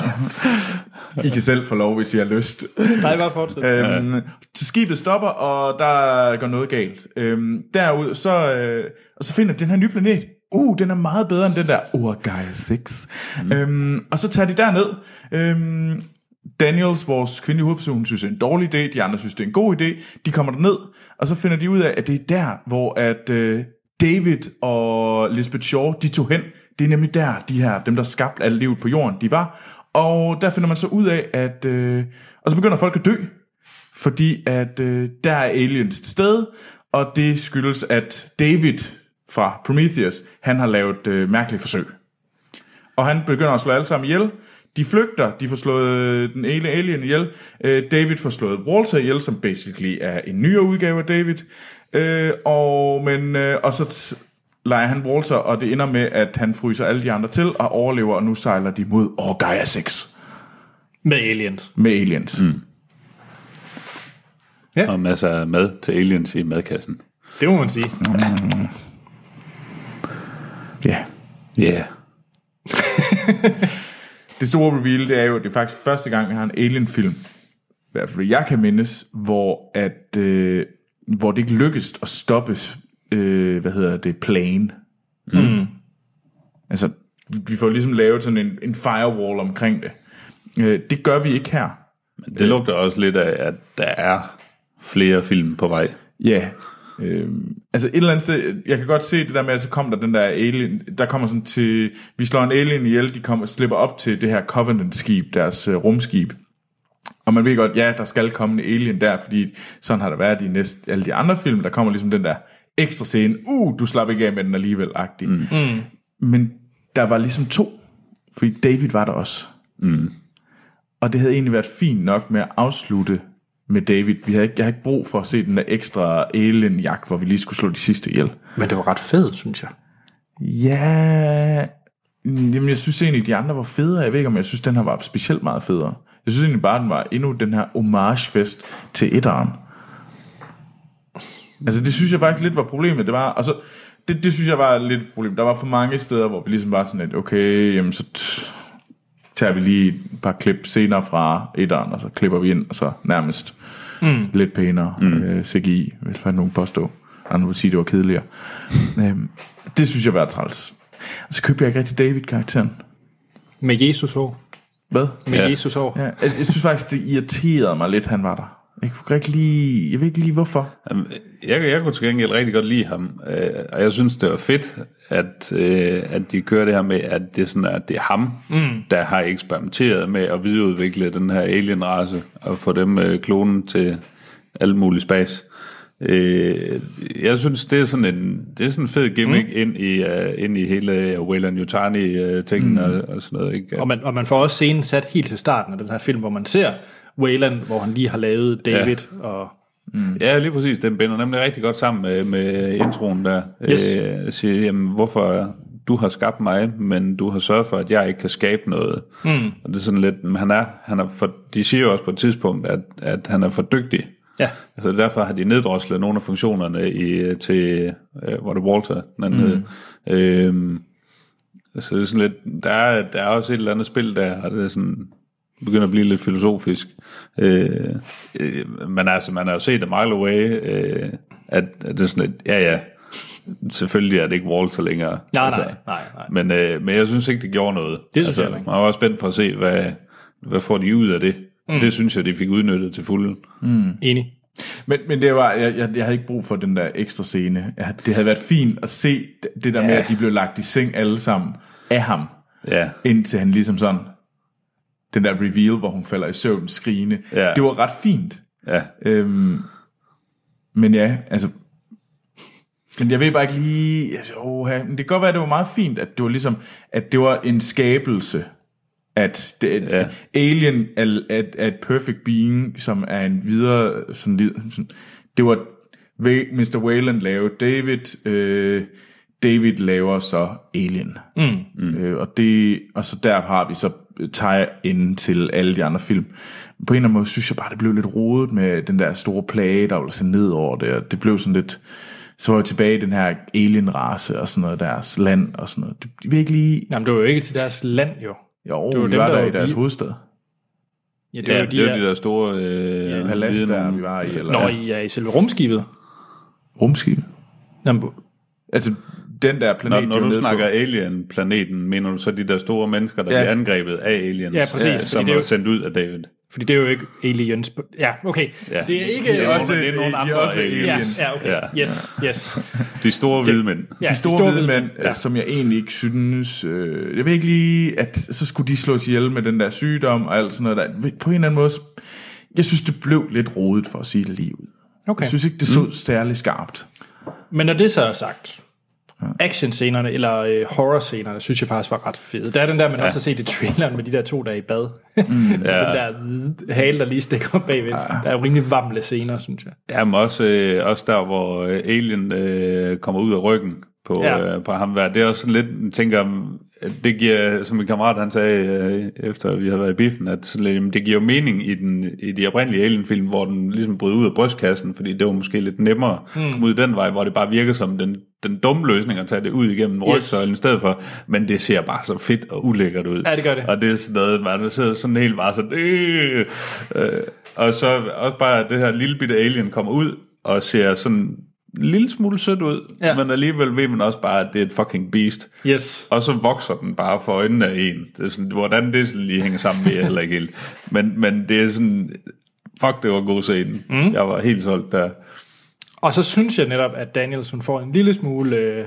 I kan selv få lov, hvis I har lyst. Nej, bare fortsæt. Øh. Øhm, så skibet stopper, og der går noget galt. Øhm, derud, så, øh, og så finder de den her nye planet. Uh, den er meget bedre end den der Urgai 6. Mm. Øhm, og så tager de derned. Øhm, Daniels, vores kvindelige hovedperson, synes det er en dårlig idé. De andre synes, det er en god idé. De kommer derned, og så finder de ud af, at det er der, hvor at øh, David og Lisbeth Shaw, de tog hen. Det er nemlig der, de her, dem der skabte alt livet på jorden, de var. Og der finder man så ud af, at... Øh, og så begynder folk at dø. Fordi at øh, der er aliens til stede, og det skyldes, at David fra Prometheus, han har lavet øh, mærkelige forsøg. Og han begynder at slå alle sammen ihjel. De flygter, de får slået øh, den ene alien ihjel. Øh, David får slået Walter ihjel, som basically er en nyere udgave af David. Øh, og, men, øh, og så t- leger han Walter, og det ender med, at han fryser alle de andre til og overlever, og nu sejler de mod Orgaia 6 Med aliens. med aliens. Mm. Og masser af mad til aliens i madkassen. Det må man sige. Yeah. Ja. Yeah. Det store reveal, det er jo, at det er faktisk første gang, vi har en Alien-film, i hvert fald jeg kan mindes, hvor, at, øh, hvor det ikke lykkedes at stoppe, øh, hvad hedder det, plane. Mm. Altså, vi- vi får ligesom lavet sådan en, en firewall omkring det. Øh, det gør vi ikke her. Men det lugter også lidt af, at der er flere film på vej. Ja. Øh, altså et eller andet sted, jeg kan godt se det der med, at så kom der den der alien, der kommer sådan til, vi slår en alien ihjel, de kommer, slipper op til det her Covenant-skib, deres øh, rumskib. Og man ved godt, ja, der skal komme en alien der, fordi sådan har der været i næste, alle de andre film, der kommer ligesom den der ekstra scene, uh, du slap ikke af med den alligevel, agtig. Mm. Mm. Men der var ligesom to, fordi David var der også. Og det havde egentlig været fint nok med at afslutte med David. Vi havde ikke, jeg havde ikke brug for at se den der ekstra alien-jagt, hvor vi lige skulle slå de sidste ihjel. Men det var ret fedt, synes jeg. Ja... mm, Jamen, jeg synes egentlig, de andre var federe. Jeg ved ikke, om jeg synes, den her var specielt meget federe. Jeg synes egentlig bare, den var endnu den her homagefest til etteren. Altså, det synes jeg faktisk lidt var problemet. Det var, og så, det, det synes jeg var lidt et problem. Der var for mange steder, hvor vi ligesom var sådan lidt, okay, jamen så t- tager vi lige et par klip senere fra etteren, og så klipper vi ind, og så nærmest mm. lidt pænere mm. øh, CGI, hvis man nogen påstå. Andre vil sige, det var kedeligere. øhm, det synes jeg var træls. Og så købte jeg ikke rigtig David-karakteren. Med Jesus år. Hvad? Med Ja. ja. Jesus år. Ja, jeg, jeg synes faktisk, det irriterede mig lidt, han var der. Jeg kunne ikke lige... Jeg ved ikke lige, hvorfor. Jamen, Jeg, jeg kunne til gengæld rigtig godt lide ham, øh, og jeg synes, det var fedt, at, øh, at de kører det her med, at det er, sådan, at det er ham, mm. der har eksperimenteret med at videreudvikle den her alienrace og få dem øh, klonen til alt muligt spas. Øh, jeg synes, det er sådan en, det er sådan en fed gimmick mm. ind, i, uh, ind i hele uh, Wayland Yutani-tingen uh, mm. og, og sådan noget. Ikke? Og man, og man får også scenen sat helt til starten af den her film, hvor man ser Wayland, hvor han lige har lavet David. Ja. Og, Ja, lige præcis. Den binder nemlig rigtig godt sammen med, med introen der. Yes. Øh, siger, jamen, hvorfor du har skabt mig, men du har sørget for, at jeg ikke kan skabe noget. Mm. Og det er sådan lidt, men han er, han er for, de siger jo også på et tidspunkt, at, at han er for dygtig. ja. Altså derfor har de neddroslet nogle af funktionerne i, til, øh, var det Walter, den mm. øh, så altså, det er sådan lidt, der er, der er også et eller andet spil der, og det er sådan, begynder at blive lidt filosofisk. Øh, øh, men altså, man har jo set a mile away, øh, at, at det er sådan lidt, ja ja, selvfølgelig er det ikke Walter længere. Altså, Nej, nej, nej, nej. Men, øh, men jeg synes ikke, det gjorde noget. Altså, synes jeg heller ikke. Man var også spændt på at se, hvad, hvad får de ud af det. Mm. Det synes jeg, de fik udnyttet til fulde. Enig. Men, men det var, jeg, jeg, jeg havde ikke brug for den der ekstra scene. Jeg, det havde været fint at se d- det der ja. med, at de blev lagt i seng alle sammen af ham, Ja. indtil han ligesom sådan, den der reveal, hvor hun falder i søvn skrigende. Ja. Det var ret fint. Ja, Øhm, men ja, altså... Men jeg ved bare ikke lige... Altså, oha, men det kan godt være, at det var meget fint, at det var ligesom... At det var en skabelse, at det, ja. Alien er, er, er et perfect being, som er en videre... Sådan, lidt- sådan, det var Wa- Mr. Wayland lavede David... Øh, David laver så Alien. Mm. Øh, og, det, og så der har vi så tager ind til alle de andre film. På en eller anden måde synes jeg bare, det blev lidt rodet med den der store plage, der var sådan ned over det. Og det blev sådan lidt... Så var jeg tilbage i den her alien-race og sådan noget, deres land og sådan noget. Det, det vil jeg ikke lige... Jamen, det var jo ikke til deres land, jo. Jo, var det var vi dem, var der der var i deres vilde. hovedstad. Ja, det Ja, var jo de, det var de der... der store øh, ja, Palads, der vi var i. Eller Nå, I er i selve rumskibet. rumskib. Jamen, Altså, den der planet, Når, de når var du nede snakker på. alien-planeten, mener du så de der store mennesker, der Ja. ja. bliver angrebet af aliens, Ja, præcis, fordi som det er er jo- sendt ud af David? fordi det er jo ikke aliens. på- Ja, okay. Ja. Det er ikke... De er også- også, det er nogle de er andre også aliens. Ja, aliens. ja, okay. Yes, yes. De store hvide mænd. Ja, de store, hvide mænd, ja. som jeg egentlig ikke synes... Øh, jeg ved ikke lige, at så skulle de slås ihjel med den der sygdom og alt sådan noget. Der. På en eller anden måde... så- Jeg synes, det blev lidt rodet for at sige det lige ud. Okay. Jeg synes ikke, det så mm. særlig skarpt. Men når det så er sagt, actionscenerne eller øh, horror-scenerne, synes jeg faktisk var ret fede. Der er den der, man ja. også har set i traileren med de der to, der er i bad. Mm, den der zzz, hale, der lige stikker op bagved. Der er jo rimelig vamle scener, synes jeg. Jamen også, øh, også der, hvor øh, alien øh, kommer ud af ryggen på, Ja. ja. øh, på ham der. Det er også sådan lidt, jeg tænker, at det giver, som min kammerat han sagde, øh, efter vi havde været i biffen, at sådan lidt, jamen, det giver jo mening i, den, i de oprindelige Alien-film, hvor den ligesom bryder ud af brystkassen, fordi det var måske lidt nemmere mm. at Hmm. komme ud den vej, hvor det bare virker som den, den dumme løsning at tage det ud igennem rygsøjlen i stedet for, men det ser bare så fedt og ulækkert ud. Ja, det gør det. Og det er sådan noget, man sidder sådan helt bare sådan, øh, øh, og så også bare, at det her lille bitte alien kommer ud og ser sådan en lille smule sødt ud, Ja. ja. men alligevel ved man også bare, at det er et fucking beast. Yes. Og så vokser den bare for øjnene af en. Det er sådan, hvordan det sådan lige hænger sammen med, jeg heller ikke helt. Men, men det er sådan, fuck, det var en god scene. Mm. Jeg var helt solgt der. Og så synes jeg netop, at Daniels, hun får en lille smule... Øh,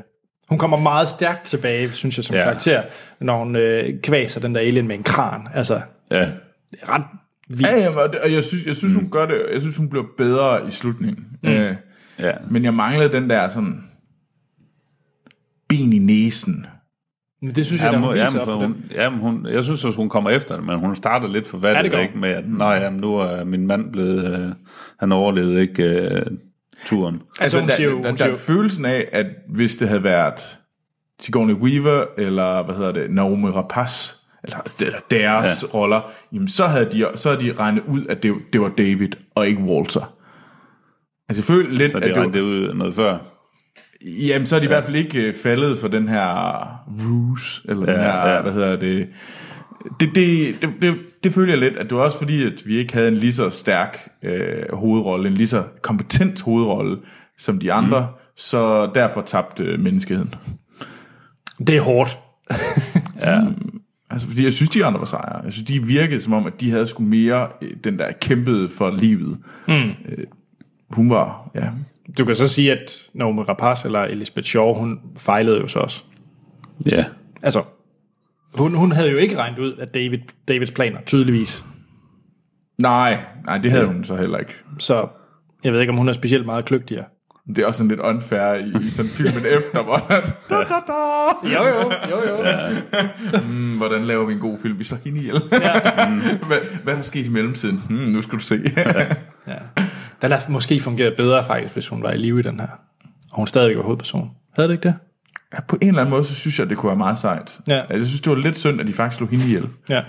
hun kommer meget stærkt tilbage, synes jeg, som ja. Ja. karakter, når hun øh, kvaser den der alien med en kran. Altså, Ja. det er ret vildt. Ja, jamen, og, det, og jeg synes, jeg synes hun gør det. Jeg synes, hun bliver bedre i slutningen. Mm. Øh, Ja. men jeg manglede den der sådan... Ben i næsen. Men det synes jeg, da, Jamen, hun hun, viser jamen, op for på den. hun, jamen, hun, jeg synes også, hun kommer efter det, men hun starter lidt for Ja, valget det ja, gør ikke hun. med, at nej, jamen, nu er min mand blevet, øh, han overlevede ikke øh, turen. Altså, hun der, siger jo... der, Hun der, siger der jo er følelsen af, at hvis det havde været Sigourney Weaver, eller hvad hedder det, Naomi Rapace, eller eller deres ja. roller, jamen så havde, de, så havde de regnet ud, at det, det var David, og ikke Walter. Altså jeg føler lidt, Så at det det var, rendte ud noget før. jamen så er de i hvert fald ikke øh, faldet for den her ruse, eller ja, den Ja, her, ja. ja. hvad hedder det, det, det, det, det, det føler jeg lidt, at det var også fordi, at vi ikke havde en lige så stærk øh, hovedrolle, en lige så kompetent hovedrolle som de andre, mm. så derfor tabte øh, menneskeheden. Det er hårdt. Altså, fordi jeg synes, de andre var sejre. Jeg synes, de virkede som om, at de havde sgu mere øh, den der kæmpede for livet. Mm. Øh, hun var, ja. Du kan så sige, at Naomi Rapace eller Elisabeth Shaw, hun fejlede jo så også. Ja. Altså, hun, hun havde jo ikke regnet ud af David, Davids planer, tydeligvis. Nej, nej, det havde hun så heller ikke. Så jeg ved ikke, om hun er specielt meget kløgtigere. Det er også sådan lidt unfair i, i sådan filmen efter, hvor da, da, da. Jo, jo, jo, jo. Ja. Hmm, hvordan laver vi en god film? Vi slår hende ihjel. Ja. hvad, hvad er der sket i mellemtiden? Hmm, nu skal du se. Den har måske fungeret bedre faktisk, hvis hun var i live i den her. Og hun stadigvæk var hovedperson. Havde det ikke det? ja, på en eller anden måde, så synes jeg, det kunne være meget sejt. Ja. Jeg synes, det var lidt synd, at de faktisk slog hende ihjel. Ja.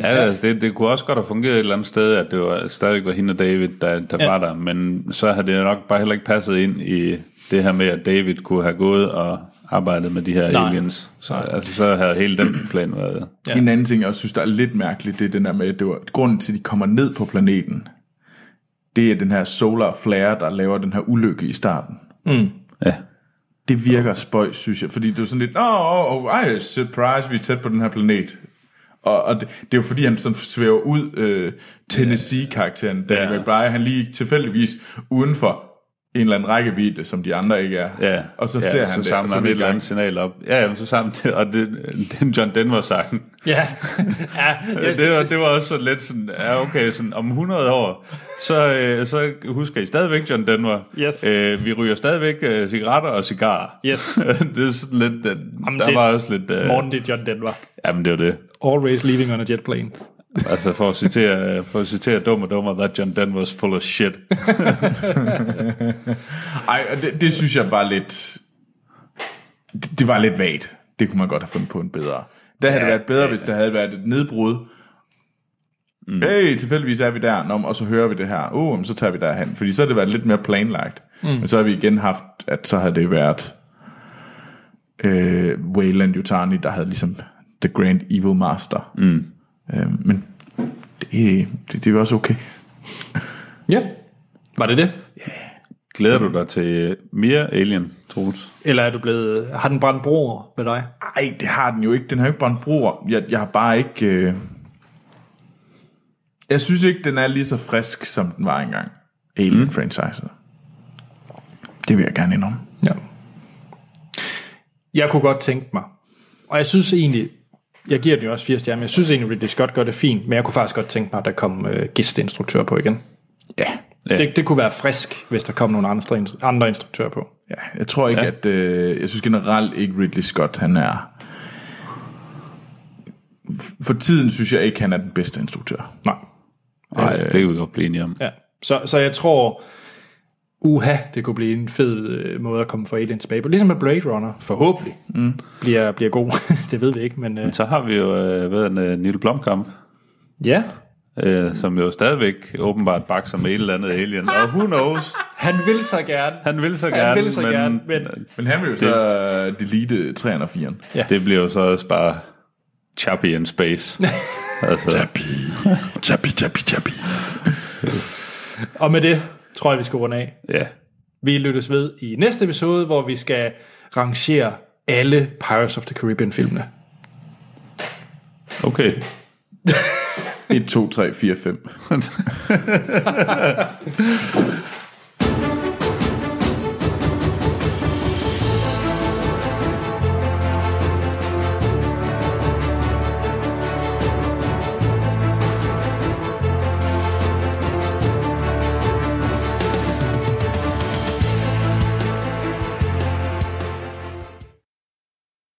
Ja, altså det, det kunne også godt have fungeret et eller andet sted, at det var stadigvæk var hende og David, der, der Ja. ja. var der, men så havde det nok bare heller ikke passet ind i det her med, at David kunne have gået og arbejdet med de her Nej. Nej. aliens. Så, altså, så havde hele den plan været... Ja. Ja. En anden ting, jeg også synes, der er lidt mærkeligt, det er den der med, at det var, grunden til, at de kommer ned på planeten, det er den her solar flare, der laver den her ulykke i starten. Mm. Ja. Det virker spøjs, synes jeg, fordi det er sådan lidt, åh, oh, oh, ej, surprise, vi er tæt på den her planet. Og, og det, det er jo fordi, han sådan svæver ud, øh, Tennessee-karakteren, Danny Ja. yeah. McBride, han lige tilfældigvis uden for en eller anden rækkevidde, som de andre ikke er. Ja, og så ja, ser han så det, og samler så er han vi i et eller gang. andet signal op. Ja, jamen, så samler det, og det, den John Denver-sangen. Ja. ja. Jeg, Det var, det var også sådan lidt sådan, ja okay, sådan om 100 år, så, øh, så husker I stadigvæk John Denver. Yes. Øh, vi ryger stadigvæk øh, cigaretter og cigarer. Yes. det er sådan lidt, øh, Jamen, der det- det, var også lidt... Øh, Morten, det er John Denver. Jamen det var det. always leaving on a jet plane. altså for at citere, for at citere dum og dummer, that John Denver's full of shit. Ej, og det, det synes jeg var lidt... Det, det var lidt vagt. Det kunne man godt have fundet på en bedre. Der havde ja, det været bedre, ja, hvis der havde været et nedbrud. Mm. Hey, tilfældigvis er vi der, Nå, men- og så hører vi det her. Uh, men så tager vi derhen. Fordi så havde det været lidt mere planlagt. Mm. Men så har vi igen haft, at så havde det været øh, Wayland Yutani, der havde ligesom The Grand Evil Master. Mm. Øh, men det, det, det var også okay. Ja. Var det det? Glæder du dig til øh, mere Alien, Troels? Eller er du blevet, har den brændt broer med dig? Ej, det har den jo ikke. Den har jo ikke brændt broer. Jeg, jeg har bare ikke... Øh... Jeg synes ikke, den er lige så frisk, som den var engang. Mm. Alien-franchiset. Det vil jeg gerne indrømme. Ja. Jeg kunne godt tænke mig, og jeg synes egentlig, jeg giver den jo også 4 stjerner, men jeg synes egentlig, Ridley Scott gør det fint, men jeg kunne faktisk godt tænke mig, at der kom øh, gæsteinstruktør på igen. Ja. Ja. Det, det kunne være frisk, hvis der kom nogle andre, andre instruktører på. ja jeg tror ikke, ja. at... Øh, jeg synes generelt ikke, Ridley Scott, han er... For tiden synes jeg ikke, han er den bedste instruktør. Nej. Nej, det kan vi godt blive enige om. Ja. Så, så jeg tror, uha, det kunne blive en fed øh, måde at komme for Alien tilbage på. Ligesom med Blade Runner, forhåbentlig, mm. bliver, bliver god. det ved vi ikke, men øh, Så har vi jo øh, været en øh, Neil Blomkamp, ja. øh, som jo stadigvæk åbenbart bakser med et eller andet alien. Og who knows? Han vil så gerne. Han vil så gerne, vil så men, gerne, men- Men han vil jo så øh, delete 3'eren og 4'eren. Ja. det bliver jo så også bare Chappie in space. altså, Chappy, chappy, chappy. Og med det tror jeg, vi skal runde af. ja. Vi lyttes ved i næste episode, hvor vi skal rangere alle Pirates of the Caribbean-filmene. Okay. 1, 2, 3, 4, 5.